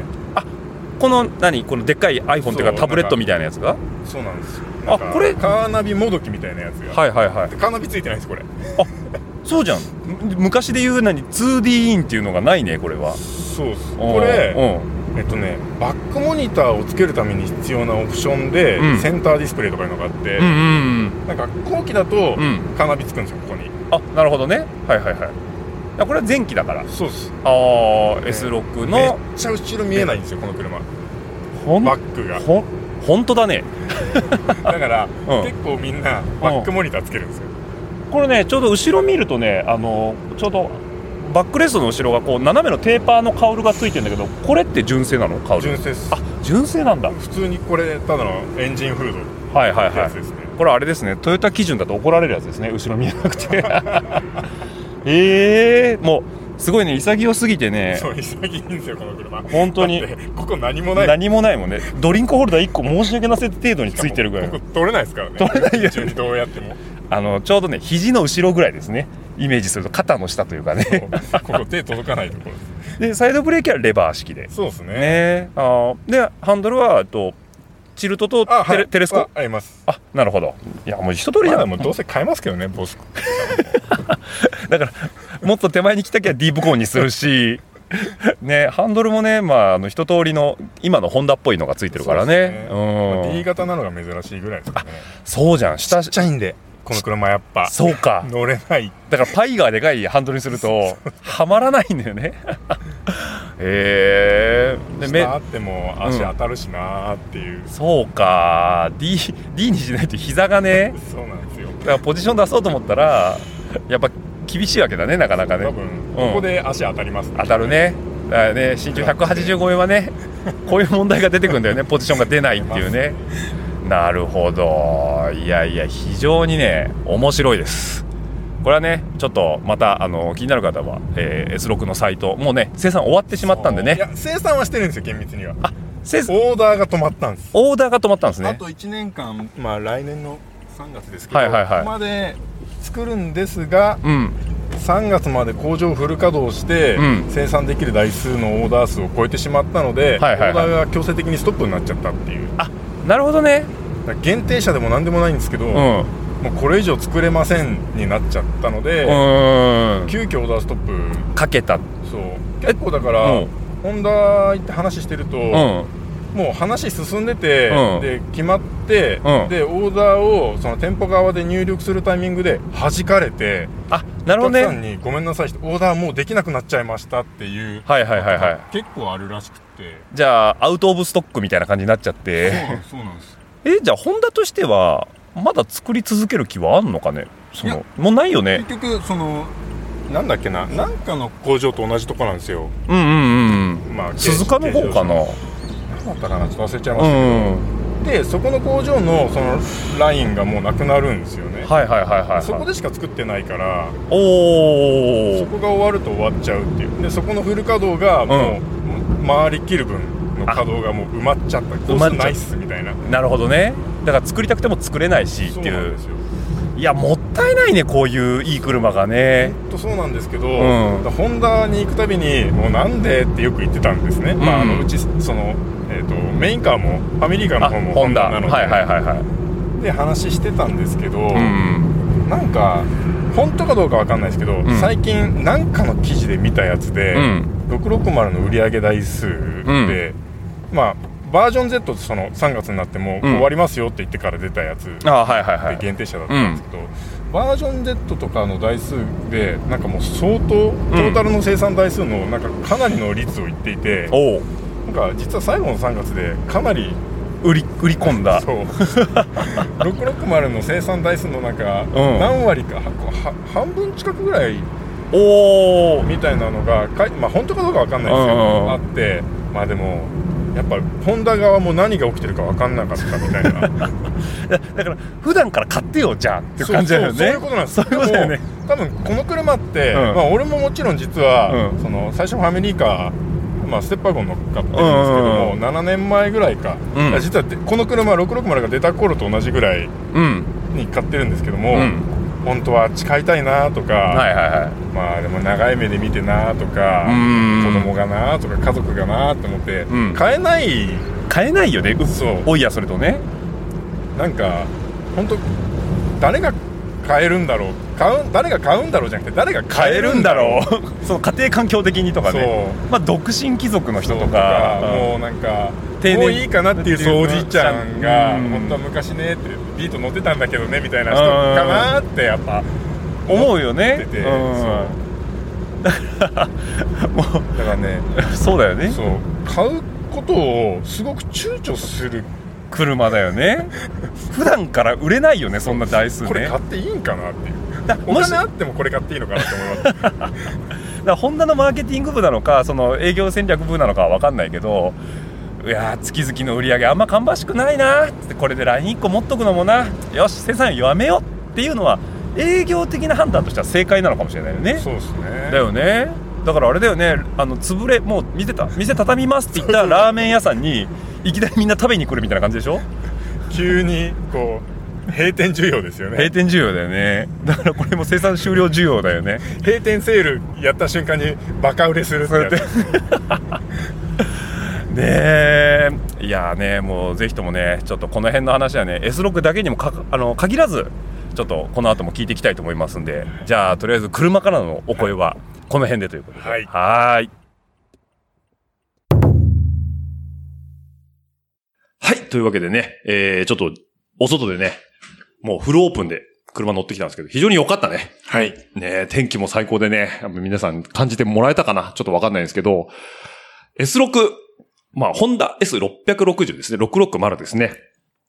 [SPEAKER 3] この何このでっかい iPhone っていう
[SPEAKER 4] そ
[SPEAKER 3] か
[SPEAKER 4] う
[SPEAKER 3] タブレットみたいなやつが
[SPEAKER 4] そうなんですよ
[SPEAKER 3] あこれ
[SPEAKER 4] カーナビもどきみたいなやつが、
[SPEAKER 3] はいはいはい
[SPEAKER 4] カーナビついてないですこれ
[SPEAKER 3] そうじゃんむ昔で言うなに 2D インっていうのがないねこれは
[SPEAKER 4] そうっすこれ、
[SPEAKER 3] うん
[SPEAKER 4] えっとねバックモニターをつけるために必要なオプションで、
[SPEAKER 3] うん
[SPEAKER 4] センターディスプレイとかいうのがあって、
[SPEAKER 3] うんうん
[SPEAKER 4] なんか後期だと、
[SPEAKER 3] うん
[SPEAKER 4] カーナビつくんですよここに
[SPEAKER 3] あなるほどねはいはいはいあこれは前期だからあ
[SPEAKER 4] そうです
[SPEAKER 3] あー S6
[SPEAKER 4] めっ
[SPEAKER 3] の
[SPEAKER 4] ちゃ後ろ見えないんですよこの車
[SPEAKER 3] ほん
[SPEAKER 4] バックが
[SPEAKER 3] ほん本当だね
[SPEAKER 4] だから、
[SPEAKER 3] うん
[SPEAKER 4] 結構みんなバックモニターつけるんですよ、
[SPEAKER 3] これねちょうど後ろ見るとねあのちょうどバックレストの後ろがこう斜めのテーパーのカウルがついてんだけどこれって純正なのカウル
[SPEAKER 4] 純正っす
[SPEAKER 3] あ純正なんだ
[SPEAKER 4] 普通にこれただのエンジンフードっ
[SPEAKER 3] はいはい
[SPEAKER 4] てや
[SPEAKER 3] はい
[SPEAKER 4] つですね、
[SPEAKER 3] これあれですねトヨタ基準だと怒られるやつですね後ろ見えなくて ええもうすごいね潔すぎてね
[SPEAKER 4] そう潔いんですよこの車
[SPEAKER 3] 本当に
[SPEAKER 4] だってここ何もない
[SPEAKER 3] 何もないもんねドリンクホルダー1個申し訳なせ程度についてるぐらい
[SPEAKER 4] ここ取れないですからね取れないよ順にどうやっても
[SPEAKER 3] あのちょうどね肘の後ろぐらいですねイメージすると肩の下というかね
[SPEAKER 4] ここ手届かないところです
[SPEAKER 3] でサイドブレーキはレバー式で
[SPEAKER 4] そうですね
[SPEAKER 3] ねあーでハンドルはえっとチルトとテレ,、
[SPEAKER 4] あ、はい、
[SPEAKER 3] テレスコ
[SPEAKER 4] はあります
[SPEAKER 3] あなるほどいやもう一通りじ
[SPEAKER 4] ま
[SPEAKER 3] ゃな
[SPEAKER 4] だ
[SPEAKER 3] い
[SPEAKER 4] もうどうせ買えますけどねボス
[SPEAKER 3] だからもっと手前に来たきゃディープコーンにするし ねハンドルもね、まあ、あの一通りの今のホンダっぽいのがついてるからね
[SPEAKER 4] そううですねまあ D
[SPEAKER 3] ん、
[SPEAKER 4] 型なのが珍しいぐらいですかね
[SPEAKER 3] そうじゃん下
[SPEAKER 4] ちっちゃいんでこの車やっぱ
[SPEAKER 3] そうか
[SPEAKER 4] 乗れない
[SPEAKER 3] だからパイがでかいハンドルにするとはまらないんだよね へえでめ
[SPEAKER 4] 下あっても足当たるしなーっていう、
[SPEAKER 3] そうか D, D にしないと膝がね
[SPEAKER 4] そうなんですよ
[SPEAKER 3] だからポジション出そうと思ったらやっぱ厳しいわけだねなかなかね
[SPEAKER 4] 多分ここで足当たります、
[SPEAKER 3] 当たるねだからね身長185超えはねこういう問題が出てくるんだよねポジションが出ないっていうねなるほどいやいや非常にね面白いですこれはねちょっとまたあの気になる方は、えー S6 のサイトもうね生産終わってしまったんで
[SPEAKER 4] い
[SPEAKER 3] ね
[SPEAKER 4] や生産はしてるんですよ厳密には
[SPEAKER 3] 生産
[SPEAKER 4] オーダーが止まったんです
[SPEAKER 3] オーダーが止まったんです
[SPEAKER 4] あ
[SPEAKER 3] ね
[SPEAKER 4] と1年間、まあ、来年の3月ですけど、
[SPEAKER 3] はいはいはい
[SPEAKER 4] まで作るんですが
[SPEAKER 3] うん
[SPEAKER 4] 3月まで工場をフル稼働して、
[SPEAKER 3] うん
[SPEAKER 4] 生産できる台数のオーダー数を超えてしまったので、
[SPEAKER 3] はいはいはい
[SPEAKER 4] オーダーが強制的にストップになっちゃったっていう
[SPEAKER 3] あなるほどね
[SPEAKER 4] だから限定車でも何でもないんですけど、
[SPEAKER 3] うん
[SPEAKER 4] も
[SPEAKER 3] う
[SPEAKER 4] うこれ以上作れませんになっちゃったので、
[SPEAKER 3] ーん
[SPEAKER 4] 急遽オーダーストップ
[SPEAKER 3] かけたう
[SPEAKER 4] そう結構だから、
[SPEAKER 3] うん
[SPEAKER 4] ホンダ行って話してると、
[SPEAKER 3] ん
[SPEAKER 4] もう話進んでて、
[SPEAKER 3] うん
[SPEAKER 4] で決まって、
[SPEAKER 3] うん
[SPEAKER 4] でオーダーをその店舗側で入力するタイミングで弾かれて、
[SPEAKER 3] あ、な
[SPEAKER 4] お
[SPEAKER 3] るほど
[SPEAKER 4] 客さん
[SPEAKER 3] ね。
[SPEAKER 4] にごめんなさいってオーダーもうできなくなっちゃいましたっていう、
[SPEAKER 3] はいはいはいはい。
[SPEAKER 4] 結構あるらしくて
[SPEAKER 3] じゃあ、アウトオブストックみたいな感じになっちゃって。
[SPEAKER 4] そうなんです
[SPEAKER 3] え、じゃあ、ホンダとしては、まだ作り続ける気はあんのかねそ
[SPEAKER 4] い
[SPEAKER 3] の、もうないよね。
[SPEAKER 4] 結局そのなんだっけななんかの工場と同じとこなんですよ
[SPEAKER 3] うんうんうん
[SPEAKER 4] まあ
[SPEAKER 3] うん。鈴鹿の方かな
[SPEAKER 4] どうだったかなちょっと忘れちゃいま
[SPEAKER 3] う
[SPEAKER 4] し
[SPEAKER 3] んうん。
[SPEAKER 4] た、でそこの工場のそのラインがもうなくなるんですよね、
[SPEAKER 3] はいはいはいはいはい。
[SPEAKER 4] そこでしか作ってないから
[SPEAKER 3] お
[SPEAKER 4] そ
[SPEAKER 3] ー。
[SPEAKER 4] こが終わると終わっちゃうっていうでそこのフル稼働がもう、回りきる分の稼働がもう埋まっちゃったコ
[SPEAKER 3] まっちゃっ
[SPEAKER 4] ース
[SPEAKER 3] た
[SPEAKER 4] ないっすみたいな
[SPEAKER 3] なるほどね。だから作りたくても作れないしって
[SPEAKER 4] そう
[SPEAKER 3] い
[SPEAKER 4] なん
[SPEAKER 3] う
[SPEAKER 4] で。すよ
[SPEAKER 3] いや、もったいないね、こういういい車がね。
[SPEAKER 4] 本当そうなんですけど、
[SPEAKER 3] ん
[SPEAKER 4] ホンダに行くたびにもうなんでってよく言ってたんですね、まあ、あ
[SPEAKER 3] うん
[SPEAKER 4] のうちその、えー、とメインカーもファミリーカー
[SPEAKER 3] あ、
[SPEAKER 4] の方も
[SPEAKER 3] ホ
[SPEAKER 4] ホ
[SPEAKER 3] ン
[SPEAKER 4] ン
[SPEAKER 3] ダ。
[SPEAKER 4] ダ
[SPEAKER 3] は
[SPEAKER 4] ないので、
[SPEAKER 3] はいはいはい。
[SPEAKER 4] で話してたんですけど、
[SPEAKER 3] うん。
[SPEAKER 4] なんか本当かどうかわかんないですけど、
[SPEAKER 3] ん
[SPEAKER 4] 最近なんかの記事で見たやつで、
[SPEAKER 3] うん
[SPEAKER 4] 660の売り上げ台数で、まあバージョン Z ってその3月になってもう
[SPEAKER 3] うん
[SPEAKER 4] 終わりますよって言ってから出たやつ
[SPEAKER 3] あ、はいはいは
[SPEAKER 4] で
[SPEAKER 3] い。
[SPEAKER 4] 限定車だったんですけど、バージョン Z とかの台数でなんかもう相当トータルの生産台数のなんかかなりの率を言っていて、
[SPEAKER 3] おう
[SPEAKER 4] なんか実は最後の3月でかなり
[SPEAKER 3] 売り売り込んだ
[SPEAKER 4] そう 660の生産台数の中、
[SPEAKER 3] ん
[SPEAKER 4] 何割かはは半分近くぐらい
[SPEAKER 3] おお
[SPEAKER 4] みたいなのがかいまあ本当かどうかわかんないですけど、
[SPEAKER 3] うんうんうん
[SPEAKER 4] あってまあでもやっぱホンダ側も何が起きてるかわかんなかったみたいな。
[SPEAKER 3] だから普段から買ってよじゃあっていう感じだよね
[SPEAKER 4] そうそうそういうことなんです
[SPEAKER 3] そういうことだよね
[SPEAKER 4] でも多分この車っ
[SPEAKER 3] う
[SPEAKER 4] て、
[SPEAKER 3] ん
[SPEAKER 4] まあ、俺ももちろん実は、
[SPEAKER 3] うん
[SPEAKER 4] その最初ファミリーカー、まあ、ステッパーゴン乗っかってるんですけども、
[SPEAKER 3] うんうんうん
[SPEAKER 4] 7年前ぐらいか、
[SPEAKER 3] うん
[SPEAKER 4] いや実はでこの車660が出た頃と同じぐらい
[SPEAKER 3] うん
[SPEAKER 4] に買ってるんですけど
[SPEAKER 3] う
[SPEAKER 4] も、
[SPEAKER 3] ん
[SPEAKER 4] 本当は誓いたいなとか、
[SPEAKER 3] はいはいはい
[SPEAKER 4] まあでも長い目で見てなとか、
[SPEAKER 3] うん
[SPEAKER 4] 子供がなとか家族がなと思って、
[SPEAKER 3] うん
[SPEAKER 4] 買えない
[SPEAKER 3] 買えないよねう
[SPEAKER 4] そう
[SPEAKER 3] おいやそれとね
[SPEAKER 4] なんか本当誰が買えるんだろう買う誰が買うんだろうじゃなくて誰が買
[SPEAKER 3] 買
[SPEAKER 4] え
[SPEAKER 3] え
[SPEAKER 4] る
[SPEAKER 3] る
[SPEAKER 4] ん
[SPEAKER 3] ん
[SPEAKER 4] だ
[SPEAKER 3] だ
[SPEAKER 4] ろう
[SPEAKER 3] ろうその家庭環境的にとかね
[SPEAKER 4] そ
[SPEAKER 3] まあ独身貴族の人と
[SPEAKER 4] と
[SPEAKER 3] か
[SPEAKER 4] かもうなんか
[SPEAKER 3] 定年
[SPEAKER 4] もういいかなっていうそうおじいちゃんが
[SPEAKER 3] うん
[SPEAKER 4] 本当は昔ねってビート乗ってたんだけどねみたいな人かなってやっぱ
[SPEAKER 3] うん思うよね
[SPEAKER 4] 出て
[SPEAKER 3] う
[SPEAKER 4] そうん
[SPEAKER 3] も
[SPEAKER 4] だからね
[SPEAKER 3] うそうだよね
[SPEAKER 4] そう買うことをすごく躊躇する
[SPEAKER 3] 車だよ ね普段から売れないよねそんな台数ね
[SPEAKER 4] これ買っていいんかなっていう
[SPEAKER 3] だ
[SPEAKER 4] お
[SPEAKER 3] もし
[SPEAKER 4] 金あってもこれ買っていいのかなって思います
[SPEAKER 3] だからホンダのマーケティング部なのかその営業戦略部なのかは分かんないけどいやー月々の売り上げあんま芳しくないなーってこれで LINE1 個持っとくのもなよし生産やめようっていうのは営業的な判断としては正解なのかもしれないよ ね
[SPEAKER 4] そうですね
[SPEAKER 3] だよねだからあれだよねあの潰れもう見てた店畳みますって言 ったラーメン屋さんにいきなりみんな食べに来るみたいな感じでしょ
[SPEAKER 4] 急にこう閉店需要ですよね
[SPEAKER 3] 閉店需要だよねだからこれも生産終了需要だよね
[SPEAKER 4] 閉店セールやった瞬間にバカ売れするってやつ
[SPEAKER 3] ねえいやーねもうぜひともねちょっとこの辺の話はね S6 だけにもかかあの限らずちょっとこの後も聞いていきたいと思いますんでじゃあとりあえず車からのお声はこの辺でということで
[SPEAKER 4] はい
[SPEAKER 3] はーいはいというわけでね、えー、ちょっとお外でねもうフルオープンで車乗ってきたんですけど非常に良かったね
[SPEAKER 2] はい。
[SPEAKER 3] ねえ、天気も最高でね、やっぱ皆さん感じてもらえたかなちょっとわかんないですけど、S6、まあ、ホンダ S660 ですね、660ですね。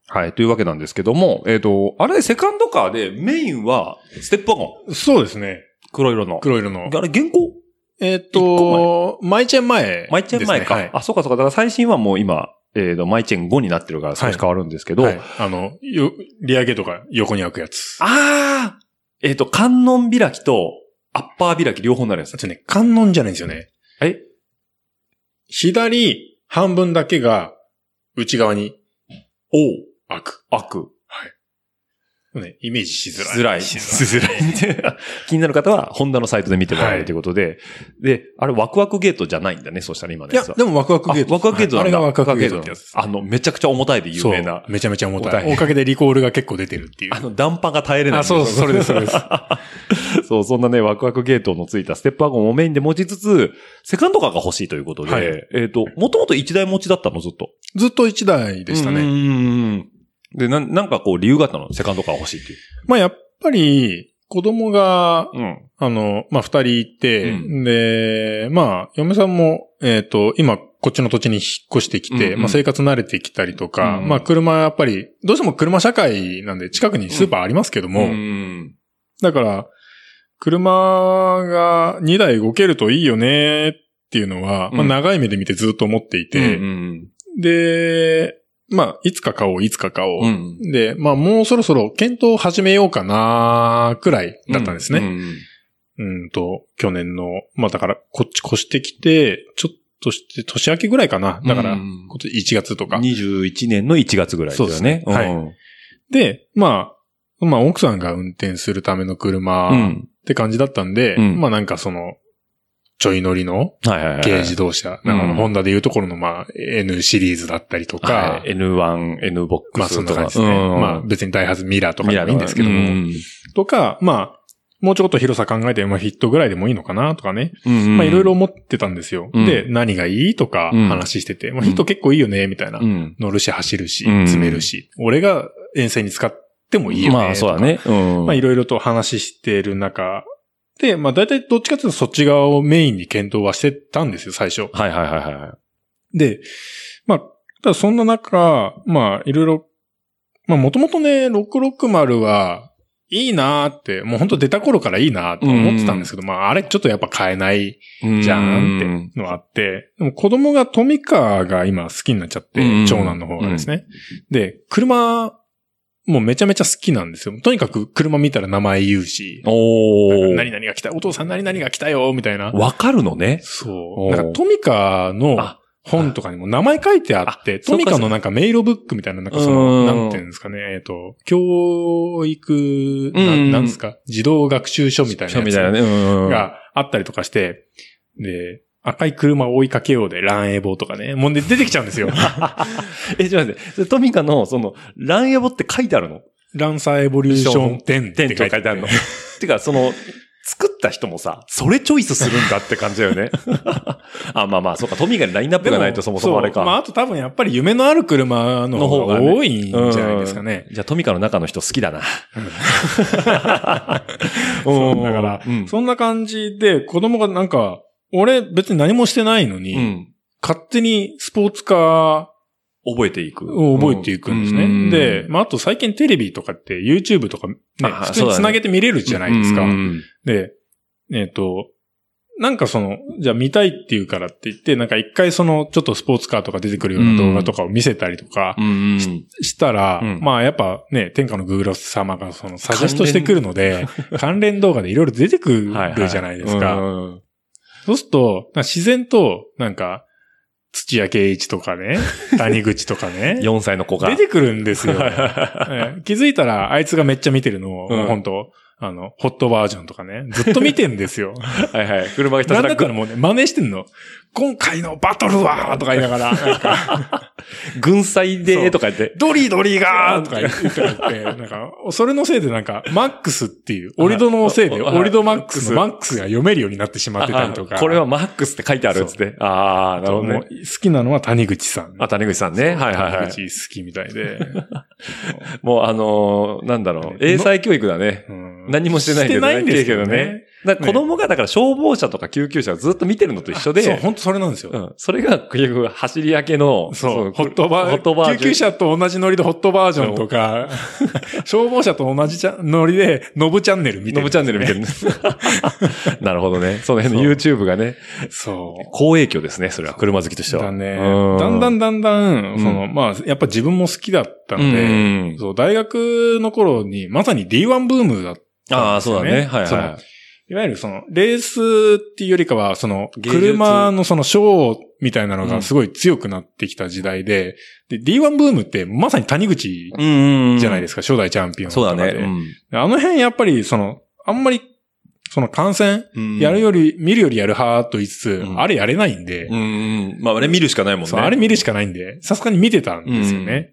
[SPEAKER 3] はい、というわけなんですけども、えっ、と、あれ、セカンドカーでメインは、ステップワゴン、
[SPEAKER 2] そうですね。
[SPEAKER 3] 黒色の。
[SPEAKER 2] 黒色の。
[SPEAKER 3] あれ、現行
[SPEAKER 2] えーっ
[SPEAKER 3] 一個
[SPEAKER 2] と、マイチェン前。
[SPEAKER 3] マイチェン前か。
[SPEAKER 2] ですねはい
[SPEAKER 3] あ、そうかそうか。だから最新はもう今、えっ、と、マイチェン5になってるから少し変わるんですけど、
[SPEAKER 2] はいあの、よ、利上げとか横に開くやつ。
[SPEAKER 3] あーえっ、と、観音開きと、アッパー開き両方になるやつ
[SPEAKER 2] あ。とね、観音じゃないんですよね。
[SPEAKER 3] え
[SPEAKER 2] 左半分だけが内側に
[SPEAKER 3] おう
[SPEAKER 2] 開く。
[SPEAKER 3] 悪。
[SPEAKER 2] はい。ね、イメージしづらい。
[SPEAKER 1] しづらい。
[SPEAKER 2] し
[SPEAKER 1] しづ
[SPEAKER 2] づらい。
[SPEAKER 1] らい。 で気になる方は、ホンダのサイトで見てもらえ
[SPEAKER 2] は
[SPEAKER 1] る
[SPEAKER 2] い
[SPEAKER 1] ということで、で、あれ、ワクワクゲートじゃないんだね、そうしたら今の
[SPEAKER 2] いや、
[SPEAKER 1] やつは。
[SPEAKER 2] でもワクワクゲー
[SPEAKER 1] あ
[SPEAKER 2] ト。
[SPEAKER 1] ワクワクゲート
[SPEAKER 2] あ
[SPEAKER 1] なん
[SPEAKER 2] れ
[SPEAKER 1] だ。
[SPEAKER 2] がワクワクゲートってやつです。
[SPEAKER 1] あの、めちゃくちゃ重たいで有名な
[SPEAKER 2] そう。めちゃめちゃ重た
[SPEAKER 1] 重た
[SPEAKER 2] い。
[SPEAKER 1] い
[SPEAKER 2] おかげでリコールが結構出てるっていう
[SPEAKER 1] あ。の、談判が耐えれない。
[SPEAKER 2] あそうそうそれですそれです
[SPEAKER 1] そう、そんなね、ワクワクゲートのついたステップワゴンをメインで持ちつつ、セカンドカーが欲しいということで、
[SPEAKER 2] はい
[SPEAKER 1] えっ、と、もともと1台持ちだったの、ずっと。
[SPEAKER 2] ずっと一台でした
[SPEAKER 1] うん
[SPEAKER 2] ね。
[SPEAKER 1] うんうん。で、なん、なんかこう理由があったのセカンドカー欲しいっていう。
[SPEAKER 2] まあやっぱり、子供が、
[SPEAKER 1] うん。
[SPEAKER 2] あの、まあ、二人いて、
[SPEAKER 1] う
[SPEAKER 2] で、まあ、嫁さんも、えっ、と、今、こっちの土地に引っ越してきて、
[SPEAKER 1] うんうん
[SPEAKER 2] まあ、生活慣れてきたりとか、
[SPEAKER 1] うんうん
[SPEAKER 2] まあ、車はやっぱり、どうしても車社会なんで、近くにスーパーありますけども、
[SPEAKER 1] ん。
[SPEAKER 2] だから、車が2台動けるといいよねっていうのは、ま
[SPEAKER 1] う
[SPEAKER 2] あ、
[SPEAKER 1] ん
[SPEAKER 2] 長い目で見てずっと思っていて、
[SPEAKER 1] うん
[SPEAKER 2] で、まあ、いつか買おう、いつか買おう。
[SPEAKER 1] うん。うん。
[SPEAKER 2] で、まあ、もうそろそろ検討を始めようかな、くらいだったんですね。
[SPEAKER 1] うんうん
[SPEAKER 2] うんと、去年の、まあだから、こっち越してきて、ちょっとして、年明けぐらいかな。だから、
[SPEAKER 1] うん
[SPEAKER 2] 今年1月とか。
[SPEAKER 1] 21年の1月ぐらいですよね。
[SPEAKER 2] そうですねで、まあ、まあ奥さんが運転するための車
[SPEAKER 1] うん。う
[SPEAKER 2] っ
[SPEAKER 1] ん。
[SPEAKER 2] て感じだったんで、
[SPEAKER 1] うん
[SPEAKER 2] まあなんかその、ちょい乗りの
[SPEAKER 1] はいはいはい。
[SPEAKER 2] 軽自動車、
[SPEAKER 1] うん
[SPEAKER 2] なんかホンダでいうところのまあ N シリーズだったりとか、
[SPEAKER 1] はい、N1、N ボッ
[SPEAKER 2] ま
[SPEAKER 1] ク
[SPEAKER 2] あそ
[SPEAKER 1] ス
[SPEAKER 2] んな
[SPEAKER 1] とか。
[SPEAKER 2] 感じですね。
[SPEAKER 1] うん
[SPEAKER 2] まあ別にダイハツミラーとかでもいいんですけども、
[SPEAKER 1] ミラー
[SPEAKER 2] とか、まあ、もうちょっと広さ考えて、まあヒットぐらいでもいいのかなとかね。
[SPEAKER 1] うんうん
[SPEAKER 2] まあいろいろ思ってたんですよ。
[SPEAKER 1] うん
[SPEAKER 2] で、何がいいとか
[SPEAKER 1] うん
[SPEAKER 2] 話してて、まあヒット結構いいよね、みたいな。
[SPEAKER 1] うん。
[SPEAKER 2] 乗るし、走るし、
[SPEAKER 1] うん
[SPEAKER 2] 詰めるし、俺が遠征に使ってもいいよね。
[SPEAKER 1] まあそうだ。ね。うん。
[SPEAKER 2] まあいろいろと話してる中で、まあ大体どっちかというとそっち側をメインに検討はしてたんですよ、最初。
[SPEAKER 1] はいはいはいはいはい。
[SPEAKER 2] で、まあ、ただそんな中、まあいろいろ、まあもともとね、660は、いいなーって、もうほんと出た頃からいいなーって思ってたんですけど、まああれちょっとやっぱ買えないじゃ
[SPEAKER 1] う
[SPEAKER 2] ーんってのあって、でも子供がトミカが今好きになっちゃって、
[SPEAKER 1] うん
[SPEAKER 2] 長男の方がですね。で、車、もうめちゃめちゃ好きなんですよ。とにかく車見たら名前言うし、
[SPEAKER 1] おー。
[SPEAKER 2] 何々が来た、お父さん何々が来たよ、みたいな。
[SPEAKER 1] わかるのね。
[SPEAKER 2] そ
[SPEAKER 1] お
[SPEAKER 2] う。
[SPEAKER 1] ー
[SPEAKER 2] なんかトミカの
[SPEAKER 1] あ
[SPEAKER 2] 本とかにも名前書いてあって、
[SPEAKER 1] あそ
[SPEAKER 2] ト
[SPEAKER 1] うか
[SPEAKER 2] ミカのなんかメイロブックみたいな、なんかそうの、
[SPEAKER 1] ん
[SPEAKER 2] なんていうんですかね、えっと、教育、な
[SPEAKER 1] うん
[SPEAKER 2] んなんですか、児童学習書みたいな
[SPEAKER 1] そう
[SPEAKER 2] や
[SPEAKER 1] み
[SPEAKER 2] つ
[SPEAKER 1] たいなね。うん。
[SPEAKER 2] があったりとかして、で、赤い車を追いかけようで、乱影棒とかね。もうね出てきちゃうん ですよ。
[SPEAKER 1] え、ちょっと待ってそれ。トミカの、その、ランエボって書いてあるの
[SPEAKER 2] ランサーエボリューション10って書
[SPEAKER 1] 店
[SPEAKER 2] いて
[SPEAKER 1] 長書いてあるの。 てか、その、作った人もさ、それチョイスするんだって感じだ よね。あ、まあまあ、そうか、トミカにラインナップがないとそもそもあれ
[SPEAKER 2] そうまあ、
[SPEAKER 1] か。
[SPEAKER 2] あと多分やっぱり夢のある車の方
[SPEAKER 1] の方が
[SPEAKER 2] が
[SPEAKER 1] ね
[SPEAKER 2] 多いんじゃないですかね。
[SPEAKER 1] じゃあ、トミカの中の人好きだ な。
[SPEAKER 2] そうだから、
[SPEAKER 1] うん
[SPEAKER 2] そんな感じで、子供がなんか、俺別に何もしてないのに、
[SPEAKER 1] うん。
[SPEAKER 2] 勝手にスポーツカ
[SPEAKER 1] 覚えていく。
[SPEAKER 2] ーを覚えていくんですね。で、まあ、あと最近テレビとかって YouTube とかね、
[SPEAKER 1] あ
[SPEAKER 2] 普通に繋げて見れるじゃないですか。で、えっ、と、なんかその、じゃあ見たいって言うからって言って、なんか一回その、ちょっとスポーツカーとか出てくるような動画とかを見せたりとか
[SPEAKER 1] うんうん。
[SPEAKER 2] したら、
[SPEAKER 1] うん
[SPEAKER 2] まあやっぱね、天下のグーグル様がその、サジェストしてくるので、関連動画でいろいろ出てくる
[SPEAKER 1] はいはい
[SPEAKER 2] じゃないですか。
[SPEAKER 1] うん
[SPEAKER 2] そうすると、なんか自然と、なんか、土屋圭一と かね、谷口とかね、
[SPEAKER 1] 4歳の子が。
[SPEAKER 2] 出てくる んですよ。ええ気づいたら、あいつがめっちゃ見てるのを、
[SPEAKER 1] うん
[SPEAKER 2] 本当あの、ホットバージョンとかね、ずっと見て んですよ。
[SPEAKER 1] はいはい。車がひた
[SPEAKER 2] な
[SPEAKER 1] す
[SPEAKER 2] ん
[SPEAKER 1] ら
[SPEAKER 2] だからもうね、真似してんの。今回のバトルはとか言いながら、なんか、
[SPEAKER 1] 軍祭でとか言って。
[SPEAKER 2] ドリドリがーとか言って、とか言ってなんか、それのせいでなんか、マックスっていう、オリドのせいで、
[SPEAKER 1] はい
[SPEAKER 2] オリドマックスのマックスが読めるようになってしまってたりとか。
[SPEAKER 1] あこれはマックスって書いてあるっつって。ああ、なる
[SPEAKER 2] も
[SPEAKER 1] ほ
[SPEAKER 2] う、
[SPEAKER 1] どね。
[SPEAKER 2] 好きなのは谷口さん。
[SPEAKER 1] あ、谷口さんね。はいはいは
[SPEAKER 2] 谷
[SPEAKER 1] い。
[SPEAKER 2] 口好きみたい で。
[SPEAKER 1] もうあのーなんだろう。英才教育だね。
[SPEAKER 2] うん
[SPEAKER 1] 何もしてない
[SPEAKER 2] して
[SPEAKER 1] けどね。
[SPEAKER 2] ないんですけどね。
[SPEAKER 1] だから子供がだから消防車とか救急車をずっと見てるのと一緒で、
[SPEAKER 2] そう、本当それなんですよ。
[SPEAKER 1] うん、それが結局走り明けの、
[SPEAKER 2] そう、ホットバ
[SPEAKER 1] ホ
[SPEAKER 2] ー
[SPEAKER 1] ットバージョン
[SPEAKER 2] 救急車と同じノリでホットバージョンとか、消防車と同じちゃノリで、ノブチャンネル見てる。
[SPEAKER 1] ノブチャンネル見てるんです。 なるほどね。その辺の YouTube がね、
[SPEAKER 2] そう。
[SPEAKER 1] 好影響ですね、それは。車好きとしては。
[SPEAKER 2] だね。
[SPEAKER 1] う
[SPEAKER 2] だんだん
[SPEAKER 1] だ
[SPEAKER 2] だんだん、
[SPEAKER 1] うん
[SPEAKER 2] その、まあ、やっぱ自分も好きだった
[SPEAKER 1] う
[SPEAKER 2] ので、
[SPEAKER 1] ん。
[SPEAKER 2] そう、大学の頃に、まさに D1 ブームだったんですよ、
[SPEAKER 1] ああ、そうだね。はいはい。
[SPEAKER 2] いわゆるその、レースっていうよりかは、その、
[SPEAKER 1] 芸術
[SPEAKER 2] 車のその、ショーみたいなの
[SPEAKER 1] う
[SPEAKER 2] が
[SPEAKER 1] ん
[SPEAKER 2] すごい強くなってきた時代で、で、D1 ブームってまさに谷口
[SPEAKER 1] うん
[SPEAKER 2] じゃないですすか、初代チャンピオン
[SPEAKER 1] か
[SPEAKER 2] の
[SPEAKER 1] そう
[SPEAKER 2] 中
[SPEAKER 1] だ
[SPEAKER 2] で。
[SPEAKER 1] ね。
[SPEAKER 2] であの辺やっぱり、その、あんまり、その感染、
[SPEAKER 1] うん
[SPEAKER 2] やるより、見るよりやる派と言いつつ、
[SPEAKER 1] うん
[SPEAKER 2] あれやれないんで、
[SPEAKER 1] うんうん。まあ、あれ見るしかないもんね。
[SPEAKER 2] そうあれ見るしかないんで、さすがに見てたんですよね。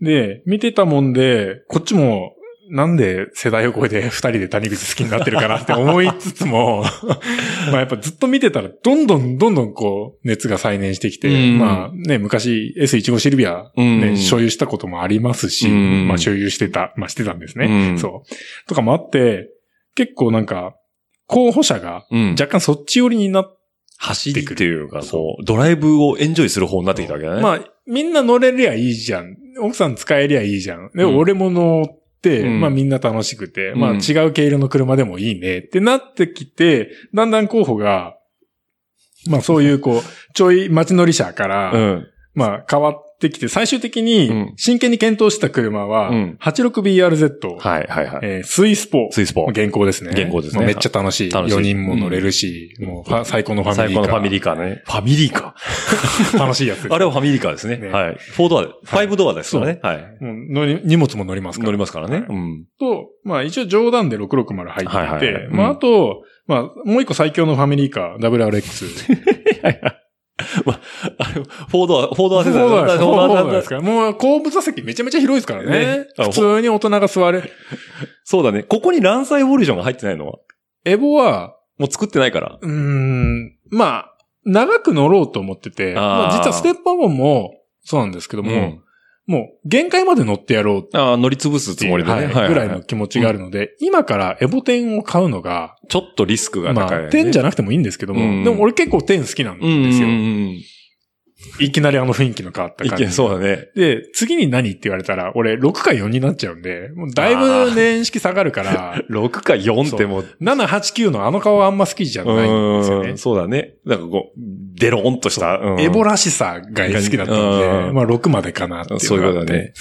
[SPEAKER 2] で、見てたもんで、こっちも、なんで世代を超えて二人で谷口好きになってるかなって思いつつ も、まあやっぱずっと見てたら、どんどんどんどんこう、熱が再燃してきて、
[SPEAKER 1] うん
[SPEAKER 2] まあね、昔 S15 シルビア、
[SPEAKER 1] うん
[SPEAKER 2] ね、所有したこともありますし、
[SPEAKER 1] うん
[SPEAKER 2] まあ所有してた、まあしてたんですね。
[SPEAKER 1] うん
[SPEAKER 2] そう。とかもあって、結構なんか、候補者が
[SPEAKER 1] うん。
[SPEAKER 2] 若干そっち寄りになっ
[SPEAKER 1] 走りっていうか、そう、ドライブをエンジョイする方になってきたわけだね。
[SPEAKER 2] まあ、みんな乗れりゃいいじゃん。奥さん使えりゃいいじゃん。で、
[SPEAKER 1] うん
[SPEAKER 2] 俺も乗って、
[SPEAKER 1] うん
[SPEAKER 2] まあみんな楽しくて、
[SPEAKER 1] うん
[SPEAKER 2] まあ違う毛色の車でもいいねってなってきて、だんだん候補が、まあそういうこう、ちょい街乗り車から、
[SPEAKER 1] うん。
[SPEAKER 2] まあ変わってきて、最終的
[SPEAKER 1] うん
[SPEAKER 2] に真剣に検討した車は、
[SPEAKER 1] うん
[SPEAKER 2] 86BRZ、
[SPEAKER 1] はいはいはい。
[SPEAKER 2] えースイスポ。
[SPEAKER 1] スイスポ。
[SPEAKER 2] 現行ですね。
[SPEAKER 1] 現行ですね
[SPEAKER 2] めっちゃ楽しい。
[SPEAKER 1] 楽しい
[SPEAKER 2] 4人も乗れるし、もうファ最高のファミリー
[SPEAKER 1] 最高のファミリーカーね。ファミリーカ
[SPEAKER 2] ー。楽しいやつです
[SPEAKER 1] ー。あれはファミリーカーですね。
[SPEAKER 2] ね
[SPEAKER 1] はい。4ドアで、5ドアですからね。はい。
[SPEAKER 2] もう乗り荷物も乗りますから
[SPEAKER 1] 乗りますからね。うん。
[SPEAKER 2] と、まあ一応冗談で660入っていて、
[SPEAKER 1] はいはいはいうん
[SPEAKER 2] まああと、まあもう一個最強のファミリーカー、WRX。
[SPEAKER 1] あれ、4ドア、4ドア世代
[SPEAKER 2] そうです。そう
[SPEAKER 1] だ
[SPEAKER 2] ですから。もう後部座席めちゃめちゃ広いですからね
[SPEAKER 1] ね。あほ
[SPEAKER 2] 普通に大人が座れ。
[SPEAKER 1] そうだね。ここにランサイエボリューションが入ってないのは
[SPEAKER 2] エボは、
[SPEAKER 1] もう作ってないから。
[SPEAKER 2] うーん、まあ、長く乗ろうと思ってて、
[SPEAKER 1] あー
[SPEAKER 2] まあ実はステップアゴンもそうなんですけども、
[SPEAKER 1] うん
[SPEAKER 2] もう限界まで乗ってやろうって
[SPEAKER 1] ああ、乗り潰すつ
[SPEAKER 2] いう
[SPEAKER 1] もりでね。
[SPEAKER 2] はい
[SPEAKER 1] は
[SPEAKER 2] ぐらいの気持ちがあるので、今からエボ10を買うのが、
[SPEAKER 1] ちょっとリスクが
[SPEAKER 2] ま
[SPEAKER 1] 高い、
[SPEAKER 2] あ、10じゃ
[SPEAKER 1] な
[SPEAKER 2] なくてもいいんですけども、
[SPEAKER 1] うん
[SPEAKER 2] でも俺結構10好きなんで
[SPEAKER 1] いんです
[SPEAKER 2] す
[SPEAKER 1] よ。
[SPEAKER 2] よ。
[SPEAKER 1] うんうん
[SPEAKER 2] いきなりあの雰囲気の変わった
[SPEAKER 1] い
[SPEAKER 2] 感じ
[SPEAKER 1] け、。そうだね。
[SPEAKER 2] で、次に何って言われたら、俺6か4になっちゃうんで、もうだいぶ年式下が るから、
[SPEAKER 1] 6か4ってもう、
[SPEAKER 2] 7、8、9のあの顔はあんま好きじゃないんですよ
[SPEAKER 1] う
[SPEAKER 2] ね
[SPEAKER 1] ん。そうだね。なんかこう、デロンとした。うん
[SPEAKER 2] エボらしさが好きだったんで、
[SPEAKER 1] うん
[SPEAKER 2] まあ6までかなっていう
[SPEAKER 1] そういうことだね。。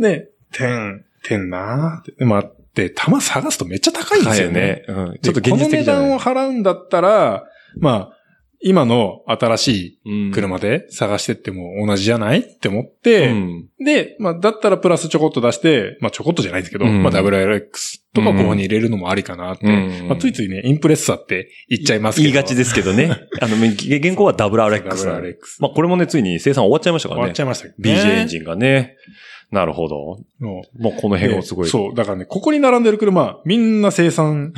[SPEAKER 2] で、10、10なーって。でもあって、玉探すとめっちゃ高いんで
[SPEAKER 1] は
[SPEAKER 2] す
[SPEAKER 1] い
[SPEAKER 2] よね。
[SPEAKER 1] ね。うんち
[SPEAKER 2] ち
[SPEAKER 1] ょ
[SPEAKER 2] ょ
[SPEAKER 1] っと
[SPEAKER 2] っと
[SPEAKER 1] 現
[SPEAKER 2] この
[SPEAKER 1] 実的
[SPEAKER 2] 値
[SPEAKER 1] じゃ
[SPEAKER 2] 段
[SPEAKER 1] ない
[SPEAKER 2] を。払うんだったら、まあ、今の新しい車で探してっても同じじゃないって思っ
[SPEAKER 1] う
[SPEAKER 2] て、
[SPEAKER 1] ん
[SPEAKER 2] で、まあ、だったらプラスちょこっと出して、まあ、ちょこっとじゃないんですけど、
[SPEAKER 1] うん
[SPEAKER 2] まあ、WRX とか候補に入れるのもありかなって、
[SPEAKER 1] うん
[SPEAKER 2] まあ、ついついね、インプレッサって言っちゃいますけど。
[SPEAKER 1] 言いがちですけど ね。あの、げ現行はダブル RX なんで。
[SPEAKER 2] WRX。
[SPEAKER 1] まあこれもね、ついに生産終わっちゃいましたか
[SPEAKER 2] 終
[SPEAKER 1] ら
[SPEAKER 2] わ
[SPEAKER 1] ね
[SPEAKER 2] っち。ゃいましたけど、ね。
[SPEAKER 1] BJ エンジンがね。なるほど。
[SPEAKER 2] ン。もう
[SPEAKER 1] もうこの辺をすごい。
[SPEAKER 2] でそう、だからね、ここに並んでる車、みんな 生産。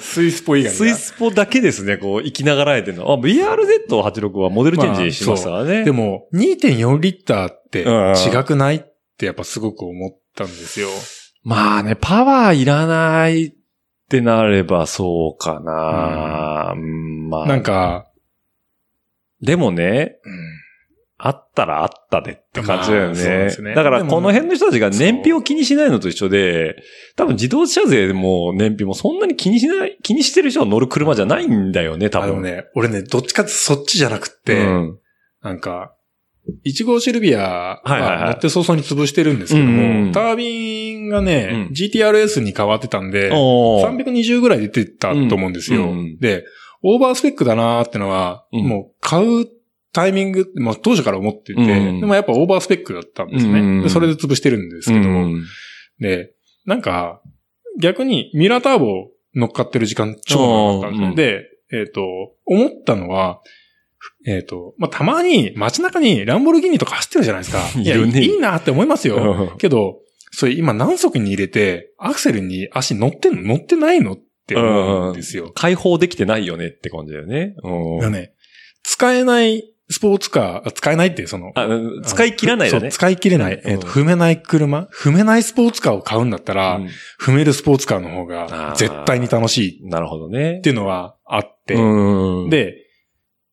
[SPEAKER 2] スイスポ以外が
[SPEAKER 1] スイスポだけですね、こう、生きながらえてるの。あ、BRZ86 はモデルチェンジしましたからね。
[SPEAKER 2] でも、2.4リッターって
[SPEAKER 1] うん
[SPEAKER 2] 違くないってやっぱすごく思ったんですよ。
[SPEAKER 1] まあね、パワーいらないってなればそうかな。うん、まあ。
[SPEAKER 2] なんか、
[SPEAKER 1] でもね、
[SPEAKER 2] うん
[SPEAKER 1] あったらあったでって感じだよ
[SPEAKER 2] まあ
[SPEAKER 1] ね。
[SPEAKER 2] そうですね
[SPEAKER 1] だから、
[SPEAKER 2] でも
[SPEAKER 1] この辺の人たちが
[SPEAKER 2] そう
[SPEAKER 1] 燃費を気にしないのと一緒で、多分自動車税も燃費もそんなに気にしない、気にしてる人が乗る車じゃないんだよね、多
[SPEAKER 2] あの
[SPEAKER 1] 分。
[SPEAKER 2] ね、俺ね、どっちかってそっちじゃなく
[SPEAKER 1] う
[SPEAKER 2] て、
[SPEAKER 1] ん
[SPEAKER 2] なんか、1号シルビアは
[SPEAKER 1] はいはいはい
[SPEAKER 2] 乗って早々に潰してるんですけども、
[SPEAKER 1] うんうん
[SPEAKER 2] タービンがね、
[SPEAKER 1] うん
[SPEAKER 2] GTRS に変わってたんで、
[SPEAKER 1] おー
[SPEAKER 2] 320ぐらい出てたと思うんですよ。
[SPEAKER 1] うんうん
[SPEAKER 2] で、オーバースペックだなーってのは、
[SPEAKER 1] うん
[SPEAKER 2] もう買うタイミング、まあ当初から思ってて、
[SPEAKER 1] うんうん
[SPEAKER 2] でもやっぱオーバースペックだったんですね。
[SPEAKER 1] うんうん
[SPEAKER 2] でそれで潰してるんですけども、
[SPEAKER 1] うん
[SPEAKER 2] で、なんか、逆にミラーターボ乗っかってる時間超長かったん
[SPEAKER 1] あー
[SPEAKER 2] です
[SPEAKER 1] う
[SPEAKER 2] よ
[SPEAKER 1] ん
[SPEAKER 2] で、えっ、と、思ったのは、えっ、と、まあ、たまに街中にランボルギーニとか走ってるじゃないですか。
[SPEAKER 1] い
[SPEAKER 2] いや、
[SPEAKER 1] るね
[SPEAKER 2] いいなって思います
[SPEAKER 1] う
[SPEAKER 2] よ。
[SPEAKER 1] ん
[SPEAKER 2] けど、それ今何足に入れて、アクセルに足乗ってんの乗ってないのって思うんですよ。
[SPEAKER 1] 解放できてないよねって感じだよね。うん
[SPEAKER 2] だね、使えないスポーツカー、あ使えないってその、
[SPEAKER 1] あ使い切らないだ
[SPEAKER 2] そう
[SPEAKER 1] ね。
[SPEAKER 2] 使い切れない。えっ、と、
[SPEAKER 1] うん
[SPEAKER 2] 踏めない車踏めないスポーツカーを買うんだったら、
[SPEAKER 1] うん
[SPEAKER 2] 踏めるスポーツカーの方が
[SPEAKER 1] あー
[SPEAKER 2] 絶対に楽しい
[SPEAKER 1] なるほどね。
[SPEAKER 2] っていうのはあって、
[SPEAKER 1] うん、
[SPEAKER 2] で、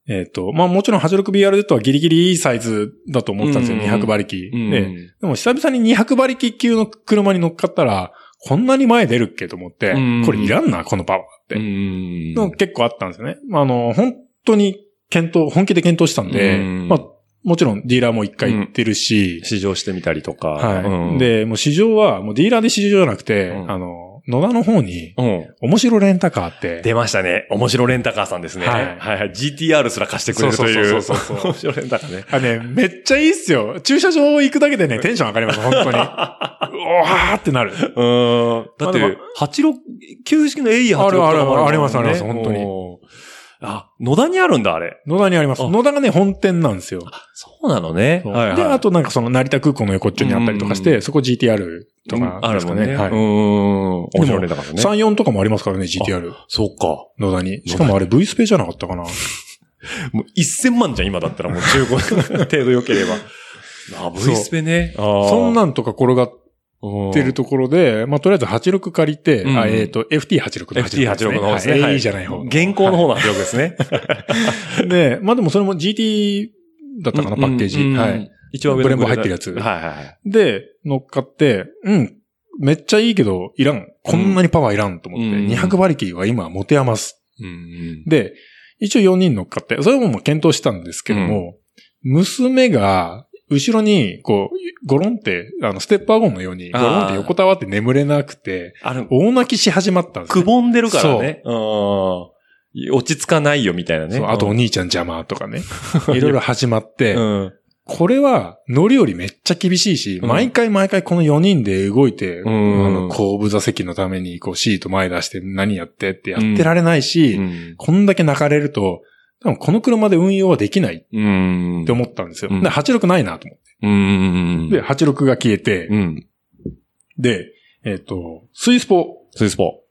[SPEAKER 2] えっ、と、まあもちろん 86BRZ はギリギリいいサイズだと思ったんですよ、
[SPEAKER 1] うん
[SPEAKER 2] 200馬力、
[SPEAKER 1] うん
[SPEAKER 2] で。でも久々に200馬力級の車に乗っかったら、こんなに前出るっけと思って、
[SPEAKER 1] うん
[SPEAKER 2] これいらんな、このパワーって。
[SPEAKER 1] うん
[SPEAKER 2] の結構あったんですよね。まああの、本当に検討、本気で検討したんで、
[SPEAKER 1] うん
[SPEAKER 2] まあもちろんディーラーも一回行ってるし、
[SPEAKER 1] 試乗してみたりとか。
[SPEAKER 2] はい、
[SPEAKER 1] うん、
[SPEAKER 2] で、もう市場は、もうディーラーで市場じゃなくて、
[SPEAKER 1] うん
[SPEAKER 2] あの、の、野田の方に、
[SPEAKER 1] うん。
[SPEAKER 2] 面白レンタカーって、
[SPEAKER 1] 出ましたね。面白レンタカーさんですね。
[SPEAKER 2] は
[SPEAKER 1] はいいはい。GTR すら貸してくれるという。
[SPEAKER 2] そうそうそうそうそ
[SPEAKER 1] 面白
[SPEAKER 2] う
[SPEAKER 1] レンタカーね。
[SPEAKER 2] あね、めっちゃいいっすよ。駐車場行くだけでね、テンション上がります、本当に。 うわーってなる。
[SPEAKER 1] うーん。だっ
[SPEAKER 2] まあで
[SPEAKER 1] て
[SPEAKER 2] も、
[SPEAKER 1] 八六、旧式の AE86 とかも
[SPEAKER 2] あるある
[SPEAKER 1] からね
[SPEAKER 2] ありますあります本当に
[SPEAKER 1] おーあ、野田にあるんだ、あれ。
[SPEAKER 2] 野田にあります。
[SPEAKER 1] あ
[SPEAKER 2] 野田がね、本店なんですよ。
[SPEAKER 1] そうなのね。
[SPEAKER 2] で、あとなんかその成田空港の横っちょにあったりとかし
[SPEAKER 1] うんう
[SPEAKER 2] て、そこ GTR と
[SPEAKER 1] あ
[SPEAKER 2] かで
[SPEAKER 1] る
[SPEAKER 2] す
[SPEAKER 1] も
[SPEAKER 2] か
[SPEAKER 1] んね。
[SPEAKER 2] ね。は
[SPEAKER 1] うー
[SPEAKER 2] い。
[SPEAKER 1] ん。面白レンタカーさんね。
[SPEAKER 2] 3、4とかもありますからね、GTR。
[SPEAKER 1] そうか。
[SPEAKER 2] 野田に。しかもあれ V スペじゃなかったかな。
[SPEAKER 1] もう1000万じゃん、今だったらもう中古 程度良ければ。あ、
[SPEAKER 2] そう
[SPEAKER 1] V スペね。そ
[SPEAKER 2] そんなんとか転がっ
[SPEAKER 1] 売
[SPEAKER 2] てるところで、まあ、とりあえず86借りて、
[SPEAKER 1] うん
[SPEAKER 2] あえっ、と、FT86 の
[SPEAKER 1] FT86 の方ですね。
[SPEAKER 2] はい
[SPEAKER 1] は
[SPEAKER 2] AE じゃない方。
[SPEAKER 1] 現行の方の86です ね。
[SPEAKER 2] で、まあ、でもそれも GT だったかな、パッケー
[SPEAKER 1] うん
[SPEAKER 2] ジ。はい。。
[SPEAKER 1] 一応上の
[SPEAKER 2] ブレンボ入ってるやつ
[SPEAKER 1] はいはいはい。
[SPEAKER 2] で、乗っかって、うん、めっちゃいいけど、いらん。こんなにパワーいらんと思って、
[SPEAKER 1] うん
[SPEAKER 2] 200馬力は今持て余す。
[SPEAKER 1] うん。
[SPEAKER 2] で、一応4人乗っかって、それももう検討したんですけども、娘が、後ろに、こう、ゴロンって、あの、ステップワゴンのように、ゴロンって横たわって眠れなくて、
[SPEAKER 1] あの、
[SPEAKER 2] 大泣きし始まったんですね
[SPEAKER 1] くぼんでるからね。うん。落ち着かないよ、みたいなね。
[SPEAKER 2] そうあとお兄ちゃん邪魔とか ね。いろいろ始まって、
[SPEAKER 1] うん。
[SPEAKER 2] これは乗りよりめっちゃ厳しいし、
[SPEAKER 1] うん
[SPEAKER 2] 毎回毎回この4人で動いて、
[SPEAKER 1] うん
[SPEAKER 2] あの後部座席のためにこうシート前出して何やってってやってられないし、
[SPEAKER 1] うん。
[SPEAKER 2] こんだけ泣かれると、多分この車で運用はできないっ
[SPEAKER 1] うん
[SPEAKER 2] て。思ったんですよ。
[SPEAKER 1] うん
[SPEAKER 2] で、86ないなと思
[SPEAKER 1] うん。
[SPEAKER 2] って。で、、86が消えて、
[SPEAKER 1] うん。
[SPEAKER 2] で、えっ、と、スイスポ。
[SPEAKER 1] スイスポ。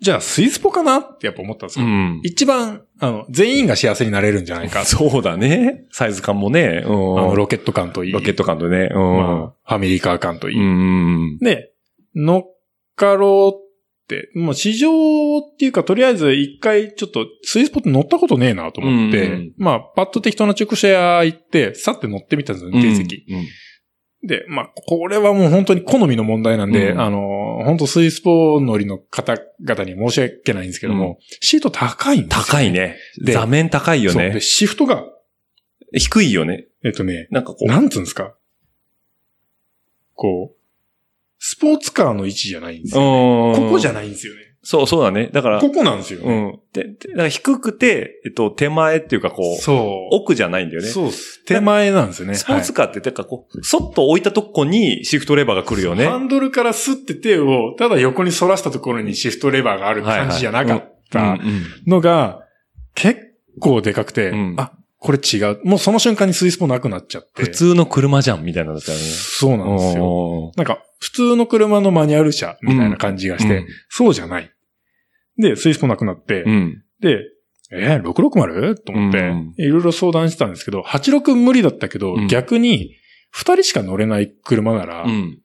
[SPEAKER 2] じゃあスイスポかなってやっぱ思ったんですよ。
[SPEAKER 1] ん。
[SPEAKER 2] 一番、あの、全員が幸せになれるんじゃないか。
[SPEAKER 1] そうだね。サイズ感もね。うん。
[SPEAKER 2] あの、ロケット感といい。
[SPEAKER 1] ロケット感とね。う
[SPEAKER 2] まあ、ファミリーカー感とい
[SPEAKER 1] ん。う
[SPEAKER 2] い。
[SPEAKER 1] ん。
[SPEAKER 2] で、乗っかろうって、もう市場っていうか、とりあえず一回ちょっとスイスポって乗ったことねえなと思って、
[SPEAKER 1] うんうん
[SPEAKER 2] まあ、パッと適当な中古車屋行って、さって乗ってみたんですよ、定席。
[SPEAKER 1] うん。
[SPEAKER 2] で、まあ、これはもう本当に好みの問題なんで、
[SPEAKER 1] うん
[SPEAKER 2] あの、本当スイスポ乗りの方々に申し訳ないんですけども、
[SPEAKER 1] う
[SPEAKER 2] シート高いんですよ。
[SPEAKER 1] 高いね。
[SPEAKER 2] で
[SPEAKER 1] 座面高いよ
[SPEAKER 2] そう
[SPEAKER 1] ね
[SPEAKER 2] で、。シフトが、
[SPEAKER 1] 低いよね。
[SPEAKER 2] えっとね、
[SPEAKER 1] なんかこう。
[SPEAKER 2] なんつうんですか。こう、スポーツカーの位置じゃないんですよ。こ
[SPEAKER 1] こ
[SPEAKER 2] こじゃ
[SPEAKER 1] ん。
[SPEAKER 2] ないんですよね。
[SPEAKER 1] そう、そうだね。だから、
[SPEAKER 2] ここなんですよ
[SPEAKER 1] う
[SPEAKER 2] ね。
[SPEAKER 1] ん。で、でだから低くて、えっと、手前っていうかこう、
[SPEAKER 2] そう。
[SPEAKER 1] 奥じゃないんだよね。
[SPEAKER 2] そうっす。手前なんですよね。
[SPEAKER 1] スポーツカーって、てかこう、そっと置いたとこにシフトレバーが来るよ
[SPEAKER 2] はい
[SPEAKER 1] ね。
[SPEAKER 2] ハンドルからスッて手を、ただ横に反らしたところにシフトレバーがある感じじゃなかったのが、結構でかくて、
[SPEAKER 1] うん
[SPEAKER 2] あ、これ違う。もうその瞬間にスイスポなくなっちゃって。
[SPEAKER 1] 普通の車じゃん、みたいなのだったよね。
[SPEAKER 2] そうなんですよ。
[SPEAKER 1] よ。
[SPEAKER 2] なんか、普通の車のマニュアル車みたいな感じがして、そうじゃない。で、スイスポなくなって、
[SPEAKER 1] うん。
[SPEAKER 2] で、えー、660? と思って、
[SPEAKER 1] うん
[SPEAKER 2] いろいろ相談してたんですけど、86無理だったけど、
[SPEAKER 1] うん
[SPEAKER 2] 逆に、二人しか乗れない車なら
[SPEAKER 1] う、ん。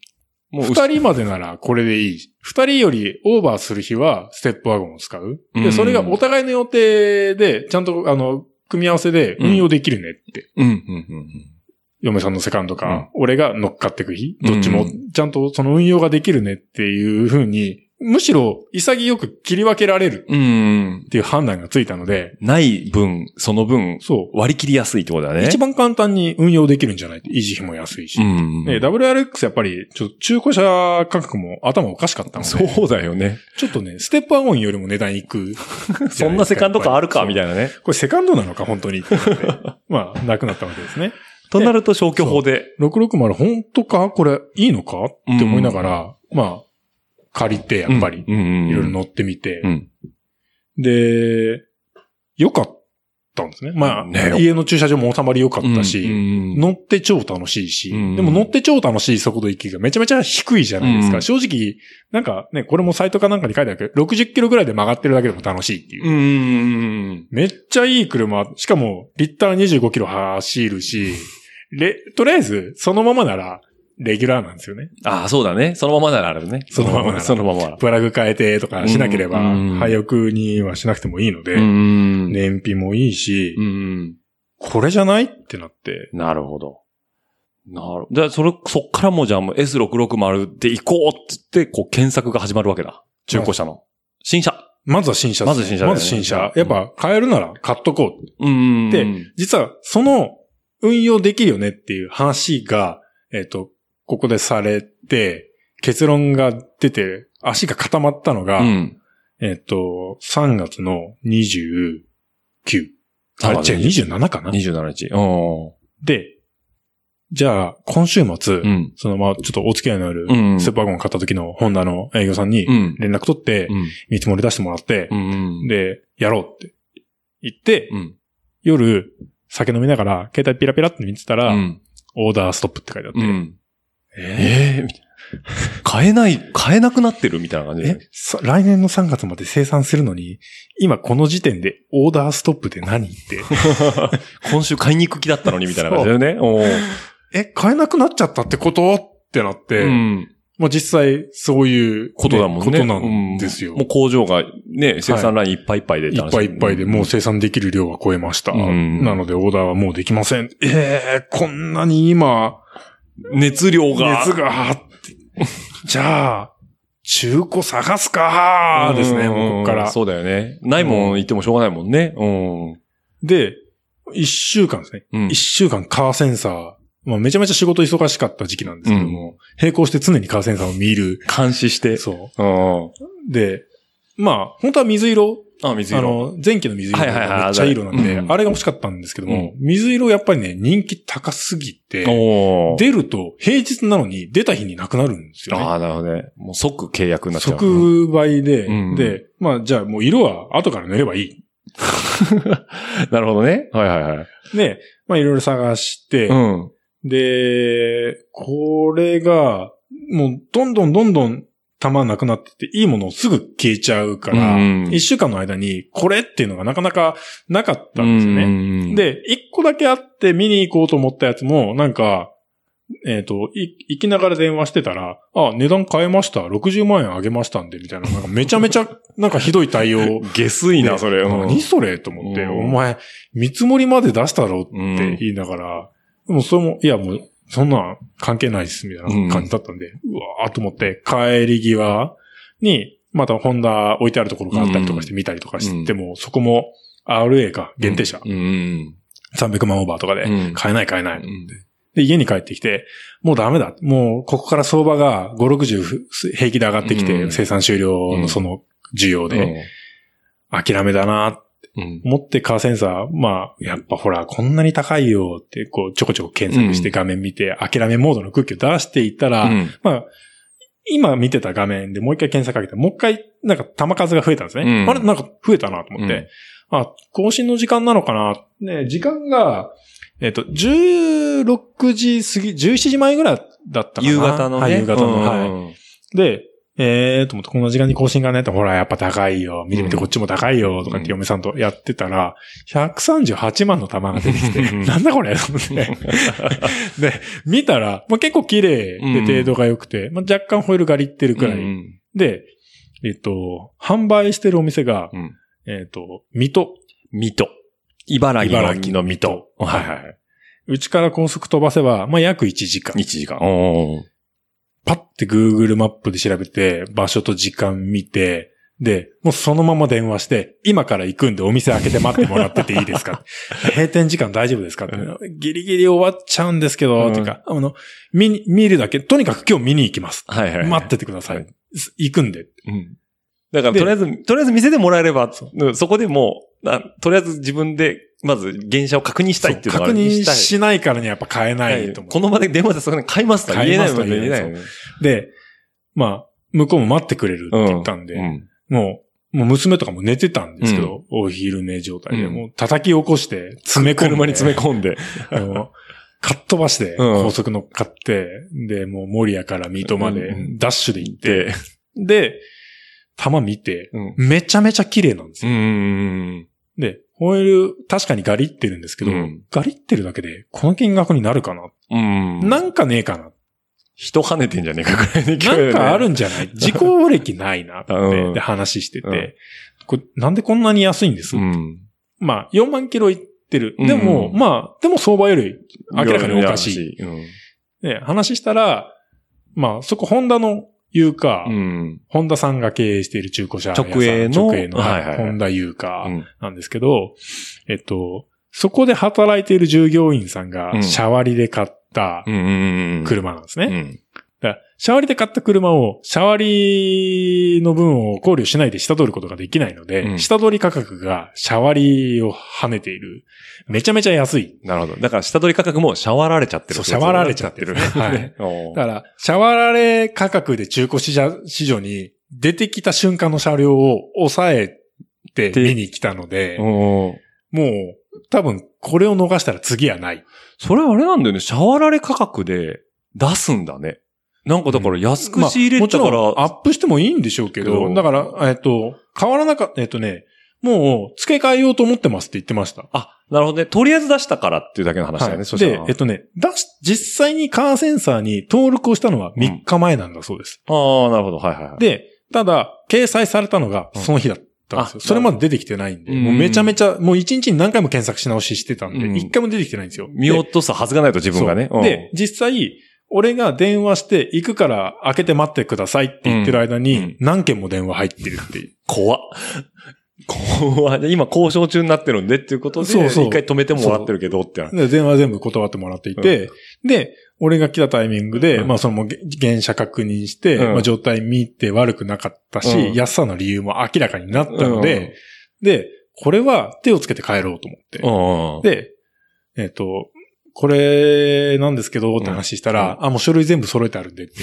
[SPEAKER 1] もう、
[SPEAKER 2] 二、人までならこれでいい。二人よりオーバーする日は、ステップワゴンを使う。
[SPEAKER 1] う
[SPEAKER 2] で、
[SPEAKER 1] ん
[SPEAKER 2] それがお互いの予定で、ちゃんと、あの、組み合わせで運用できるねって。
[SPEAKER 1] うん、うん、うん。
[SPEAKER 2] 嫁さんのセカンドか、
[SPEAKER 1] うん
[SPEAKER 2] 俺が乗っかってく日、どっちも
[SPEAKER 1] う、
[SPEAKER 2] ちゃんとその運用ができるねっていう風に、むしろ潔く切り分けられる
[SPEAKER 1] うん。
[SPEAKER 2] っていう判断がついたので、
[SPEAKER 1] ない分、その分、
[SPEAKER 2] そう、
[SPEAKER 1] 割り切りやすいってことだね。
[SPEAKER 2] 一番簡単に運用できるんじゃない維持費も安いし。
[SPEAKER 1] うん。
[SPEAKER 2] ね、WRX やっぱり、ちょっと中古車価格も頭おかしかったので、
[SPEAKER 1] そうだよね。
[SPEAKER 2] ちょっとね、ステップワゴンよりも値段いく。
[SPEAKER 1] そんなセカンド感あるか、み
[SPEAKER 2] い
[SPEAKER 1] たいなね。
[SPEAKER 2] な。これセカンドなのか、本 当にってなって。まあ、なくなったわけですね。
[SPEAKER 1] となると消去法で。
[SPEAKER 2] 660、本当かこれいいのかって思いながら、まあ、借りて、やっぱり、
[SPEAKER 1] うんうんうん
[SPEAKER 2] いろいろ乗ってみて
[SPEAKER 1] う。ん。
[SPEAKER 2] で、良かったんですね。まあ、
[SPEAKER 1] ね
[SPEAKER 2] 家の駐車場も収まり良かったし、
[SPEAKER 1] うん
[SPEAKER 2] 乗って超楽しいし、
[SPEAKER 1] うん
[SPEAKER 2] でも乗って超楽しい速度域がめちゃめちゃ低いじゃないですか。
[SPEAKER 1] うん
[SPEAKER 2] 正直、なんかね、これもサイトかなんかに書いてあるけど、60キロぐらいで曲がってるだけでも楽しいっていう。
[SPEAKER 1] うんうん。
[SPEAKER 2] めっちゃいい車、しかも、リッター25キロ走るし、レ、とりあえず、そのままなら、レギュラーなんですよね。
[SPEAKER 1] ああ、そうだね。そのままならあるね。
[SPEAKER 2] そのままなら
[SPEAKER 1] そのままなら。
[SPEAKER 2] プラグ変えてとかしなければ、
[SPEAKER 1] うん
[SPEAKER 2] 早送にはしなくてもいいので、
[SPEAKER 1] んね。
[SPEAKER 2] 燃費もいいし、
[SPEAKER 1] うん。
[SPEAKER 2] これじゃないってなって、
[SPEAKER 1] なるほど。なるじゃあ、それ、そっからもうじゃあもう S660 で行こうってって、こう検索が始まるわけだ。中古車の。新車。
[SPEAKER 2] まずは新車です
[SPEAKER 1] まず新車だよ
[SPEAKER 2] ま
[SPEAKER 1] ね
[SPEAKER 2] ず新車。やっぱ、買えるなら買っとこう。
[SPEAKER 1] うん
[SPEAKER 2] で
[SPEAKER 1] で、
[SPEAKER 2] 実はその運用できるよねっていう話が、えっ、と、ここでされて、結論が出て、足が固まったのが、
[SPEAKER 1] うん。
[SPEAKER 2] えっと、3月の29。あ、
[SPEAKER 1] あ
[SPEAKER 2] 違う、27かな
[SPEAKER 1] 27日。お
[SPEAKER 2] で、じゃあ、今週末、
[SPEAKER 1] ーうん。
[SPEAKER 2] その、まあ、ちょっとお付き合いのある
[SPEAKER 1] う、ん。
[SPEAKER 2] スーパーゴン買った時のホンダの営業さんに
[SPEAKER 1] う、ん。
[SPEAKER 2] 連絡取って
[SPEAKER 1] う、ん。
[SPEAKER 2] 見積もり出してもらって
[SPEAKER 1] う、ん。
[SPEAKER 2] で、やろうって言って、
[SPEAKER 1] うん。
[SPEAKER 2] 夜、酒飲みながら、携帯ピラピラって見てたら、オーダーストップって書いてあって
[SPEAKER 1] う、ん。
[SPEAKER 2] え
[SPEAKER 1] ええみたいな。買えない、買えなくなってるみたいな感じ
[SPEAKER 2] ー
[SPEAKER 1] で。
[SPEAKER 2] えさ来年の3月まで生産するのに、今この時点でオーダーストップって何って、
[SPEAKER 1] 今週買いに行く気だったのにみたいな感じだよね。おー
[SPEAKER 2] え、買えなくなっちゃったってことってなって、
[SPEAKER 1] うん。
[SPEAKER 2] まあ実際そういう、
[SPEAKER 1] ことだもんね。
[SPEAKER 2] ことなんですよ。
[SPEAKER 1] うんもう工場がね、生産ラインいっぱいいっぱいで
[SPEAKER 2] いっぱいいっぱいでもう生産できる量が超えました。
[SPEAKER 1] うん
[SPEAKER 2] なのでオーダーはもうできません。ええこんなに今、
[SPEAKER 1] 熱量が。
[SPEAKER 2] 熱があって、じゃあ、中古探すかーですね、
[SPEAKER 1] うん
[SPEAKER 2] もうここから。
[SPEAKER 1] そうだよね。ないもん言ってもしょうがないもんね。う
[SPEAKER 2] で、一週間ですね。
[SPEAKER 1] ん。うん
[SPEAKER 2] 一週間カーセンサー。まあ、めちゃめちゃ仕事忙しかった時期なんですけども、並行して常にカーセンサーを見る。
[SPEAKER 1] 監視して。
[SPEAKER 2] そ
[SPEAKER 1] うん。
[SPEAKER 2] う。で、まあ、本当は水色、
[SPEAKER 1] あ、水
[SPEAKER 2] あ
[SPEAKER 1] 色。
[SPEAKER 2] の、前期の水色
[SPEAKER 1] はいはいはい
[SPEAKER 2] がめっちゃいい色なん
[SPEAKER 1] あれ
[SPEAKER 2] で、
[SPEAKER 1] うん
[SPEAKER 2] あれが欲しかったんですけども、水色やっぱりね、人気高すぎて、
[SPEAKER 1] おー
[SPEAKER 2] 出ると平日なのに出た日になくなるんですよね。
[SPEAKER 1] ああ、なるほどね。もう即契約になっちゃう。
[SPEAKER 2] 即売で、
[SPEAKER 1] うん
[SPEAKER 2] で、まあじゃあもう色は後から塗ればいい。
[SPEAKER 1] なるほどね。はいはいはい。
[SPEAKER 2] で、まあいろいろ探して、
[SPEAKER 1] うん。
[SPEAKER 2] で、これが、もうどんどんどんどん玉なくなってって、いいものをすぐ消えちゃうから、
[SPEAKER 1] うん
[SPEAKER 2] 一週間の間にこれっていうのがなかなかなかったんですよね。
[SPEAKER 1] ね、
[SPEAKER 2] で、一個だけあって見に行こうと思ったやつも、なんか、えっ、と、い行きながら電話してたら、あ、値段変えました。60万円上げましたんで、みたいな。なんかめちゃめちゃ、なんかひどい対応。
[SPEAKER 1] 下水な、それ。うん
[SPEAKER 2] 何それと思って、
[SPEAKER 1] うん
[SPEAKER 2] お前、見積もりまで出したろ
[SPEAKER 1] う
[SPEAKER 2] っ
[SPEAKER 1] ん
[SPEAKER 2] て言いながら、でもそれも、いやもう、そんなん関係ないっす、みたいな感じだったんで、うわーと思って、帰り際に、またホンダ置いてあるところがあったりとかして見たりとかしても、そこも RA か、限定車、
[SPEAKER 1] うん。
[SPEAKER 2] 300万オーバーとかで
[SPEAKER 1] う、ん
[SPEAKER 2] 買えない買えない。
[SPEAKER 1] うん
[SPEAKER 2] で、家に帰ってきて、もうダメだ。もう、ここから相場が5、60平気で上がってき
[SPEAKER 1] う
[SPEAKER 2] て、
[SPEAKER 1] ん
[SPEAKER 2] 生産終了のその需要で、諦めだなーって
[SPEAKER 1] うん。
[SPEAKER 2] 持ってカーセンサー、まあ、やっぱほら、こんなに高いよって、こう、ちょこちょこ検索して
[SPEAKER 1] うん
[SPEAKER 2] 画面見て、諦めモードの空気を出していったら、
[SPEAKER 1] うん
[SPEAKER 2] まあ、今見てた画面でもう一回検索かけて、もう一回、なんか弾数が増えたんですね。
[SPEAKER 1] うん
[SPEAKER 2] あれ、なんか増えたなと思って、あ、更新の時間なのかなね、時間が、えっ、と、16時過ぎ、17時前ぐらいだったかな。
[SPEAKER 1] 夕方のね。
[SPEAKER 2] はい、夕方の。はい。
[SPEAKER 1] い。
[SPEAKER 2] で、えーと思って、こんな時間に更新がねって、ほら、やっぱ高いよ。見てみて、こっちも高いよ。とかって嫁さんとやってたら、138万の玉が出てきて、
[SPEAKER 1] うん
[SPEAKER 2] なんだこれと思 って。で、見たら、まあ、結構綺麗で程度が良くて、まあ、若干ホイールがりってるくら
[SPEAKER 1] う
[SPEAKER 2] い。
[SPEAKER 1] ん
[SPEAKER 2] で、えっと、販売してるお店が、
[SPEAKER 1] うん
[SPEAKER 2] えっと、水戸。
[SPEAKER 1] 水戸。茨城の。
[SPEAKER 2] 茨城
[SPEAKER 1] の水戸。
[SPEAKER 2] は
[SPEAKER 1] はいい
[SPEAKER 2] は。
[SPEAKER 1] はい
[SPEAKER 2] うちから高速飛ばせば、まあ、約1時間
[SPEAKER 1] い。。1時間。おー
[SPEAKER 2] パッて Google マップで調べて、場所と時間見て、で、もうそのまま電話して、今から行くんでお店開けて待ってもらってていいで すか閉店時間大丈夫ですかってギリギリ終わっちゃうんですけど、
[SPEAKER 1] うん
[SPEAKER 2] っていうか、あの、見に、見るだけ、とにかく今日見に行きます。
[SPEAKER 1] はいはいはい。
[SPEAKER 2] 待っててください。す行くんで。
[SPEAKER 1] うん。だから、
[SPEAKER 2] で
[SPEAKER 1] とりあえず、とりあえず見せてもらえれば、うんそこでもう、なとりあえず自分で、まず、現車を確認したいっていうのがあ
[SPEAKER 2] 確
[SPEAKER 1] る
[SPEAKER 2] 認
[SPEAKER 1] たい
[SPEAKER 2] しないからにはやっぱ買えな
[SPEAKER 1] はいい
[SPEAKER 2] と思
[SPEAKER 1] この場で電話でそこで買いますとは言えないもんね。
[SPEAKER 2] 買いますとは言えない
[SPEAKER 1] 言
[SPEAKER 2] う。で、まあ、向こうも待ってくれるって言ったんで、
[SPEAKER 1] えないもんね。
[SPEAKER 2] もう、もう娘とかも寝てたんですけど、お昼寝状態で、
[SPEAKER 1] うん
[SPEAKER 2] もう叩き起こして、詰め込んで。
[SPEAKER 1] 車に詰め込んで。
[SPEAKER 2] あの、かっ飛ばして、
[SPEAKER 1] うん
[SPEAKER 2] 高速乗っかって、で、もう、森谷から水戸まで
[SPEAKER 1] う、ん
[SPEAKER 2] ダッシュで行って、
[SPEAKER 1] で、
[SPEAKER 2] で、玉見て、
[SPEAKER 1] うん。
[SPEAKER 2] めちゃめちゃ綺麗なんです
[SPEAKER 1] う
[SPEAKER 2] よ。
[SPEAKER 1] ん。
[SPEAKER 2] で、ホイール、確かにガリってるんですけど、
[SPEAKER 1] うん
[SPEAKER 2] ガリってるだけで、この金額になるかな、
[SPEAKER 1] うん。
[SPEAKER 2] なんかねえかな、
[SPEAKER 1] 人跳ねてんじゃねえかぐらいの勢いで
[SPEAKER 2] な
[SPEAKER 1] ね
[SPEAKER 2] んかあるんじ ゃない自己歴ないなって、
[SPEAKER 1] うん
[SPEAKER 2] で話してて、
[SPEAKER 1] うん
[SPEAKER 2] これなんでこんなに安いんです、
[SPEAKER 1] うん。
[SPEAKER 2] まあ、4万キロ行ってる。でも、
[SPEAKER 1] うん
[SPEAKER 2] まあ、でも相場より明らかにおかし
[SPEAKER 1] い。
[SPEAKER 2] い。
[SPEAKER 1] うん
[SPEAKER 2] で、話したら、まあ、そこ、ホンダの言うか、
[SPEAKER 1] うん。
[SPEAKER 2] ホンダさんが経営している中古車屋さん。
[SPEAKER 1] 直営の
[SPEAKER 2] 直営の、
[SPEAKER 1] はい
[SPEAKER 2] はい
[SPEAKER 1] はい
[SPEAKER 2] ホ
[SPEAKER 1] はい
[SPEAKER 2] ンダ言うか
[SPEAKER 1] うん
[SPEAKER 2] なんですけど、えっと、そこで働いている従業員さん
[SPEAKER 1] う
[SPEAKER 2] が、
[SPEAKER 1] ん
[SPEAKER 2] シャワリで買った
[SPEAKER 1] うん。
[SPEAKER 2] 車なんですね。
[SPEAKER 1] うん。
[SPEAKER 2] だからシャワリで買った車を、シャワリの分を考慮しないで下取ることができないので、
[SPEAKER 1] うん
[SPEAKER 2] 下取り価格がシャワリを跳ねている。めちゃめちゃ安い。
[SPEAKER 1] なるほど。だから下取り価格もシャワられちゃってる
[SPEAKER 2] そうシャワられちゃってる
[SPEAKER 1] はい。
[SPEAKER 2] だから、シャワラレ価格で中古市場市場に出てきた瞬間の車両を抑えて
[SPEAKER 1] で
[SPEAKER 2] 見に来たので、
[SPEAKER 1] うん。
[SPEAKER 2] もう多分これを逃したら次はない。
[SPEAKER 1] それあれなんだよね。シャワられ価格で出すんだね。なんかだから安く仕入れたか
[SPEAKER 2] まあ
[SPEAKER 1] ら、
[SPEAKER 2] もちろんアップしてもいいんでしょうけ
[SPEAKER 1] け
[SPEAKER 2] ど、
[SPEAKER 1] ど
[SPEAKER 2] だから、えっと、変わらなかった、えっとね、もう付け替えようと思ってますって言ってました。
[SPEAKER 1] あ、なるほどね。とりあえず出したからっていうだけの話だよね。
[SPEAKER 2] はい
[SPEAKER 1] そした
[SPEAKER 2] で
[SPEAKER 1] ら、
[SPEAKER 2] えっとね、出し、実際にカーセンサーに登録をしたのは3日前なんだそうです。
[SPEAKER 1] ああ、なるほど。はいはいはい。
[SPEAKER 2] で、ただ、掲載されたのが
[SPEAKER 1] うん
[SPEAKER 2] その日だったんですよ。
[SPEAKER 1] あ
[SPEAKER 2] それまで出てきてないんで、
[SPEAKER 1] うん
[SPEAKER 2] もうめちゃめちゃ、もう一日に何回も検索し直ししてたん
[SPEAKER 1] うん
[SPEAKER 2] で、一回も出てきてないんですよ。
[SPEAKER 1] 見落とすはずがないと自
[SPEAKER 2] で
[SPEAKER 1] 分がね。
[SPEAKER 2] そう
[SPEAKER 1] うん
[SPEAKER 2] で、、実際、俺が電話して、行くから開けて待ってくださいって言ってる間
[SPEAKER 1] うんう
[SPEAKER 2] に
[SPEAKER 1] ん、
[SPEAKER 2] 何件も電話入ってるっていう。
[SPEAKER 1] 怖っ。怖い。今交渉中になってるんでっていうことで、
[SPEAKER 2] そうそう
[SPEAKER 1] 一回止めてもらってるけどってなる
[SPEAKER 2] で電話全部断ってもらっていて、で、俺が来たタイミングで、
[SPEAKER 1] うん
[SPEAKER 2] まあそのもう原車確認して、
[SPEAKER 1] うん
[SPEAKER 2] まあ状態見て悪くなかったし、
[SPEAKER 1] うん
[SPEAKER 2] 安さの理由も明らかになったので、で、これは手をつけて帰ろうと思
[SPEAKER 1] うん。
[SPEAKER 2] って。
[SPEAKER 1] で、
[SPEAKER 2] で、えっ、と、これなんですけどって話したら、あ、もう書類全部揃えてあるん でって。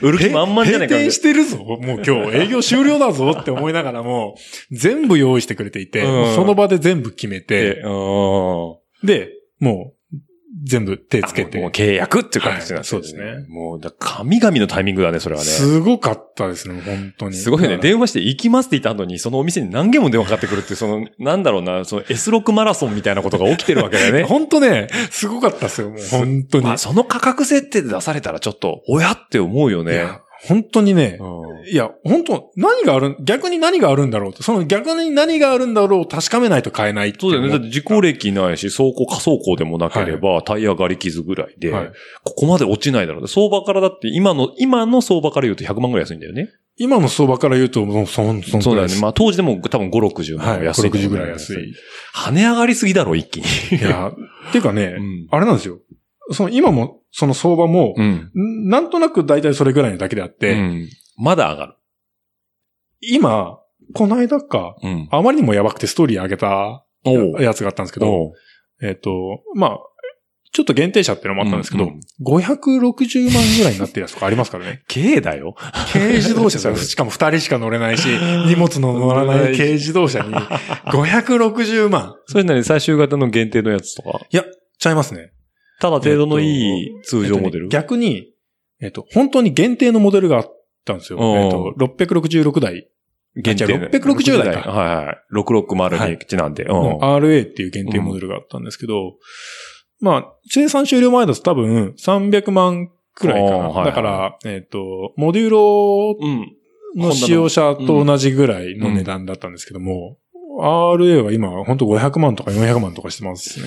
[SPEAKER 1] 売る気満々じゃないか
[SPEAKER 2] 閉店してるぞもう今 日営業終了だぞって思いながらも、全部用意してくれていて、
[SPEAKER 1] うん
[SPEAKER 2] その場で全部決め
[SPEAKER 1] で
[SPEAKER 2] て、
[SPEAKER 1] うん。も
[SPEAKER 2] で、もう、全部手つけ
[SPEAKER 1] うもう
[SPEAKER 2] て。
[SPEAKER 1] 契約っていう形になってる
[SPEAKER 2] はいそうですね
[SPEAKER 1] もう、だ神々のタイミングだね、それはね。
[SPEAKER 2] すごかったですね、本当に。
[SPEAKER 1] すごいよね。
[SPEAKER 2] で、
[SPEAKER 1] 電話して行きますって言った後に、そのお店に何件も電話かかってくるっていう、その、なんだろうな、その S6 マラソンみたいなことが起きてるわけだよね。
[SPEAKER 2] 本当ね、すごかったですよ、もう本当に。
[SPEAKER 1] まあ、その価格設定で出されたらちょっと、おやって思うよ
[SPEAKER 2] い
[SPEAKER 1] ね。
[SPEAKER 2] や本当にね、
[SPEAKER 1] うん
[SPEAKER 2] いや、本当何がある、逆に何があるんだろうと、その逆に何があるんだろうを確かめないと買えないって
[SPEAKER 1] そうだよね。だって
[SPEAKER 2] ね。
[SPEAKER 1] 事故歴ないし、走行、仮走行でもなければ、タイヤがり傷ぐらいで、
[SPEAKER 2] はい
[SPEAKER 1] ここまで落ちないだろう。相場からだって、今の、今の相場から言うと100万ぐらい安いんだよね。
[SPEAKER 2] 今の相場から言うと、もうそん、そん
[SPEAKER 1] そうだよ
[SPEAKER 2] く
[SPEAKER 1] ね。
[SPEAKER 2] ら
[SPEAKER 1] まあ当時でも多分5、60万
[SPEAKER 2] い
[SPEAKER 1] は
[SPEAKER 2] で
[SPEAKER 1] 安、
[SPEAKER 2] すはいい、5、60ぐらい安い。。
[SPEAKER 1] 跳ね上がりすぎだろ、一気に。
[SPEAKER 2] いや、 っていうかね、
[SPEAKER 1] うん
[SPEAKER 2] あれなんですよ。その今も、その相場も、
[SPEAKER 1] うん。
[SPEAKER 2] んなんとなく大体それぐらいのだけであって、
[SPEAKER 1] うんまだ上がる。
[SPEAKER 2] 今、この間か、
[SPEAKER 1] うん。
[SPEAKER 2] あまりにもやばくてストーリー上げた
[SPEAKER 1] おう
[SPEAKER 2] やつがあったんですけど、
[SPEAKER 1] おう
[SPEAKER 2] えっ、と、まあ、ちょっと限定車っていうのもあったんですけど、
[SPEAKER 1] うんうん。
[SPEAKER 2] 560万ぐらいになってるやつとかありますからね
[SPEAKER 1] 軽だよ。
[SPEAKER 2] 軽自動車ですよしかも2人しか乗れない し、荷物の乗らない軽自動車 に、560万。
[SPEAKER 1] それなり最終型の限定のやつとか。
[SPEAKER 2] ちゃいますね。
[SPEAKER 1] ただ程度のいい通常モデ
[SPEAKER 2] えっとね
[SPEAKER 1] ル。
[SPEAKER 2] 逆に、えっと、本当に限定のモデルがあったんですよ。
[SPEAKER 1] おう
[SPEAKER 2] えっと、666台、
[SPEAKER 1] 限定の。
[SPEAKER 2] 660台か
[SPEAKER 1] はいはい。660にちなんで。うん
[SPEAKER 2] RA っていう限定モデルがあったんですけど、まあ、生産終了前だと多分300万くらいかな。
[SPEAKER 1] おうはいはい
[SPEAKER 2] だから、えっと、モデュロ
[SPEAKER 1] うん。
[SPEAKER 2] の使用者と同じぐらいの値段だったんですけども、RA は今、本当500万とか400万とかしてますね。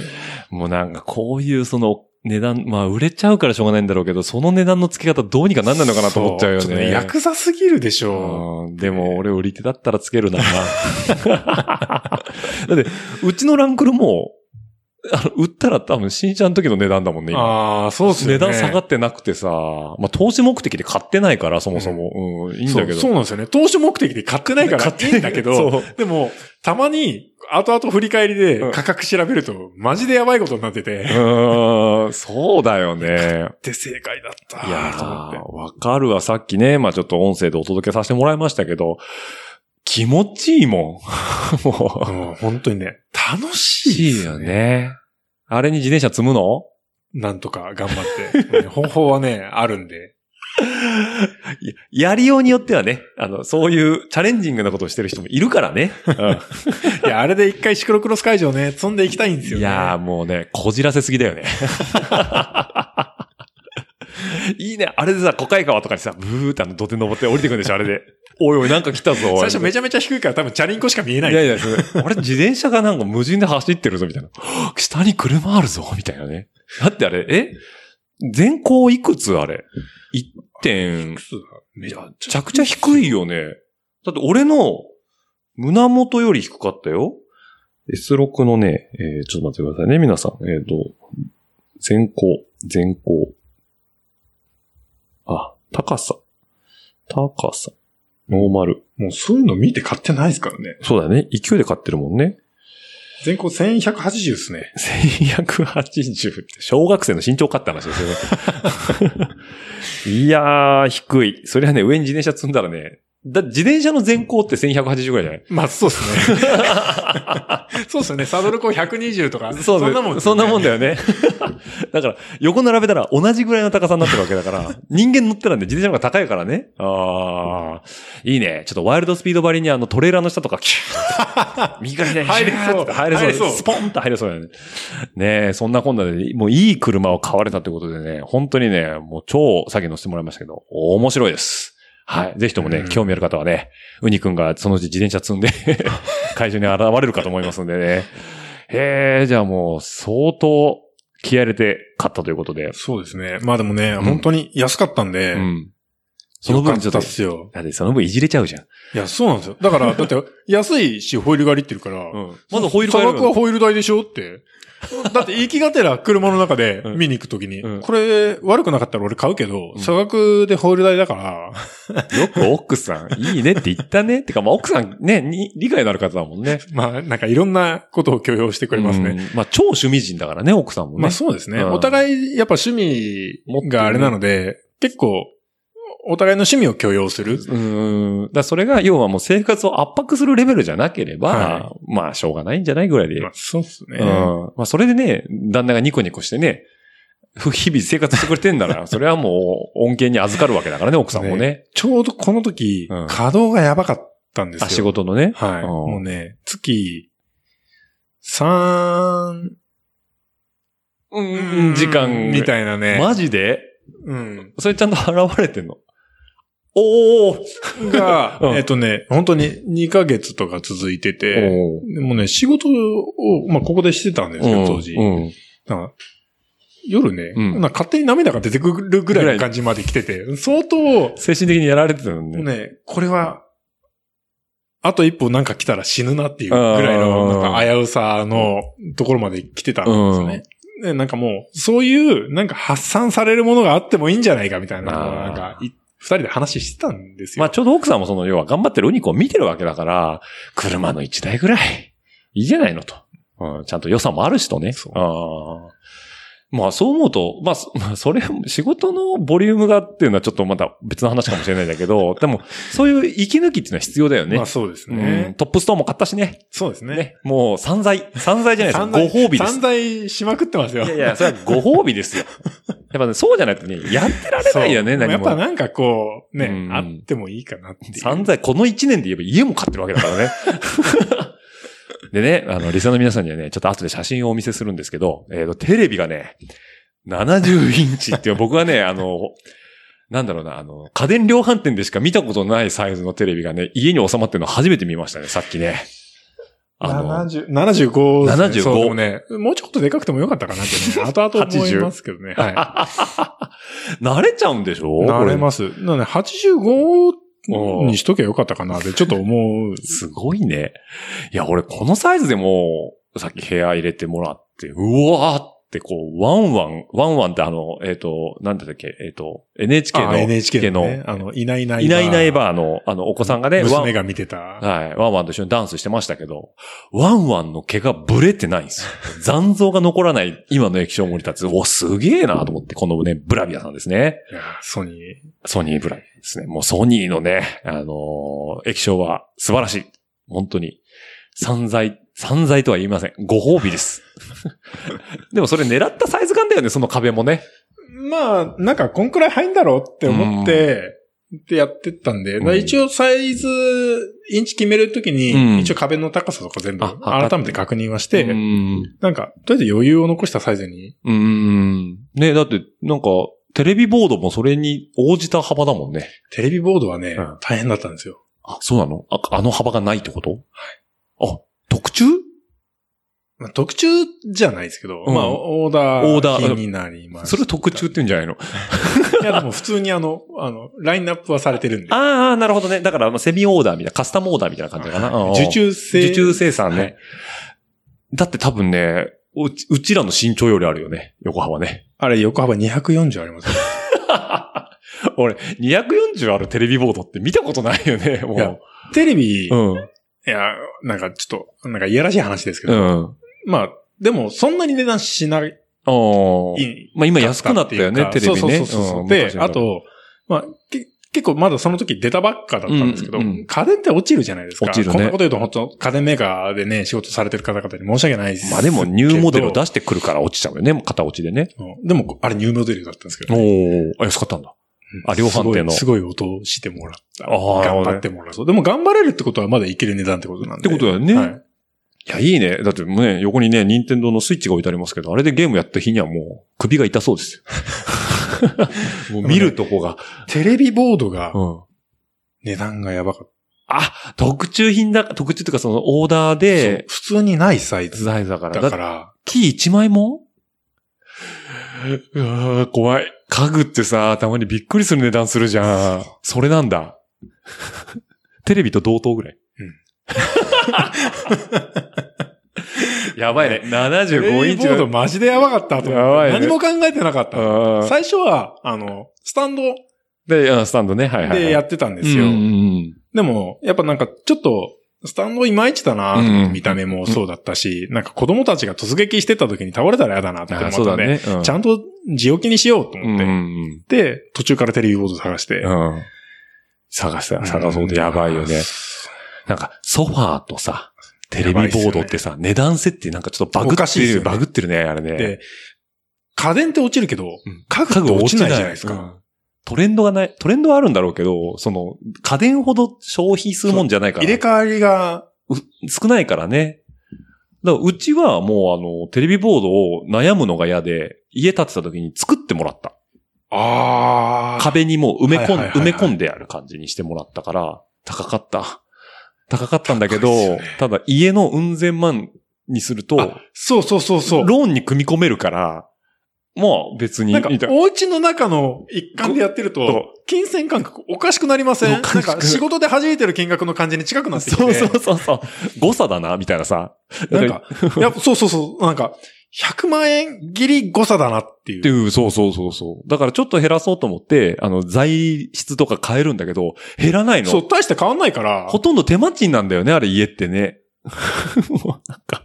[SPEAKER 1] もうなんかこういうその値段、まあ売れちゃうからしょうがないんだろうけど、その値段の付け方どうにかなんないのかなと思っちゃうよ
[SPEAKER 2] そちょっ
[SPEAKER 1] ね。
[SPEAKER 2] とヤクザすぎるでしょ
[SPEAKER 1] うんでも俺売り手だったらつけるな。 だって、うちのランクルも、あの、売ったら多分新車の時の値段だもんね、
[SPEAKER 2] う。
[SPEAKER 1] 今。
[SPEAKER 2] ああ、そうですよね。
[SPEAKER 1] 値段下がってなくてさ、まあ投資目的で買ってないから、そもそも。うん、いいんだけ
[SPEAKER 2] そ
[SPEAKER 1] ど。
[SPEAKER 2] うそうなんですよね。投資目的で買ってないからいいんだけど、
[SPEAKER 1] そう
[SPEAKER 2] でも、たまに、後々振り返り
[SPEAKER 1] う
[SPEAKER 2] で
[SPEAKER 1] ん
[SPEAKER 2] 価格調べると、マジでやばいことになってて、
[SPEAKER 1] うーん、そうだよね。
[SPEAKER 2] で、正解だった
[SPEAKER 1] いや
[SPEAKER 2] と思
[SPEAKER 1] ー
[SPEAKER 2] って。
[SPEAKER 1] わかるわ。さっきね、まあちょっと音声でお届けさせてもらいましたけど、気持ちいいもん。 もう。
[SPEAKER 2] うん本当にね、楽しい
[SPEAKER 1] いいよ。ね。あれに自転車積むの
[SPEAKER 2] なんとか頑張って。うん方法はね、あるんで。
[SPEAKER 1] ややりようによってはね、あの、そういうチャレンジングなことをしてる人もいるからね。
[SPEAKER 2] いや、あれで一回シクロクロス会場ね、積んでいきたいんですよ
[SPEAKER 1] い
[SPEAKER 2] ね。
[SPEAKER 1] やーもうね、こじらせすぎだよね。 いいね。あれでさ、小海川とかにさ、ブーってあの土手登って降りてくるんでしょ、あれで。おいおい、なんか来たぞ。
[SPEAKER 2] 最初め
[SPEAKER 1] ち
[SPEAKER 2] ちゃめちゃ低いから多分チャリンコしか見えない
[SPEAKER 1] い。やいや、それ あれ自転車がなんか無人で走ってるぞ、みたいな。 下に車あるぞ、みたいなね。だってあれ、え全高いくつあれ ?1 点。
[SPEAKER 2] めちゃ
[SPEAKER 1] めちゃくちゃ低いよね。だって俺の胸元より低かったよ。S6 のね、えーちょっと待ってくださいね、皆さん。えっ、と、全高、全高。あ高さ。高さ。ノーマル。
[SPEAKER 2] もうそういうの見て買ってないですからね。
[SPEAKER 1] そうだよね。勢いで買ってるもんね。
[SPEAKER 2] 全高1180ですね。
[SPEAKER 1] 1180って小学生の身長かって話ですよね。 いやー、低い。そりゃね、上に自転車積んだらね、だ自転車の全高って1180ぐらいじゃない
[SPEAKER 2] まあ、そうで すね。そうですよね。サドル高120とか。
[SPEAKER 1] そう
[SPEAKER 2] そんなもん、
[SPEAKER 1] そんなもん
[SPEAKER 2] で
[SPEAKER 1] だよね。 だから、横並べたら同じぐらいの高さになってるわけだ から、人間乗ってたんで自転車の方が高いからね。ああ、いいね。ちょっとワイルドスピードばりにあのトレーラーの下とか、キューッて 右から左に
[SPEAKER 2] 入れそう
[SPEAKER 1] キューッて入れそう。
[SPEAKER 2] 入れそう
[SPEAKER 1] スポンと入れそうだよね。ねえ、そんなこんなで、もういい車を買われたということでね、本当にね、もう超詐欺乗せてもらいましたけど、面白いです。はい。ぜひともね、
[SPEAKER 2] うん
[SPEAKER 1] 興味ある方はね、ウニくんがそのうち自転車積んで、会場に現れるかと思いますんでね。へえ、じゃあもう、相当、気合入れて買ったということで。
[SPEAKER 2] そうですね。まあでもね、
[SPEAKER 1] ん
[SPEAKER 2] 本当に安かったんで、
[SPEAKER 1] うん。その分ちょっと
[SPEAKER 2] よかったっ、すよ。
[SPEAKER 1] だってその分いじれちゃうじゃん。
[SPEAKER 2] いや、そうなんですよ。だから、だって、安いし、ホイールが入ってるから、
[SPEAKER 1] ん。まずホイール変え
[SPEAKER 2] 価
[SPEAKER 1] る
[SPEAKER 2] 格はホイール代でしょって。だって、行きがてら車の中で見に行くときに、
[SPEAKER 1] うん
[SPEAKER 2] これ、悪くなかったら俺買うけど、
[SPEAKER 1] うん
[SPEAKER 2] 差額でホイール代だから、
[SPEAKER 1] よく奥さん、いいねって言ったね。てか、まあ奥さんね、に理解のある方だもんね。
[SPEAKER 2] まあ、なんかいろんなことを許容してくれますね。
[SPEAKER 1] うん。まあ超趣味人だからね、奥さんもね。
[SPEAKER 2] まあそうですね。
[SPEAKER 1] うん
[SPEAKER 2] お互い、やっぱ趣味があれなので、結構、お互いの趣味を許容する。
[SPEAKER 1] うん。だからそれが、要はもう生活を圧迫するレベルじゃなければ、
[SPEAKER 2] は
[SPEAKER 1] まあしょうがないんじゃないぐらいで。
[SPEAKER 2] まあそうですね。
[SPEAKER 1] うん。まあそれでね、旦那がニコニコしてね、ふ日々生活してくれてんな ら、それはもう恩恵に預かるわけだからね、奥さんもね。
[SPEAKER 2] ちょうどこの時、
[SPEAKER 1] うん
[SPEAKER 2] 稼働がやばかったんですよ。
[SPEAKER 1] あ、仕事のね。
[SPEAKER 2] はい。
[SPEAKER 1] うん
[SPEAKER 2] もうね、月、3、
[SPEAKER 1] うん、時間。
[SPEAKER 2] みたいなね。
[SPEAKER 1] マジで
[SPEAKER 2] うん。
[SPEAKER 1] それちゃんと払われてんのおー、
[SPEAKER 2] が
[SPEAKER 1] うん
[SPEAKER 2] えっとね、本当に2ヶ月とか続いてて、
[SPEAKER 1] お
[SPEAKER 2] でもうね、仕事を、まあ、ここでしてたんですよ、当時。
[SPEAKER 1] うん。
[SPEAKER 2] だから夜ね、
[SPEAKER 1] うん
[SPEAKER 2] なんか勝手に涙が出てくるぐらいの感じまで来てて、相当、も
[SPEAKER 1] 精神的にやられてたの
[SPEAKER 2] う
[SPEAKER 1] ね。
[SPEAKER 2] ね、これは、あと一歩なんか来たら死ぬなっていうぐらいの、なんか危うさのところまで来てたんですよね。でなんかもう、そういう、なんか発散されるものがあってもいいんじゃないかみたいな、
[SPEAKER 1] あー
[SPEAKER 2] なんかい、二人で話してたんですよ。
[SPEAKER 1] まあちょうど奥さんもその、要は頑張ってるウニコを見てるわけだから、車の1台ぐらい、いいじゃないのと。うん、ちゃんと予算もあるしとね。
[SPEAKER 2] そう
[SPEAKER 1] ああまあそう思うと、まあそ、 まあ、それ、仕事のボリュームがっていうのはちょっとまた別の話かもしれないんだけ ど、でも、そういう息抜きっていうのは必要だよね。
[SPEAKER 2] まあそうです
[SPEAKER 1] うん
[SPEAKER 2] ね。
[SPEAKER 1] トップストーンも買ったしね。
[SPEAKER 2] そうですね。
[SPEAKER 1] ね。もう散財。散財じゃないです
[SPEAKER 2] 散
[SPEAKER 1] か。ご
[SPEAKER 2] 財
[SPEAKER 1] 褒美です
[SPEAKER 2] 散。財しまくってますよ。
[SPEAKER 1] いやいや、それはご褒美ですよ。 やっぱね、そうじゃないとね、やってられないよね、
[SPEAKER 2] そう
[SPEAKER 1] 何
[SPEAKER 2] やっぱ
[SPEAKER 1] も。
[SPEAKER 2] なんかこう、ね、
[SPEAKER 1] うん
[SPEAKER 2] あってもいいかなっていう。
[SPEAKER 1] 散財、この1年で言えば家も買ってるわけだからね。でね、あの、リスナーの皆さんにはね、ちょっと後で写真をお見せするんですけど、えっ、と、テレビがね、70インチっていう、僕はね、あの、なんだろうな、あの、家電量販店でしか見たことないサイズのテレビがね、家に収まってるの初めて見ましたね、さっきね。あの、
[SPEAKER 2] 70 75ですね、
[SPEAKER 1] 75
[SPEAKER 2] そうでもね、もうちょっとでかくてもよかったかなって ね、後々思いますけどね。は
[SPEAKER 1] 慣れちゃうんでしょ
[SPEAKER 2] い。慣れ
[SPEAKER 1] こ
[SPEAKER 2] ます。なので、85にしとけばよかったかなって、ちょっと思う。
[SPEAKER 1] すごいね。いや、俺このサイズでもう、さっき部屋入れてもらって、うわーってこう、ワンワン、ワンワンってあの、えっ、と、なんだったっけ、えっ、と、NHK の、
[SPEAKER 2] あ NHK の、
[SPEAKER 1] NHK
[SPEAKER 2] ね、あの、いないいない
[SPEAKER 1] いないいない
[SPEAKER 2] ば
[SPEAKER 1] バーの、あの、お子さんがね、ワ
[SPEAKER 2] 娘
[SPEAKER 1] ン、
[SPEAKER 2] が見てた。
[SPEAKER 1] はい、ワンワンと一緒にダンスしてましたけど、ワンワンの毛がブレてないんですよ。 残像が残らない今の液晶盛り立つ。お、すげえなと思って、このね、ブラビアさんですね。
[SPEAKER 2] いやソニー。
[SPEAKER 1] ソニーブライですね。もうソニーのね、あのー液晶は素晴らしい。本当に。散財、散財とは言いません。ご褒美です。 でもそれ狙ったサイズ感だよね、その壁もね。
[SPEAKER 2] まあ、なんか、こんくらい入んだろうって思って、ってやってったんで、だから一応サイズ、インチ決めるときに、
[SPEAKER 1] うん
[SPEAKER 2] 一応壁の高さとか全部
[SPEAKER 1] あ測って
[SPEAKER 2] 改めて確認はし
[SPEAKER 1] う
[SPEAKER 2] て、
[SPEAKER 1] ん。
[SPEAKER 2] なんか、とりあえず余裕を残したサイズに。
[SPEAKER 1] うん。ね、だって、なんか、テレビボードもそれに応じた幅だもんね。
[SPEAKER 2] テレビボードはね、
[SPEAKER 1] うん
[SPEAKER 2] 大変だったんですよ。
[SPEAKER 1] あ、そうなのああの幅がないってことはい。あ、特注
[SPEAKER 2] まあ、特注じゃないですけど、
[SPEAKER 1] うん
[SPEAKER 2] まあ、オーダ
[SPEAKER 1] オーダ
[SPEAKER 2] ー
[SPEAKER 1] ー
[SPEAKER 2] 品になります。
[SPEAKER 1] それ特注って言うんじゃないの
[SPEAKER 2] いや、でも普通にあの、あの、ラインナップはされてるんで。
[SPEAKER 1] ああ、なるほどね。だから、まあセミオーダーみたいな、カスタムオーダーみたいな感じかな。うん
[SPEAKER 2] 受注制。
[SPEAKER 1] 受注生産ね。
[SPEAKER 2] はい
[SPEAKER 1] だって多分ね、うち、うちらの身長よりあるよね。横幅ね。
[SPEAKER 2] あれ、横幅240あります、ね。
[SPEAKER 1] 俺、240あるテレビボードって見たことないよね、
[SPEAKER 2] いや
[SPEAKER 1] も
[SPEAKER 2] テレビ、
[SPEAKER 1] う。
[SPEAKER 2] い
[SPEAKER 1] うん。
[SPEAKER 2] や、なんかちょっと、なんかいやらしい話ですけど、
[SPEAKER 1] うん。
[SPEAKER 2] まあ、でもそんなに値段しない。
[SPEAKER 1] おーまあ今安くなったよね、
[SPEAKER 2] か
[SPEAKER 1] テレビね。
[SPEAKER 2] そうそうそうそう、
[SPEAKER 1] ん
[SPEAKER 2] で、あ、と、まあ、け結構まだその時出たばっかだったんですけど、
[SPEAKER 1] うんうんうん
[SPEAKER 2] 家電って落ちるじゃないですか。
[SPEAKER 1] 落ちるね
[SPEAKER 2] こんなこと言うと本当家電メーカーでね、仕事されてる方々に申し訳ないですけど。
[SPEAKER 1] まあでもニューモデルを出してくるから落ちちゃうよね、片落ちでね。
[SPEAKER 2] うんでも、あれニューモデルだったんですけど、
[SPEAKER 1] おーあ、安かったんだ。あ量販店の
[SPEAKER 2] すごいすごい音をしてもらった。
[SPEAKER 1] あー
[SPEAKER 2] 頑張ってもらう。そうでも頑張れるってことはまだいける値段ってことなんで。
[SPEAKER 1] ってことだよね
[SPEAKER 2] はい
[SPEAKER 1] いや、いいね。だってね、横にね、任天堂のスイッチが置いてありますけど、あれでゲームやった日にはもう、首が痛そうです よ。 もう見るとこが。
[SPEAKER 2] テレビボードが
[SPEAKER 1] うん。
[SPEAKER 2] 値段がやばかっ
[SPEAKER 1] あ、特注品だ、特注っていうかそのオーダー
[SPEAKER 2] た。
[SPEAKER 1] で、
[SPEAKER 2] 普通にないサイズだ
[SPEAKER 1] 材だから。
[SPEAKER 2] だ
[SPEAKER 1] だ
[SPEAKER 2] から、
[SPEAKER 1] 木1枚もうわー怖い。家具ってさ、たまにびっくりする値段するじゃん。それなんだ。テレビと同等ぐらい。 やばいね。
[SPEAKER 2] テレ
[SPEAKER 1] 75イ
[SPEAKER 2] ビ
[SPEAKER 1] ン
[SPEAKER 2] ボ
[SPEAKER 1] チ
[SPEAKER 2] ー
[SPEAKER 1] の。
[SPEAKER 2] ドマジでやばかったと思って
[SPEAKER 1] やばいね
[SPEAKER 2] 何も考えてなかった。
[SPEAKER 1] あー
[SPEAKER 2] 最初は、あの、スタンド
[SPEAKER 1] で、あスタンドね。はいはい、はい。
[SPEAKER 2] でやってたんで
[SPEAKER 1] です
[SPEAKER 2] よ。
[SPEAKER 1] うん
[SPEAKER 2] でも、やっぱなんかちょっと、スタンドいまいちだなと
[SPEAKER 1] うんうん
[SPEAKER 2] 見た目もそうだったし、なんか子供たちが突撃してた時に倒れたら嫌だなって思
[SPEAKER 1] あ
[SPEAKER 2] っ
[SPEAKER 1] ーそうだ
[SPEAKER 2] たんで、
[SPEAKER 1] ね。うん
[SPEAKER 2] ちゃんと地置きにしようと
[SPEAKER 1] う
[SPEAKER 2] 思
[SPEAKER 1] ん
[SPEAKER 2] っ
[SPEAKER 1] う
[SPEAKER 2] て、
[SPEAKER 1] ん
[SPEAKER 2] で、途中からテレビボード探して、
[SPEAKER 1] うん。うん。探す、探そうでやばいよね。なんか、ソファーとさ、テレビボードってさ、値段設定なんかちょっとバグ
[SPEAKER 2] おか
[SPEAKER 1] っ
[SPEAKER 2] しい
[SPEAKER 1] て
[SPEAKER 2] で
[SPEAKER 1] る、
[SPEAKER 2] すよね
[SPEAKER 1] バグってるね、あれね。
[SPEAKER 2] で、家電って落ちるけど、
[SPEAKER 1] うん
[SPEAKER 2] 家具って落ちないじゃないですか。
[SPEAKER 1] うんトレンドがない、トレンドはあるんだろうけど、その、家電ほど消費するもんじゃないから
[SPEAKER 2] 入れ、替わりが、
[SPEAKER 1] 少ないからね。だから、うちはもうあの、テレビボードを悩むのが嫌で、家建てた時に作ってもらった。
[SPEAKER 2] あー、
[SPEAKER 1] 壁にもう埋め込ん、
[SPEAKER 2] はいはいはいはい
[SPEAKER 1] 埋め込んである感じにしてもらったから、高かった。高かったんだけど、
[SPEAKER 2] 高いっすよね
[SPEAKER 1] ただ家のうん千万にすると、
[SPEAKER 2] あそうそうそうそう。
[SPEAKER 1] ローンに組み込めるから、もう別に、
[SPEAKER 2] なんか
[SPEAKER 1] みた、いな
[SPEAKER 2] お家の中の一環でやってると、金銭感覚おかしくなりませんな
[SPEAKER 1] お
[SPEAKER 2] ん
[SPEAKER 1] かしく
[SPEAKER 2] か仕事で弾いてる金額の感じに近くなってきて。
[SPEAKER 1] そうそうそうそう。 誤差だな、みたいなさ。
[SPEAKER 2] なんか、いや、そうそうそう、なんか、100万円ギリ誤差だなってい
[SPEAKER 1] って
[SPEAKER 2] う。
[SPEAKER 1] いう、そうそうそうそう。だからちょっと減らそうと思って、あの、材質とか変えるんだけど、減らない
[SPEAKER 2] そう
[SPEAKER 1] の。、
[SPEAKER 2] 大して変わんないから
[SPEAKER 1] ほ、とんど手間賃なんだよね、あれ家ってね。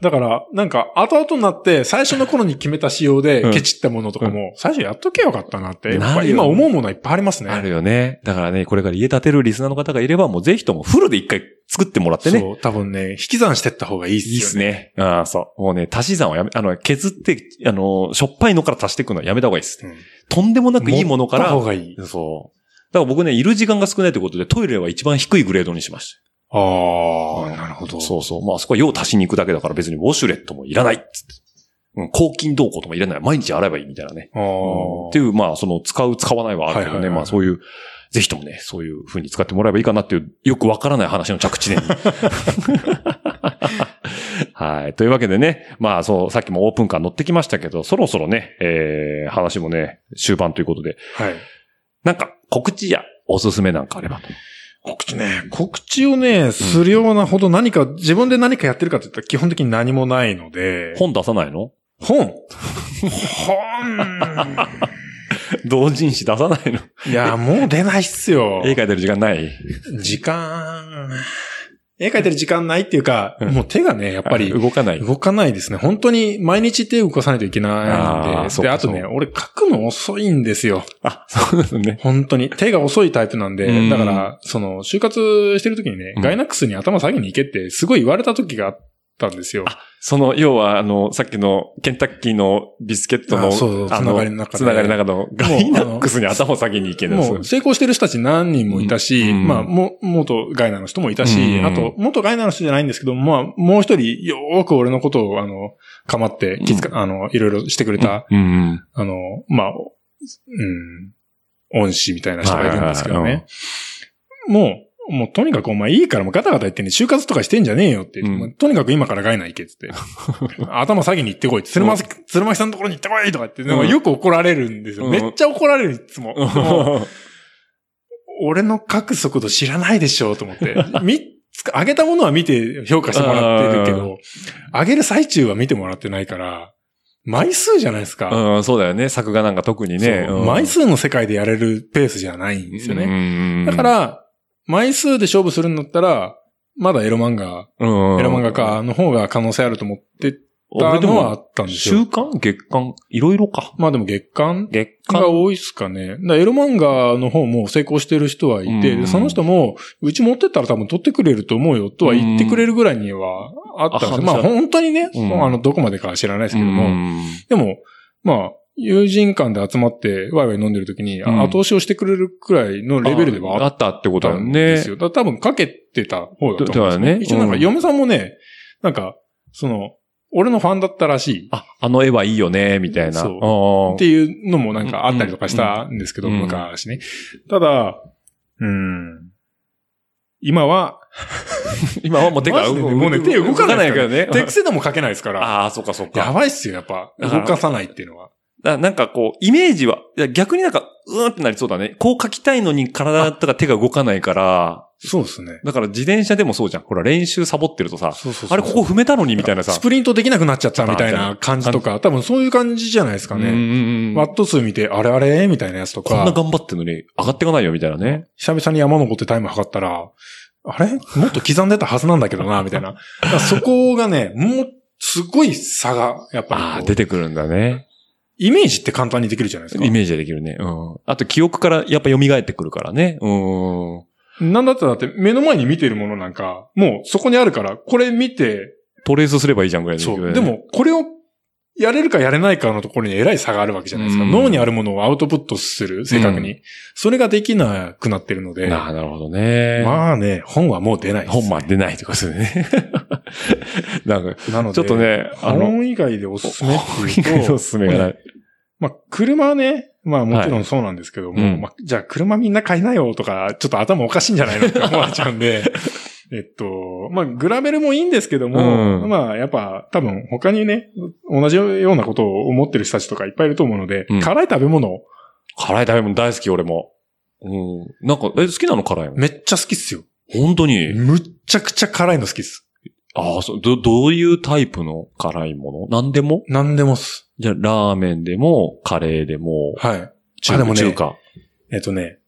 [SPEAKER 2] だから、なんか、後々になって、最初の頃に決めた仕様で
[SPEAKER 1] うん、
[SPEAKER 2] ケチったものとかも、最初やっとけよかったなって、やっ
[SPEAKER 1] な
[SPEAKER 2] ぱ
[SPEAKER 1] るよ
[SPEAKER 2] 今思うものはいっぱいありますね。
[SPEAKER 1] あるよね。だからね、これから家建てるリスナーの方がいれば、もうぜひともフルで一回作ってもらってね。
[SPEAKER 2] そう、多分ね、引き算してった方がいいっすよ、
[SPEAKER 1] いいっすね。ああ、そう。もうね、足し算はやめ、あの、削って、あの、しょっぱいのから足していくのはやめた方がいいっすね。とんでもなくいいものか
[SPEAKER 2] 持った
[SPEAKER 1] ら
[SPEAKER 2] 方、がいい。
[SPEAKER 1] そう。だから僕ね、いる時間が少ないということで、トイレは一番低いグレードにしまし
[SPEAKER 2] ああ、なるほ
[SPEAKER 1] た。
[SPEAKER 2] ど。
[SPEAKER 1] そうそう。まあ、あそこは用を足しに行くだけだから別にウォシュレットもいらないっつって。うん、抗菌動向ともいらない。毎日洗えばいいみたいなね。
[SPEAKER 2] あ
[SPEAKER 1] うん
[SPEAKER 2] ー
[SPEAKER 1] っていう、まあ、その、使う、使わないはあるけどね、
[SPEAKER 2] はいはいはい
[SPEAKER 1] まあ、そういう、ぜひともね、そういう風に使ってもらえばいいかなっていう、よくわからない話の着地点に。はい。というわけでね、まあ、そう、さっきもオープンカー乗ってきましたけど、そろそろね、えー、話もね、終盤ということで、
[SPEAKER 2] はい。
[SPEAKER 1] なんか、告知や、おすすめなんかあればと。
[SPEAKER 2] 告知ね、告知をね、するようなほど何か、自分で何かやってるかって言ったら基本的に何もないの で、
[SPEAKER 1] 本出さないの
[SPEAKER 2] 本本
[SPEAKER 1] 同人誌出さないの
[SPEAKER 2] いや、もう出ないっすよ。
[SPEAKER 1] 絵描いてる時間ない
[SPEAKER 2] 時間、絵描いてる時間ないっていうか、
[SPEAKER 1] うん
[SPEAKER 2] もう手がね、やっぱり
[SPEAKER 1] 動かない。
[SPEAKER 2] 動かないですね。本当に毎日手を動かさないといけ
[SPEAKER 1] あ
[SPEAKER 2] な
[SPEAKER 1] ー
[SPEAKER 2] いん
[SPEAKER 1] そ
[SPEAKER 2] で。
[SPEAKER 1] う
[SPEAKER 2] で、
[SPEAKER 1] か
[SPEAKER 2] あとね、俺書くの遅いんですよ。
[SPEAKER 1] あ、 そうですね。
[SPEAKER 2] 本当に。手が遅いタイプなんで、
[SPEAKER 1] うん
[SPEAKER 2] だから、その、就活してる時にね、
[SPEAKER 1] うん
[SPEAKER 2] ガイナックスに頭下げに行けってすごい言われた時があったんですよ。
[SPEAKER 1] その、要は、あの、さっきの、ケンタッキーのビスケットの、
[SPEAKER 2] あそう
[SPEAKER 1] あ
[SPEAKER 2] つながりの中で
[SPEAKER 1] つながりの中の、ガイナックスに頭を下げに行ける
[SPEAKER 2] もう成功してる人たち何人もいたし、
[SPEAKER 1] うん
[SPEAKER 2] まあ、も、元ガイナの人もいた
[SPEAKER 1] うん
[SPEAKER 2] し、
[SPEAKER 1] うん
[SPEAKER 2] あと、元ガイナの人じゃないんですけど、まあ、もう一人、よーく俺のことを、あの、かまって、気遣あの、いろいろしてくれた、
[SPEAKER 1] うん。
[SPEAKER 2] あの、まあ、うん、恩師みたいな人がいるんですけど
[SPEAKER 1] はいはい
[SPEAKER 2] ね。もう、もうとにかくお前いいからもうガタガタ言ってね、就活とかしてんじゃねえよって言って、
[SPEAKER 1] うん
[SPEAKER 2] もうとにかく今からガイナ行けっつって。 頭下げに行ってこいって、鶴巻、鶴巻さんのところに行ってこいとかって、でもよく怒られるんですよ。
[SPEAKER 1] うん
[SPEAKER 2] めっちゃ怒られる、いつも。もう俺の書く速度知らないでしょうと思って。み、つか上げたものは見て評価してもらってるけ
[SPEAKER 1] う
[SPEAKER 2] ど、上げる最中は見てもらってないから、枚数じゃないですか。
[SPEAKER 1] うん、そうだよね。作画なんか特にね。
[SPEAKER 2] そう
[SPEAKER 1] うん
[SPEAKER 2] 枚数の世界でやれるペースじゃないんですよね。
[SPEAKER 1] ね
[SPEAKER 2] だか、ら、枚数で勝負するんだったら、まだエロ漫画、
[SPEAKER 1] うん
[SPEAKER 2] エロ漫画。家の方が可能性あると思ってた
[SPEAKER 1] 俺で
[SPEAKER 2] のはあ
[SPEAKER 1] も、
[SPEAKER 2] ったんです
[SPEAKER 1] 週
[SPEAKER 2] よ。
[SPEAKER 1] 刊月刊いろいろか。
[SPEAKER 2] まあでも月間
[SPEAKER 1] 月
[SPEAKER 2] が
[SPEAKER 1] 刊。
[SPEAKER 2] 多いっすかね。だからエロ漫画の方も成功してる人はいて、
[SPEAKER 1] うん
[SPEAKER 2] でその人も、うち持ってったら多分取ってくれると思うよとは言ってくれるぐらいにはあったんですよ。
[SPEAKER 1] うん
[SPEAKER 2] ま
[SPEAKER 1] あ
[SPEAKER 2] あ本当にね、
[SPEAKER 1] うん
[SPEAKER 2] そうあの、どこまでかは知らないですけども、
[SPEAKER 1] うん
[SPEAKER 2] でも、まあ、友人間で集まってワイワイ飲んでる時に、あ
[SPEAKER 1] うん
[SPEAKER 2] 後押しをしてくれるくらいのレベルではあった
[SPEAKER 1] あったってことだ
[SPEAKER 2] だ
[SPEAKER 1] よね。
[SPEAKER 2] んですよ。だから多分かけてた方だと思うんですよ
[SPEAKER 1] だよね
[SPEAKER 2] 一応なんか
[SPEAKER 1] うん
[SPEAKER 2] 嫁さんもね、なんか、その、俺のファンだったらしい
[SPEAKER 1] あ、あの絵はいいよね、みたいな。
[SPEAKER 2] そう
[SPEAKER 1] そ
[SPEAKER 2] っていうのもなんかあったりとかしたんですけど、
[SPEAKER 1] うん
[SPEAKER 2] 昔ね。ただ、うん。今は、
[SPEAKER 1] 今はもう手が
[SPEAKER 2] マジで
[SPEAKER 1] 動
[SPEAKER 2] ねもうね、手動かない
[SPEAKER 1] 動
[SPEAKER 2] から
[SPEAKER 1] ね。
[SPEAKER 2] 手癖でもかけないですから。
[SPEAKER 1] ああ、そっかそっ
[SPEAKER 2] や
[SPEAKER 1] か。
[SPEAKER 2] ばいっすよ、やっぱ。
[SPEAKER 1] だから
[SPEAKER 2] 動かさないっていうのは。
[SPEAKER 1] だなんかこう、イメージは、いや逆になんか、うーんってなりそうだね。こう描きたいのに体とか手が動かないから、
[SPEAKER 2] そうですね。
[SPEAKER 1] だから自転車でもそうじゃん。ほら、練習サボってるとさ、
[SPEAKER 2] そうそうそう
[SPEAKER 1] あれここ踏めたのにみたいなさ。
[SPEAKER 2] スプリントできなくなっちゃったみたいな感じとか、多分そういう感じじゃないですか
[SPEAKER 1] うん
[SPEAKER 2] ね。
[SPEAKER 1] うんう
[SPEAKER 2] ワ
[SPEAKER 1] ん。
[SPEAKER 2] ット数見て、あれあれみたいなやつと
[SPEAKER 1] こんな
[SPEAKER 2] か、
[SPEAKER 1] 頑張ってんのに上がってかないよみたいなね。
[SPEAKER 2] 久々に山登ってタイム測ったら、あれもっと刻んでたはずなんだけどな、みたいな。だからそこがね、もう、すごい差が、やっぱりこう
[SPEAKER 1] ああ、出てくるんだね。
[SPEAKER 2] イメージって簡単にできるじゃないですか
[SPEAKER 1] イ。メージはできるね。うん。あと記憶からやっぱ蘇ってくるからね。うん。
[SPEAKER 2] なんだったらだって目の前に見てるものなんか、もうそこにあるから、これ見て、
[SPEAKER 1] トレースすればいいじゃんぐらいの勢
[SPEAKER 2] そ
[SPEAKER 1] いだ
[SPEAKER 2] う。
[SPEAKER 1] ね
[SPEAKER 2] で、も、これをやれるかやれないかのところにえらい差があるわけじゃないですか。
[SPEAKER 1] うん
[SPEAKER 2] 脳にあるものをアウトプットする、正確に。
[SPEAKER 1] う
[SPEAKER 2] それができなくなってるので、
[SPEAKER 1] なあなるほどね。
[SPEAKER 2] まあね、本はもう出ないです。
[SPEAKER 1] 本ま出ないってことでね。 なんか、
[SPEAKER 2] なので、
[SPEAKER 1] ちょっと、ね、あの、
[SPEAKER 2] 本以外でおすすめって
[SPEAKER 1] 以
[SPEAKER 2] い
[SPEAKER 1] 外
[SPEAKER 2] うと、
[SPEAKER 1] のおすすめがない。
[SPEAKER 2] まあ、車はね、まあもちろんそうなんですけども、
[SPEAKER 1] はいうん
[SPEAKER 2] まあ、じゃあ車みんな買いなよとか、ちょっと頭おかしいんじゃないのって思われちゃう んで、えっと、まあ、グラベルもいいんですけども、
[SPEAKER 1] うん
[SPEAKER 2] まあ、やっぱ、多分他にね、同じようなことを思ってる人たちとかいっぱいいると思うので、
[SPEAKER 1] うん
[SPEAKER 2] 辛い食べ物、
[SPEAKER 1] 辛い食べ物大好き、俺も。うん。なんか、え、好きなの辛いの
[SPEAKER 2] めっちゃ好きっすよ。
[SPEAKER 1] 本当に。
[SPEAKER 2] むっちゃくちゃ辛いの好きっす。
[SPEAKER 1] ああ、そう、ど、どういうタイプの辛いもの何でも
[SPEAKER 2] 何でもっす。
[SPEAKER 1] じゃあ、ラーメンでも、カレーでも、
[SPEAKER 2] はい。
[SPEAKER 1] 中
[SPEAKER 2] あでもね
[SPEAKER 1] 中華。
[SPEAKER 2] えっとね、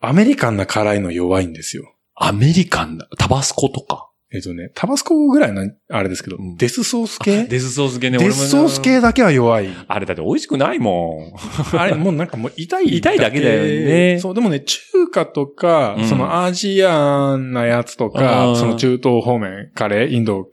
[SPEAKER 2] アメリカンな辛いの弱いんですよ。
[SPEAKER 1] アメリカンだ。タバスコとか。
[SPEAKER 2] えっとね、タバスコぐらいな、あれですけど、
[SPEAKER 1] うん
[SPEAKER 2] デスソース系
[SPEAKER 1] デスソース系ね、
[SPEAKER 2] デスソース系だけは弱い。
[SPEAKER 1] あれだって美味しくないも
[SPEAKER 2] あれ、もうなんかもう痛い。
[SPEAKER 1] 痛いだけだよね
[SPEAKER 2] そう、でもね、中華とか、
[SPEAKER 1] うん
[SPEAKER 2] そのアジアンなやつと
[SPEAKER 1] あ
[SPEAKER 2] か、
[SPEAKER 1] ー
[SPEAKER 2] その中東方面、カレー、インド、
[SPEAKER 1] ん。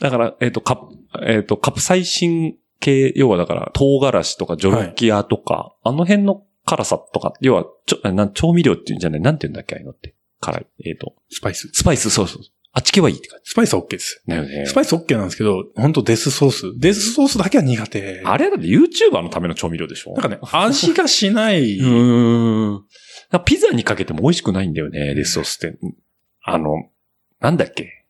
[SPEAKER 1] だから、えっ、と、カプ、えっ、と、カプサイシン系、要はだから、唐辛子とか、ジョロキアとか、あの辺の辛さとか、要は、ちょ、あなん調味料っていうんじゃない、なんて言うんだっけ、ああいうのって。辛い。えっ、と、
[SPEAKER 2] スパイス。
[SPEAKER 1] スパイス、そうそうそう。あっち系はいいって感
[SPEAKER 2] スパイスは OK です。
[SPEAKER 1] じ。だよね
[SPEAKER 2] スパイス OK なんですけど、本当デスソース。デスソースだけは苦手。
[SPEAKER 1] あれだって YouTuber のための調味料でしょ
[SPEAKER 2] なんかね、味がしない。
[SPEAKER 1] うーん。ピザにかけても美味しくないんだよね、デスソースって。あの、なんだっけ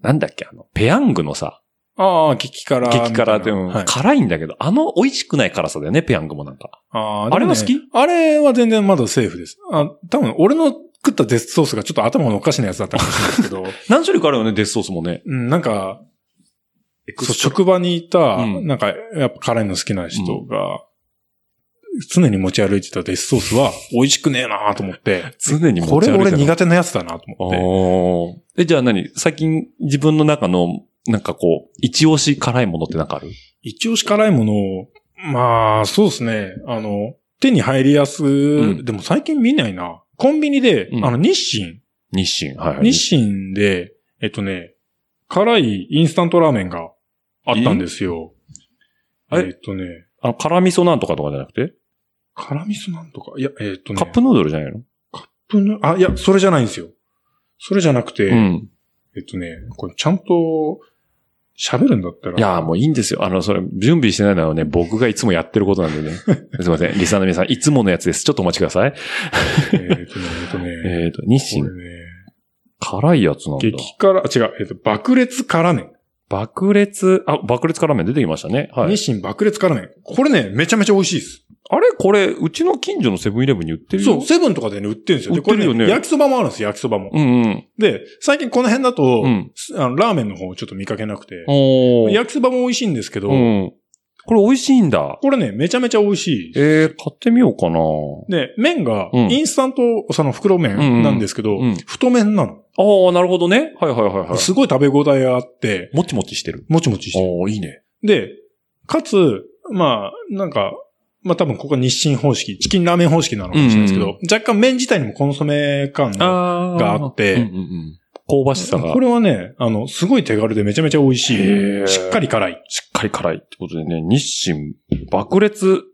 [SPEAKER 1] なんだっけあの、ペヤングのさ、
[SPEAKER 2] ああ、激辛みたいな。
[SPEAKER 1] 激辛って、うん
[SPEAKER 2] はい
[SPEAKER 1] 辛いんだけど、あの美味しくない辛さだよね、ペヤングもなんか。
[SPEAKER 2] あ
[SPEAKER 1] あれは好き
[SPEAKER 2] あれは全然まだセーフです。あ、多分俺の食ったデスソースがちょっと頭のおかしなやつだったかもしれないですけど、
[SPEAKER 1] 何種類かあるよね、デスソースもね。
[SPEAKER 2] うん、なんか、
[SPEAKER 1] ク
[SPEAKER 2] そう、
[SPEAKER 1] スト
[SPEAKER 2] 職場にいた、
[SPEAKER 1] うん
[SPEAKER 2] なんか、やっぱ辛いの好きな人が、常に持ち歩いてたデスソースは、美味しくねえなと思って、
[SPEAKER 1] 常に
[SPEAKER 2] これ俺
[SPEAKER 1] 手
[SPEAKER 2] 苦手なやつだなと思って。
[SPEAKER 1] おーえ、じゃあ何最近自分の中の、なんかこう、一押し辛いものってなんかある
[SPEAKER 2] 一押し辛いものを、まあ、そうですね、あの、手に入りやす、
[SPEAKER 1] ん
[SPEAKER 2] でも最近見ないな。コンビニで、
[SPEAKER 1] うん
[SPEAKER 2] あの、日清、
[SPEAKER 1] 日清。はいはい。
[SPEAKER 2] 日清で、えっとね、辛いインスタントラーメンがあったんですよ。
[SPEAKER 1] え
[SPEAKER 2] えっとね、
[SPEAKER 1] あの、辛味噌なんとかとかじゃなくて
[SPEAKER 2] 辛味噌なんとか、いや、えっとね、
[SPEAKER 1] カップヌードルじゃないの
[SPEAKER 2] プヌあ、いや、それじゃないんですよ。それじゃなくて、
[SPEAKER 1] うん。
[SPEAKER 2] えっとね、これちゃんと喋るんだったら。
[SPEAKER 1] いやーもういいんですよ。あの、それ、準備してないのはね、僕がいつもやってることなんでね。 すいません。リスナーの皆さん、いつものやつです。ちょっとお待ちください。
[SPEAKER 2] えっとね、えっとね、
[SPEAKER 1] えっ、と、日
[SPEAKER 2] こ
[SPEAKER 1] 清
[SPEAKER 2] れ、ね、
[SPEAKER 1] 辛いやつなんだ。
[SPEAKER 2] 激辛、あ違う、えっと、爆裂辛麺。
[SPEAKER 1] 爆裂、あ、爆裂辛麺出てきましたね。はい。
[SPEAKER 2] 日清爆裂辛麺。これね、めちゃめちゃ美味しいです。
[SPEAKER 1] あれこれ、うちの近所のセブンイレブンに売ってる
[SPEAKER 2] そ
[SPEAKER 1] よ
[SPEAKER 2] う、。セブンとかでね、売ってるんですよ。で、
[SPEAKER 1] 売って
[SPEAKER 2] こ
[SPEAKER 1] る
[SPEAKER 2] れ
[SPEAKER 1] よね
[SPEAKER 2] ね、焼きそばもあるんですよ、焼きそばも。
[SPEAKER 1] うんうん。
[SPEAKER 2] で、最近この辺だと、
[SPEAKER 1] うん
[SPEAKER 2] あのラーメンの方をちょっと見かけなくて、
[SPEAKER 1] おー。
[SPEAKER 2] 焼きそばも美味しいんですけど、
[SPEAKER 1] うん。これ美味しいんだ。
[SPEAKER 2] これね、めちゃめちゃ美味しい。
[SPEAKER 1] えー、買ってみようかな。
[SPEAKER 2] で、麺が、
[SPEAKER 1] うん
[SPEAKER 2] インスタント、その袋
[SPEAKER 1] うんうん
[SPEAKER 2] 麺なんですけど、
[SPEAKER 1] うん
[SPEAKER 2] 太麺なの。
[SPEAKER 1] ああ、なるほどね。はいはいはいはい。
[SPEAKER 2] すごい食べ応えがあって、
[SPEAKER 1] もちもちしてる。
[SPEAKER 2] もちもちしてる。
[SPEAKER 1] ああ、いいね。
[SPEAKER 2] で、かつ、まあ、なんか、まあ多分ここは日清方式、チキンラーメン方式なのかもしれないですけど、
[SPEAKER 1] うんう
[SPEAKER 2] 若干麺自体にもコンソメ感が
[SPEAKER 1] あ
[SPEAKER 2] があって
[SPEAKER 1] うんうんうん、香ばしさが
[SPEAKER 2] こ。れはね、あの、すごい手軽でめちゃめちゃ美味し
[SPEAKER 1] へー
[SPEAKER 2] い。しっかり辛い。
[SPEAKER 1] しっかり辛いってことでね、日清爆裂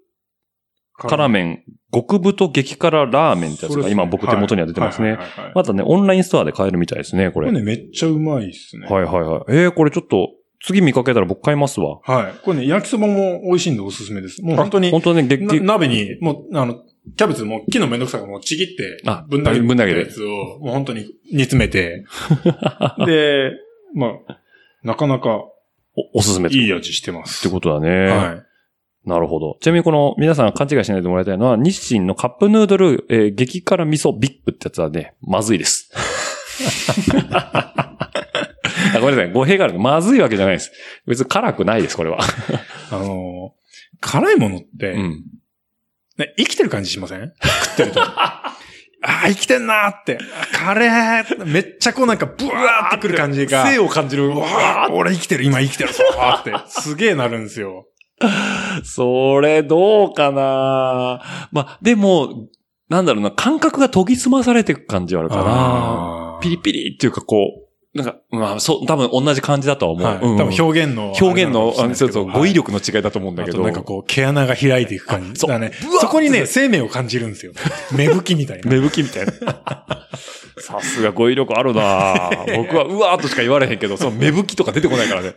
[SPEAKER 1] 辛麺、極太激辛ラーメンってやつが
[SPEAKER 2] それですね
[SPEAKER 1] 今僕手元には出てますね。
[SPEAKER 2] はいはいはいはい
[SPEAKER 1] またね、オンラインストアで買えるみたいですね、こ
[SPEAKER 2] こ
[SPEAKER 1] れ。
[SPEAKER 2] れね、めっちゃうまいですね。
[SPEAKER 1] はいはいはい。えー、これちょっと、次見かけたら僕買いますわ。
[SPEAKER 2] はい。これね、焼きそばも美味しいんでおすすめです。もう本当に
[SPEAKER 1] 本、当ね、激
[SPEAKER 2] な鍋に、もう、あの、キャベツも木のめんどくさがもうちぎって、
[SPEAKER 1] あ
[SPEAKER 2] ぶん投げ
[SPEAKER 1] ぶん投げて
[SPEAKER 2] たやつを、もう本当に煮詰め て、で、まあ、なかなか
[SPEAKER 1] おおすすめって
[SPEAKER 2] いい味してま
[SPEAKER 1] っ
[SPEAKER 2] す。
[SPEAKER 1] てことだね。
[SPEAKER 2] はい。
[SPEAKER 1] なるほど。ちなみにこの、皆さん勘違いしないでもらいたいのは、日清のカップヌードル、えー激辛味噌ビッグってやつはね、まずい です。あごめんなさい。語弊がある。まずいわけじゃないです。別に辛くないです、これは。
[SPEAKER 2] あのー、辛いものって、
[SPEAKER 1] うん。
[SPEAKER 2] ね生きてる感じしません食ってると。 ああ、生きてんなーって。あカレー、めっちゃこうなんかブワーってくる感じが。
[SPEAKER 1] 生を感じる。
[SPEAKER 2] うわー俺生きてる、今生きてるぞーって。すげえなるんですよ。
[SPEAKER 1] それ、どうかなまあ、でも、なんだろうな、感覚が研ぎ澄まされていく感じはあるかな
[SPEAKER 2] あー
[SPEAKER 1] ピリピリっていうか、こう、なんか、まあ、そう、多分同じ感じだとは思う。
[SPEAKER 2] はい。
[SPEAKER 1] うんうん
[SPEAKER 2] 多分表現の。
[SPEAKER 1] 表現の、
[SPEAKER 2] あ
[SPEAKER 1] あのそ
[SPEAKER 2] れなかもしれ
[SPEAKER 1] う
[SPEAKER 2] ないですけ
[SPEAKER 1] そ
[SPEAKER 2] ど
[SPEAKER 1] う、語彙力の違いだと思うんだけ
[SPEAKER 2] あ
[SPEAKER 1] ど。
[SPEAKER 2] となんかこう、毛穴が開いていく感じ。
[SPEAKER 1] そう
[SPEAKER 2] だね
[SPEAKER 1] うわ。
[SPEAKER 2] そこにね、生命を感じるん ですよ。芽吹きみたいな。
[SPEAKER 1] 芽吹きみたい な。さすが語彙力あるなぁ僕はうわーっとしか言われへんけど、その芽吹きとか出てこないからね。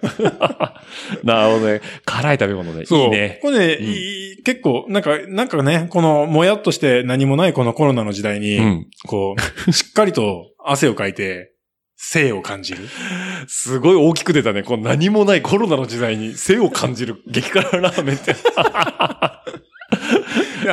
[SPEAKER 1] なるほどね。辛い食べ物ね。いいね。
[SPEAKER 2] これね、
[SPEAKER 1] うん
[SPEAKER 2] いい結構、なんか、なんかね、この、もやっとして何もないこのコロナの時代に、
[SPEAKER 1] うん。
[SPEAKER 2] こう、しっかりと汗をかいて、生を感じる。
[SPEAKER 1] すごい大きく出たね。この何もないコロナの時代に性を感じる激辛ラーメンって。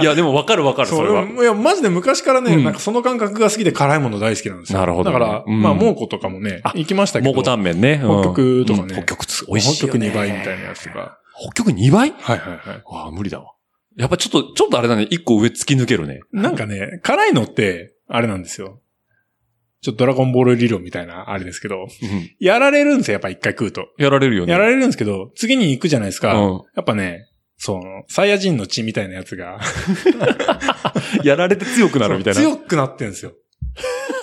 [SPEAKER 1] いや、でもわかるわかる、それは。
[SPEAKER 2] ういや、マジで昔からね、
[SPEAKER 1] うん
[SPEAKER 2] なんかその感覚が好きで辛いもの大好きなんですよ。
[SPEAKER 1] なるほどね
[SPEAKER 2] だから、
[SPEAKER 1] うん
[SPEAKER 2] まあ、蒙古とかもね
[SPEAKER 1] あ、
[SPEAKER 2] 行きましたけど。
[SPEAKER 1] 蒙古タンメンね。うん
[SPEAKER 2] 北極とかね
[SPEAKER 1] うん北極つ、美味しい
[SPEAKER 2] 北
[SPEAKER 1] よ、ね。
[SPEAKER 2] 極2倍みたいなやつとか。
[SPEAKER 1] 北極2倍
[SPEAKER 2] はいはいはい。
[SPEAKER 1] わあ、無理だわ。やっぱちょっと、ちょっとあれだね。1個上突き抜けるね。
[SPEAKER 2] なんかね、辛いのって、あれなんですよ。ちょっとドラゴンボール理論みたいな、あれですけど、
[SPEAKER 1] うん
[SPEAKER 2] やられるんですよ、やっぱ一回食うと。
[SPEAKER 1] やられるよね。
[SPEAKER 2] やられるんですけど、次に行くじゃないですか。
[SPEAKER 1] うん
[SPEAKER 2] やっぱね、その、サイヤ人の血みたいなやつが、
[SPEAKER 1] やられて強くなるみたいな。
[SPEAKER 2] 強くなってんですよ。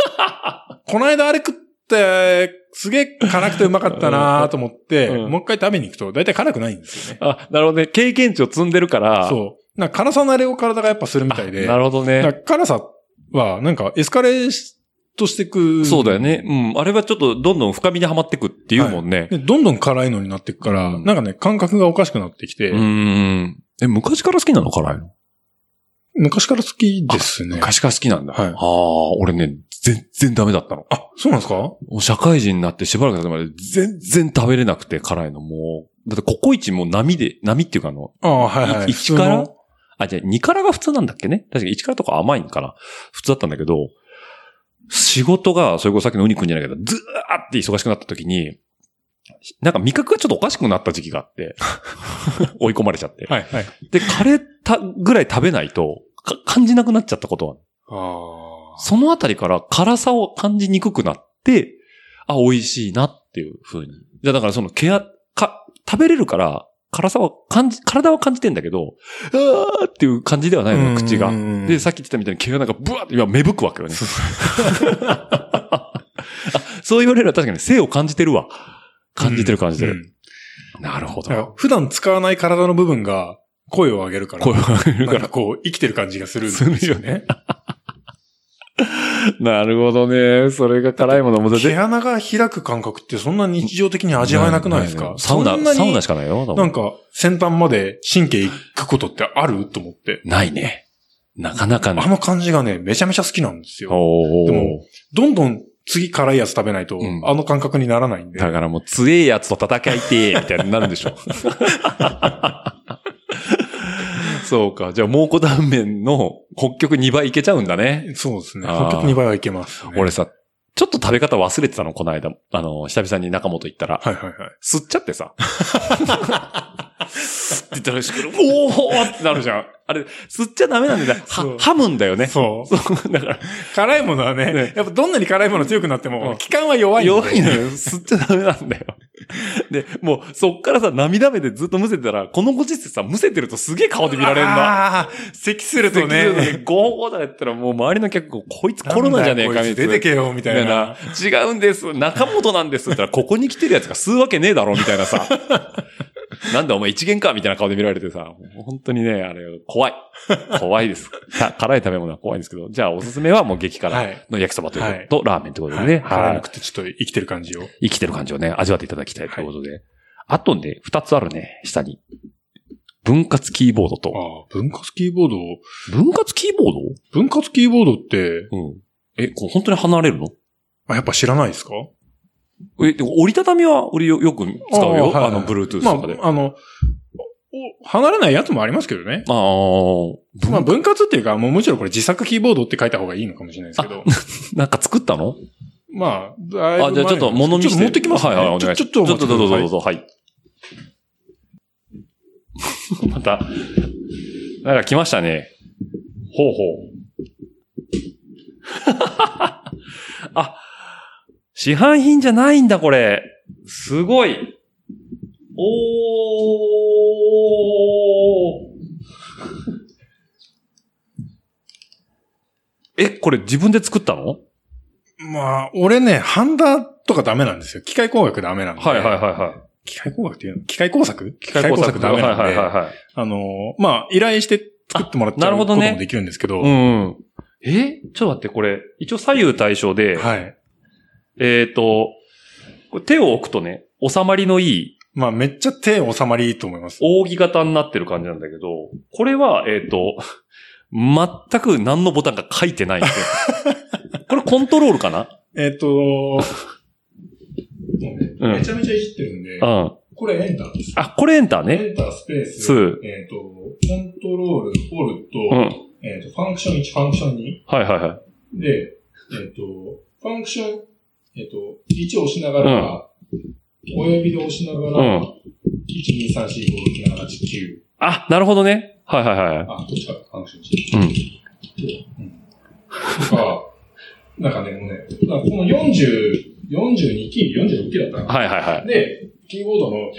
[SPEAKER 2] この間あれ食って、すげえ辛くてうまかったなーと思って、
[SPEAKER 1] うん
[SPEAKER 2] もう一回食べに行くと、だいたい辛くないんですよね。
[SPEAKER 1] あ、なるほどね。経験値を積んでるから。
[SPEAKER 2] そう。なんか辛さ慣れを体がやっぱするみたいで。
[SPEAKER 1] なるほど
[SPEAKER 2] だ
[SPEAKER 1] ね。
[SPEAKER 2] から辛さは、なんかエスカレートしてく。
[SPEAKER 1] そうだよね。うん。あれはちょっとどんどん深みにはまってくっていうもんね。
[SPEAKER 2] で。どんどん辛いのになってくから、
[SPEAKER 1] うん
[SPEAKER 2] なんかね、感覚がおかしくなってきて、
[SPEAKER 1] うーん。え、昔から好きなの辛いの
[SPEAKER 2] 昔から好きですね。
[SPEAKER 1] 昔から好きなんだ。
[SPEAKER 2] はい
[SPEAKER 1] ああ、俺ね、全然ダメだったの。
[SPEAKER 2] あ、そうなんですか
[SPEAKER 1] もう社会人になってしばらく経つまで全然食べれなくて辛いの。もう、だってココイチも波で、波っていうかあの、
[SPEAKER 2] ああ、はいはい。
[SPEAKER 1] 1からあ、じゃあ2からが普通なんだっけね確か1からとか甘いんかな普通だったんだけど、仕事が、それこそさっきのウニくんじゃないけど、ずーって忙しくなった時に、なんか味覚がちょっとおかしくなった時期があ って、追い込まれちゃって。
[SPEAKER 2] はいはい。
[SPEAKER 1] で、カレーたぐらい食べないと、か感じなくなっちゃったことは。
[SPEAKER 2] ああ。
[SPEAKER 1] そのあたりから辛さを感じにくくなって、あ、美味しいなっていう風に。じゃあだからそのケア、か、食べれるから、辛さは感じ、体は感じてんだけど、あーっていう感じではないのよ、口が
[SPEAKER 2] うん。うんうん
[SPEAKER 1] で、さっき言ってたみたいに毛がなんかブワーって今芽吹くわけよね。 あそう言われれば確かに性を感じてるわ。感じてる感じて
[SPEAKER 2] うん
[SPEAKER 1] る。なるほ
[SPEAKER 2] だから
[SPEAKER 1] ど。
[SPEAKER 2] 普段使わない体の部分が声を上げるから。
[SPEAKER 1] 声を上げるから
[SPEAKER 2] なんかこう、生きてる感じがするんです
[SPEAKER 1] するよ
[SPEAKER 2] よ
[SPEAKER 1] ね
[SPEAKER 2] ね。。
[SPEAKER 1] なるほどね。それが辛いものも
[SPEAKER 2] 毛穴が開く感覚ってそんな日常的に味わえなくないですか
[SPEAKER 1] サウナ
[SPEAKER 2] そんな、に
[SPEAKER 1] サウナしかないよ。多分
[SPEAKER 2] なんか、先端まで神経行くことってあると思って。
[SPEAKER 1] ないね。なかなかな
[SPEAKER 2] あ
[SPEAKER 1] い。
[SPEAKER 2] の感じがね、めちゃめちゃ好きなんですよ。
[SPEAKER 1] お
[SPEAKER 2] で
[SPEAKER 1] ー
[SPEAKER 2] もどんどん次辛いやつ食べないと、
[SPEAKER 1] うん
[SPEAKER 2] あの感覚にならないんで。
[SPEAKER 1] だからもう強えやつと戦い てー、みたいになるんでしょ。そうか。じゃあ、蒙古断面の北極2倍いけちゃうんだね。
[SPEAKER 2] そうですね。
[SPEAKER 1] あー
[SPEAKER 2] 北極2倍はいけますね、
[SPEAKER 1] 俺さ、ちょっと食べ方忘れてたの、この間。あの、久々に中本行ったら。
[SPEAKER 2] はいはいはい。
[SPEAKER 1] 吸っちゃってさ。って言ったらしくる、おーってなるじゃん。あれ、吸っちゃダメなんだよ。
[SPEAKER 2] そ
[SPEAKER 1] は
[SPEAKER 2] う、
[SPEAKER 1] はむんだよね。
[SPEAKER 2] そう。
[SPEAKER 1] そう。 だから、
[SPEAKER 2] 辛いものはね、
[SPEAKER 1] ね
[SPEAKER 2] やっぱどんなに辛いもの強くなって
[SPEAKER 1] う
[SPEAKER 2] も、
[SPEAKER 1] ん
[SPEAKER 2] 気管は弱いんで。
[SPEAKER 1] 弱いのよ。吸っちゃダメなんだよ。で、もう、そっからさ、涙目でずっとむせてたら、このご時世さ、むせてるとすげえ顔で見られるな。
[SPEAKER 2] あー咳すると
[SPEAKER 1] 咳するのに
[SPEAKER 2] ね、
[SPEAKER 1] ゴーだったらもう周りの客が、こいつコロナじゃねえか、
[SPEAKER 2] なんだよこい
[SPEAKER 1] み
[SPEAKER 2] つ
[SPEAKER 1] たい
[SPEAKER 2] 出
[SPEAKER 1] な。
[SPEAKER 2] てけよ、みたいな。
[SPEAKER 1] みたいな違うんです。中本なんです。って言ったら、ここに来てるやつが吸うわけねえだろ、みたいなさ。なんだお前一元かみたいな顔で見られてさ、本当にね、あれ、怖い。怖いです。た辛い食べ物は怖いんですけど、じゃあおすすめはもう激辛の焼きそばということと、ラーメンということでね。
[SPEAKER 2] 辛い
[SPEAKER 1] はい
[SPEAKER 2] の食ってちょっと生きてる感じを。
[SPEAKER 1] 生きてる感じをね、味わっていただきたいということで。あとね、二つあるね、下に。分割キーボードと。
[SPEAKER 2] ああ、分割キーボード
[SPEAKER 1] 分割キーボー
[SPEAKER 2] 分割キーボードって、
[SPEAKER 1] ドうん。え、こう本当に離れるの
[SPEAKER 2] あやっぱ知らないですか
[SPEAKER 1] え、でも折りたたみは俺よよく使うよ。
[SPEAKER 2] あ
[SPEAKER 1] あ,、
[SPEAKER 2] はい
[SPEAKER 1] の、Bluetooth
[SPEAKER 2] ま
[SPEAKER 1] とかで。
[SPEAKER 2] あ、あの、お離れないやつもありますけどね。
[SPEAKER 1] あー、分
[SPEAKER 2] まあ、分割っていうか、もうむしろこれ自作キーボードって書いた方がいいのかもしれないですけど。
[SPEAKER 1] なんか作ったの
[SPEAKER 2] まあ、だいぶ
[SPEAKER 1] あ、じゃあちょっと物見せ
[SPEAKER 2] ちょっと持ってきますね。
[SPEAKER 1] はいはい、お願いし
[SPEAKER 2] ち
[SPEAKER 1] ま
[SPEAKER 2] ょ
[SPEAKER 1] す。
[SPEAKER 2] ち
[SPEAKER 1] ちょ
[SPEAKER 2] ょっと
[SPEAKER 1] っとどうぞどう
[SPEAKER 2] ぞ。
[SPEAKER 1] ぞ、はい。 また、なんか来ましたね。ほう ほう。あ、市販品じゃないんだ、これ。すごい。おー。 え、これ自分で作ったの
[SPEAKER 2] まあ、俺ね、ハンダとかダメなんですよ。機械工学ダメなんで。
[SPEAKER 1] はいはいはいはい。
[SPEAKER 2] 機械工学っていうの機械工作機ダ
[SPEAKER 1] だ
[SPEAKER 2] メ
[SPEAKER 1] ね。
[SPEAKER 2] な
[SPEAKER 1] はい
[SPEAKER 2] ん
[SPEAKER 1] は
[SPEAKER 2] で。
[SPEAKER 1] いはいはい。
[SPEAKER 2] あの、まあ、依頼して作ってもらっちゃ
[SPEAKER 1] あなる
[SPEAKER 2] うこ
[SPEAKER 1] ほ
[SPEAKER 2] と
[SPEAKER 1] どね
[SPEAKER 2] もできるんですけど。
[SPEAKER 1] うん。えちょっと待って、これ、一応左右対称で、
[SPEAKER 2] はい。
[SPEAKER 1] えっ、と、これ手を置くとね、収まりのいい
[SPEAKER 2] まあ、めっちゃ手収まりいいと思います。
[SPEAKER 1] 扇形になってる感じなんだけど、これは、えっ、と、全く何のボタンか書いてないん ですよ。これコントロールかな
[SPEAKER 2] えっ、 と、もうね
[SPEAKER 1] うん
[SPEAKER 2] めちゃめちゃいじってるんで
[SPEAKER 1] う、ん。
[SPEAKER 2] これエンターです。
[SPEAKER 1] あ、これエンターね。
[SPEAKER 2] エンタースペース、
[SPEAKER 1] スー
[SPEAKER 2] えっ、と、コントロール、オルと、
[SPEAKER 1] うん。
[SPEAKER 2] えっ、と、ファンクション1、ファンクション2。
[SPEAKER 1] はいはいはい。
[SPEAKER 2] で、えっ、と、ファンクション、えっ、と、1を押しながら、親指で押しながら、
[SPEAKER 1] うん
[SPEAKER 2] 1,2,3,4,5,6,7,8,9。
[SPEAKER 1] あ、なるほどね。はいはいはい。
[SPEAKER 2] あ、どっちかファンクション
[SPEAKER 1] うん。
[SPEAKER 2] 1。とか、なんかね、もうね、なんかこの40、42キー、46キーだったか
[SPEAKER 1] はいはいはい
[SPEAKER 2] な。。で、キーボードの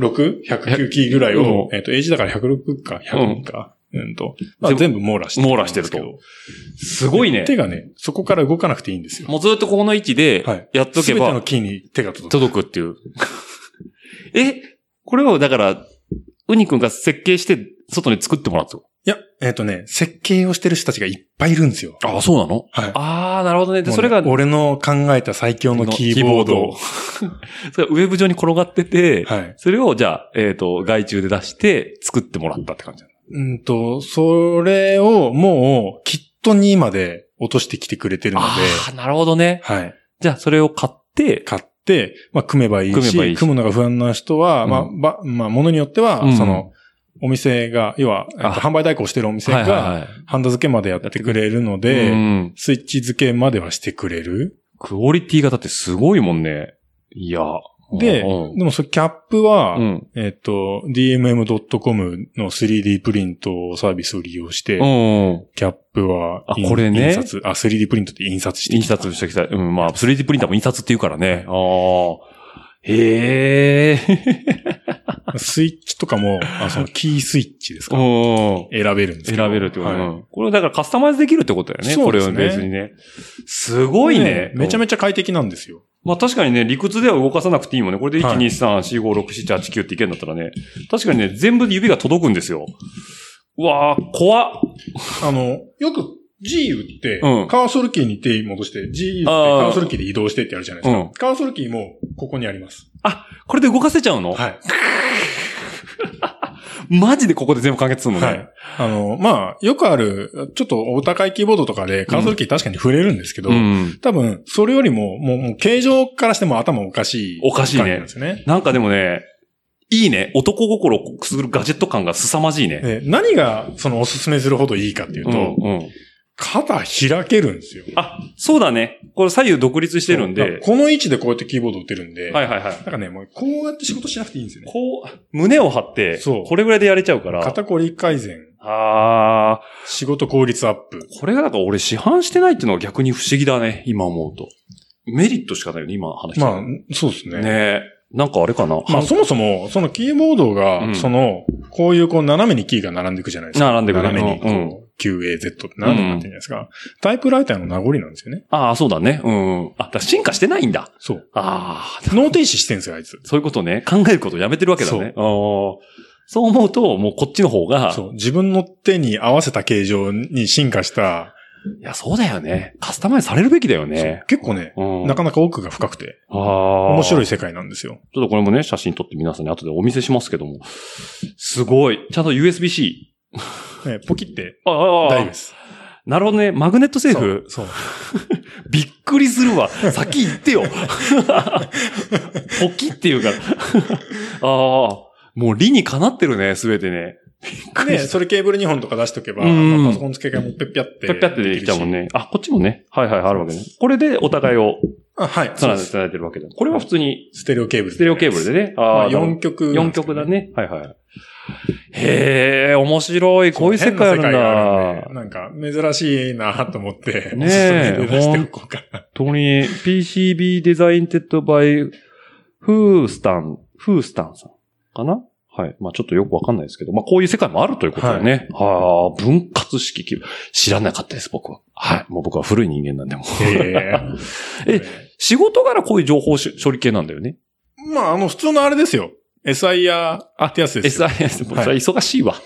[SPEAKER 2] 106?109 キーぐらいを、えっ、と、英字だから106か、100か。うんと。まあ、全部網羅してる。
[SPEAKER 1] 網羅してると。すごいね。
[SPEAKER 2] 手がね、そこから動かなくていいんですよ。
[SPEAKER 1] もうずっとここの位置
[SPEAKER 2] はい
[SPEAKER 1] で、やっと
[SPEAKER 2] す
[SPEAKER 1] け
[SPEAKER 2] べ
[SPEAKER 1] ば、
[SPEAKER 2] てのキーに手が届く。
[SPEAKER 1] 届くっていう。 え、これはだから、ウニくんが設計して、外に作ってもらった
[SPEAKER 2] いや、えっ、とね、設計をしてる人たちがいっぱいいるんですよ。
[SPEAKER 1] ああ、そうなの
[SPEAKER 2] はい。
[SPEAKER 1] ああ、なるほどね。で、
[SPEAKER 2] もうね
[SPEAKER 1] それが、
[SPEAKER 2] 俺の考えた最強のキーボード。
[SPEAKER 1] それがウェブ上に転がってて、
[SPEAKER 2] はい。
[SPEAKER 1] それを、じゃあ、えっ、と、外注で出して、作ってもらったって感じなの
[SPEAKER 2] うんと、それをもう、キットにまで落としてきてくれてるので、
[SPEAKER 1] ああ、なるほどね。
[SPEAKER 2] はい。
[SPEAKER 1] じゃあ、それを買って、
[SPEAKER 2] 買って、まあ、組めばいい
[SPEAKER 1] 組めばい
[SPEAKER 2] し、
[SPEAKER 1] いし
[SPEAKER 2] 組むのが不安な人は、
[SPEAKER 1] うん
[SPEAKER 2] まあ、ば、まあ、ものによっては、
[SPEAKER 1] うん
[SPEAKER 2] その、お店が、要は、えっと
[SPEAKER 1] あ
[SPEAKER 2] 販売代行してるお店が、
[SPEAKER 1] い。
[SPEAKER 2] ハンダ付けまでやってくれるの
[SPEAKER 1] う
[SPEAKER 2] で、
[SPEAKER 1] ん、
[SPEAKER 2] スイッチ付けまではしてくれる。
[SPEAKER 1] クオリティがだってすごいもんね。いや。
[SPEAKER 2] で、
[SPEAKER 1] うん
[SPEAKER 2] でもそれキャップは、
[SPEAKER 1] うん。
[SPEAKER 2] えっ、と、dmm.com の 3D プリントサービスを利用して、
[SPEAKER 1] うん。
[SPEAKER 2] キャップは
[SPEAKER 1] あ
[SPEAKER 2] 印、
[SPEAKER 1] これね
[SPEAKER 2] 印刷、あ、3D プリントで印刷して
[SPEAKER 1] 印刷してきた。うん、まあ、3D プリンターも印刷って言うからね。ああ。へえ。
[SPEAKER 2] スイッチとかも、あそのキースイッチです
[SPEAKER 1] う
[SPEAKER 2] か
[SPEAKER 1] ん。
[SPEAKER 2] 選べるんです
[SPEAKER 1] 選
[SPEAKER 2] けど
[SPEAKER 1] べるってことね。
[SPEAKER 2] は
[SPEAKER 1] う
[SPEAKER 2] い
[SPEAKER 1] んこれをだからカスタマイズできるってことだよね。
[SPEAKER 2] そ
[SPEAKER 1] こ
[SPEAKER 2] うで
[SPEAKER 1] れ
[SPEAKER 2] す
[SPEAKER 1] を
[SPEAKER 2] ね
[SPEAKER 1] ベースにね。すごいね。
[SPEAKER 2] めちゃ
[SPEAKER 1] ちゃ。
[SPEAKER 2] めちゃ快適なんですよ。
[SPEAKER 1] まあ確かにね、理屈では動かさなくていいもんね。これで1、
[SPEAKER 2] はい
[SPEAKER 1] 2、3、4、5、6、7、8、9っていけんだったらね。確かにね、全部指が届くんですよ。うわー、怖っ。
[SPEAKER 2] あの、よく G 打って、
[SPEAKER 1] うん
[SPEAKER 2] カーソルキーに手戻して、G 打ってカ
[SPEAKER 1] あー
[SPEAKER 2] ーソルキーで移動してってやるじゃないですか。
[SPEAKER 1] うん
[SPEAKER 2] カーソルキーもここにあります。
[SPEAKER 1] これで動かせちゃうの
[SPEAKER 2] はい。
[SPEAKER 1] マジでここで全部完結するの
[SPEAKER 2] は
[SPEAKER 1] ね
[SPEAKER 2] い。。あの、まあ、よくある、ちょっとお高いキーボードとかでカーソルキー確かに触れるんですけど、
[SPEAKER 1] うん。
[SPEAKER 2] 多分、それよりも、もう、もう形状からしても頭おかしい。
[SPEAKER 1] おかしいね
[SPEAKER 2] なんですよね。
[SPEAKER 1] なんかでもね、いいね。男心をくすぐるガジェット感が凄まじいね。
[SPEAKER 2] で何が、その、おすすめするほどいいかっていうと、
[SPEAKER 1] うん。うん
[SPEAKER 2] 肩開けるんですよ。
[SPEAKER 1] あ、そうだね。これ左右独立してるん
[SPEAKER 2] そうだ
[SPEAKER 1] で
[SPEAKER 2] から。この位置でこうやってキーボード打てるんで、
[SPEAKER 1] はいはいはい。
[SPEAKER 2] なんかね、もうこうやって仕事しなくていいんですよね。
[SPEAKER 1] こう、胸を張って、
[SPEAKER 2] そう
[SPEAKER 1] これぐらいでやれちゃうから。
[SPEAKER 2] 肩こり改善、
[SPEAKER 1] ああ、
[SPEAKER 2] 仕事効率アップ。
[SPEAKER 1] これがだから俺市販してないっていうのは逆に不思議だね、今思うと。メリットしかないよね、今話して
[SPEAKER 2] まあ
[SPEAKER 1] る。、
[SPEAKER 2] そうですね。
[SPEAKER 1] ねえ。なんかあれかな、
[SPEAKER 2] まあ、
[SPEAKER 1] 半
[SPEAKER 2] そもそも、そのキーボードが、
[SPEAKER 1] うん
[SPEAKER 2] その、こういうこう斜めにキーが並んでいくじゃないですか。
[SPEAKER 1] 並んでいくね
[SPEAKER 2] 斜めにこ
[SPEAKER 1] う
[SPEAKER 2] う、
[SPEAKER 1] ん
[SPEAKER 2] QAZ って斜めになってるじゃないですか、タイプライターの名残なんですよね。
[SPEAKER 1] ああ、そうだね。うん。あ、だから進化してないんだ。
[SPEAKER 2] そう。
[SPEAKER 1] ああ、
[SPEAKER 2] 脳停止してんですよ、あいつ。
[SPEAKER 1] そういうことね。考えることをやめてるわけだね。そうそう思うと、もうこっちの方が、
[SPEAKER 2] そう。自分の手に合わせた形状に進化した、
[SPEAKER 1] いや、そうだよね。カスタマイズされるべきだよね。
[SPEAKER 2] 結構ね、
[SPEAKER 1] うん
[SPEAKER 2] なかなか奥が深くて、
[SPEAKER 1] ああ。
[SPEAKER 2] 面白い
[SPEAKER 1] ち
[SPEAKER 2] 世界なんですよ。
[SPEAKER 1] ょっとこれもね、写真撮って皆さんに後でお見せしますけども。すごい。ちゃんと USB-C。
[SPEAKER 2] ね、ポキって、
[SPEAKER 1] ああ
[SPEAKER 2] 大
[SPEAKER 1] あ
[SPEAKER 2] 丈
[SPEAKER 1] あ
[SPEAKER 2] 夫です。
[SPEAKER 1] なるほどね。マグネットセーフ。
[SPEAKER 2] そう。
[SPEAKER 1] びっくりするわ。先行ってよ。ポキっていう から。ああ。もう理にかなってるね、すべてね。びっくり
[SPEAKER 2] ね、
[SPEAKER 1] し
[SPEAKER 2] それケーブル2本とか出しとけば、
[SPEAKER 1] うん
[SPEAKER 2] まあパソコン付け替えもペッピャって。
[SPEAKER 1] た。ぴゃってできちゃうもん。ね。あ、こっちもね。はいはい、あるわけね。これでお互いを
[SPEAKER 2] あ、はい。
[SPEAKER 1] つ
[SPEAKER 2] そう
[SPEAKER 1] なげ
[SPEAKER 2] で
[SPEAKER 1] てい
[SPEAKER 2] す。
[SPEAKER 1] ただいてるわけだ。これは普通に、
[SPEAKER 2] ステレオケーブル。
[SPEAKER 1] ステレオケーブルでね。
[SPEAKER 2] ま
[SPEAKER 1] あ
[SPEAKER 2] あ、4曲、
[SPEAKER 1] 4曲だ。ね。はいはい。へえ、面白い。こういう世界あるん
[SPEAKER 2] 変な世界があ
[SPEAKER 1] だ
[SPEAKER 2] るん。でなんか、珍しいなと思って、
[SPEAKER 1] ねえ
[SPEAKER 2] おすすめで出しておこうかな。
[SPEAKER 1] 本当に、PCB Designed by フースタン、フースタンさんかなはい。まあちょっとよくわかんないですけど、まあこういう世界もあるということでね。はあ、分割式機知らなかったです、僕は。はい。もう僕は古い人間なんでもう。
[SPEAKER 2] え
[SPEAKER 1] え仕事柄こういう情報処処理系なんだよね。
[SPEAKER 2] えまあ、あの、普通のあれですよ。SIR ってやつですよ。
[SPEAKER 1] SIS、もう
[SPEAKER 2] はい
[SPEAKER 1] それ忙しいわ。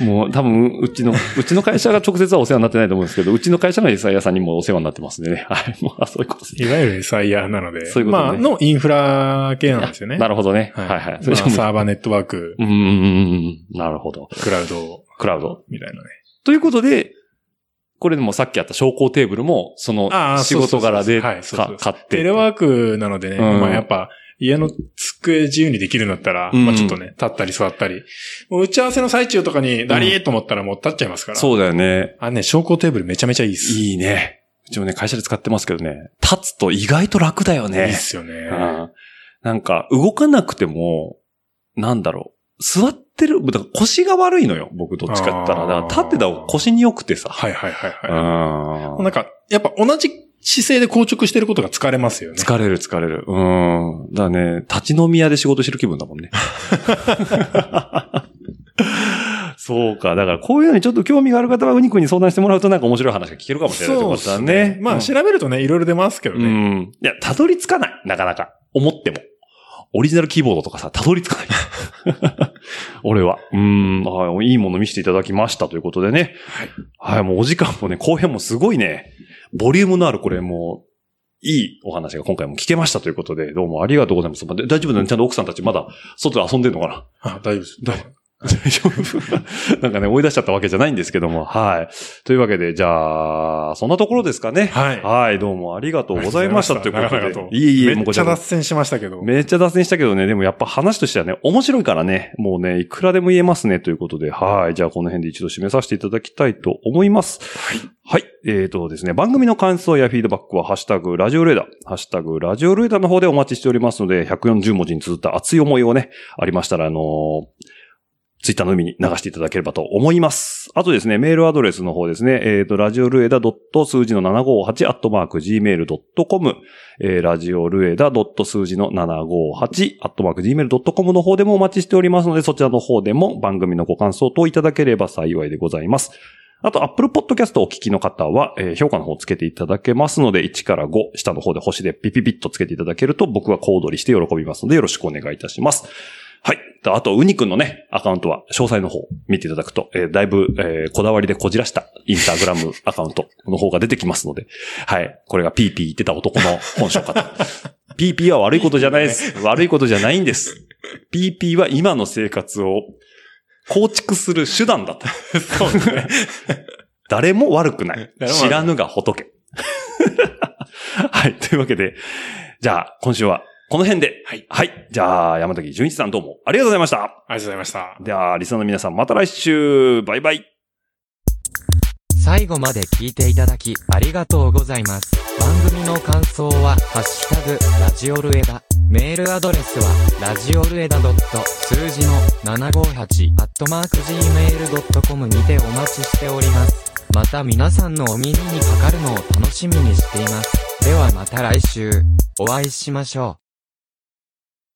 [SPEAKER 1] もう多分、うちの、うちの会社が直接はお世話になってないと思うんですけど、うちの会社の SIS さんにもお世話になってますんでね。はい。もう、あそういうことです。
[SPEAKER 2] いわゆる SIR なので、
[SPEAKER 1] そういうことね
[SPEAKER 2] まあ、のインフラ系なんですよね。
[SPEAKER 1] なるほどね。はい
[SPEAKER 2] はい
[SPEAKER 1] はい。そ
[SPEAKER 2] ま
[SPEAKER 1] れ
[SPEAKER 2] あ
[SPEAKER 1] じゃもう
[SPEAKER 2] サーバーネットワーク、
[SPEAKER 1] うーん、なるほど。
[SPEAKER 2] クラウド、
[SPEAKER 1] クラウド。
[SPEAKER 2] みたいなね。
[SPEAKER 1] ということで、これでもさっきあった昇降テーブルも、その
[SPEAKER 2] ああ
[SPEAKER 1] 仕事柄で
[SPEAKER 2] そう
[SPEAKER 1] か
[SPEAKER 2] そうそうはいそうそ
[SPEAKER 1] 買
[SPEAKER 2] う
[SPEAKER 1] って。
[SPEAKER 2] テレワークなのでね、
[SPEAKER 1] うん
[SPEAKER 2] まあやっぱ、家の机自由にできるんだったら、
[SPEAKER 1] うん
[SPEAKER 2] まあちょっとね、立ったり座ったり。もう打ち合わせの最中とかに、ダリーと思ったらもう立っちゃいますから。
[SPEAKER 1] そうだよね。
[SPEAKER 2] あ、ね、昇降テーブルめちゃめちゃいいっす。
[SPEAKER 1] いいね。うちもね、会社で使ってますけどね、立つと意外と楽だよ
[SPEAKER 2] いいっ
[SPEAKER 1] ね。
[SPEAKER 2] すよね。
[SPEAKER 1] うんなんか、動かなくても、なんだろう。座ってる、だから腰が悪いのよ。僕どっちかって言ったら。
[SPEAKER 2] あー
[SPEAKER 1] だから立ってた方が腰に良くてさ。
[SPEAKER 2] はいはいはいうは
[SPEAKER 1] ん
[SPEAKER 2] い。なんか、やっぱ同じ姿勢で硬直してることが疲れますよね。
[SPEAKER 1] 疲れる疲れる。うん。だからね、立ち飲み屋で仕事してる気分だもんね。 そうか。だからこういうのにちょっと興味がある方はウニ君に相談してもらうとなんか面白い話が聞けるかもしれないって
[SPEAKER 2] そ
[SPEAKER 1] こ
[SPEAKER 2] うっ
[SPEAKER 1] とだ
[SPEAKER 2] す
[SPEAKER 1] ね
[SPEAKER 2] ね。。ま
[SPEAKER 1] う
[SPEAKER 2] あ
[SPEAKER 1] ん
[SPEAKER 2] 調べるとね、いろいろ出ますけど
[SPEAKER 1] う
[SPEAKER 2] ね。
[SPEAKER 1] ん。いや、たどり着かない。なかなか。思っても。オリジナルキーボードとかさ、たどり着かない。 俺は。うん。はいいいもの見せていただきましたということでね。はい。もうお時間もね、後編もすごいね、ボリュームのあるこれもう、いいお話が今回も聞けましたということで、どうもありがとうございます。まで大丈夫だね。ちゃんと奥さんたちまだ外で遊んでんのかな
[SPEAKER 2] あ、大丈夫です。
[SPEAKER 1] 大 大丈夫 なんかね、追い出しちゃったわけじゃないんですけども。はい。というわけで、じゃあ、そんなところですかね。
[SPEAKER 2] はい
[SPEAKER 1] はい、どうもありがとうございましたということ
[SPEAKER 2] なか
[SPEAKER 1] で。
[SPEAKER 2] なかと
[SPEAKER 1] いえいえ、
[SPEAKER 2] め
[SPEAKER 1] もう
[SPEAKER 2] っ
[SPEAKER 1] こ
[SPEAKER 2] ち
[SPEAKER 1] ち
[SPEAKER 2] ゃ
[SPEAKER 1] らこ
[SPEAKER 2] 脱
[SPEAKER 1] そ
[SPEAKER 2] 線しましたけど。
[SPEAKER 1] めっちゃ脱線したけどね、でもやっぱ話としてはね、面白いからね、もうね、いくらでも言えますね、ということで、はい。じゃあこの辺で一度締めさせていただきたいと思います。はい。えーとですね、番組の感想やフィードバックは、ハッシュタグ、ラジオルエダ、ハッシュタグ、ラジオルエダの方でお待ちしておりますので、140文字に綴った熱い思いをね、ありましたら、あのーツイッターの海に流していただければと思います。あとですね、メールアドレスの方ですね、えっ、と、ラジオルエダ数字の758アットマーク gmail.com、えーラジオルエダ数字の758アットマーク gmail.com の方でもお待ちしておりますので、そちらの方でも番組のご感想等いただければ幸いでございます。あと、Apple Podcast をお聞きの方は、えー評価の方をつけていただけますので、1から5、下の方で星でピピピッとつけていただけると、僕は小躍りして喜びますので、よろしくお願いいたします。はい。あと、ウニくんのね、アカウントは、詳細の方見ていただくと、えーだいぶ、えーこだわりでこじらしたインスタグラムアカウントの方が出てきますので、はい。これが PP 言ってた男の本性かと。PP は悪いことじゃないです。悪いことじゃないんです。PP は今の生活を構築する手段だと。そうですね。 誰も悪くない。
[SPEAKER 2] 誰も悪くない
[SPEAKER 1] 知らぬが仏。 はい。というわけで、じゃあ、今週はこの辺で。はい。じゃあ、山崎純一さんどうもありがとうございました。
[SPEAKER 2] ありがとうございました。
[SPEAKER 1] では、リスナーの皆さんまた来週。バイバイ。
[SPEAKER 5] 最後まで聞いていただきありがとうございます。番組の感想は、ハッシュタグ、ラジオルエダ。メールアドレスは、ラジオルエダ数字の758、アットマーク gmail.com にてお待ちしております。また皆さんのお耳にかかるのを楽しみにしています。ではまた来週、お会いしましょう。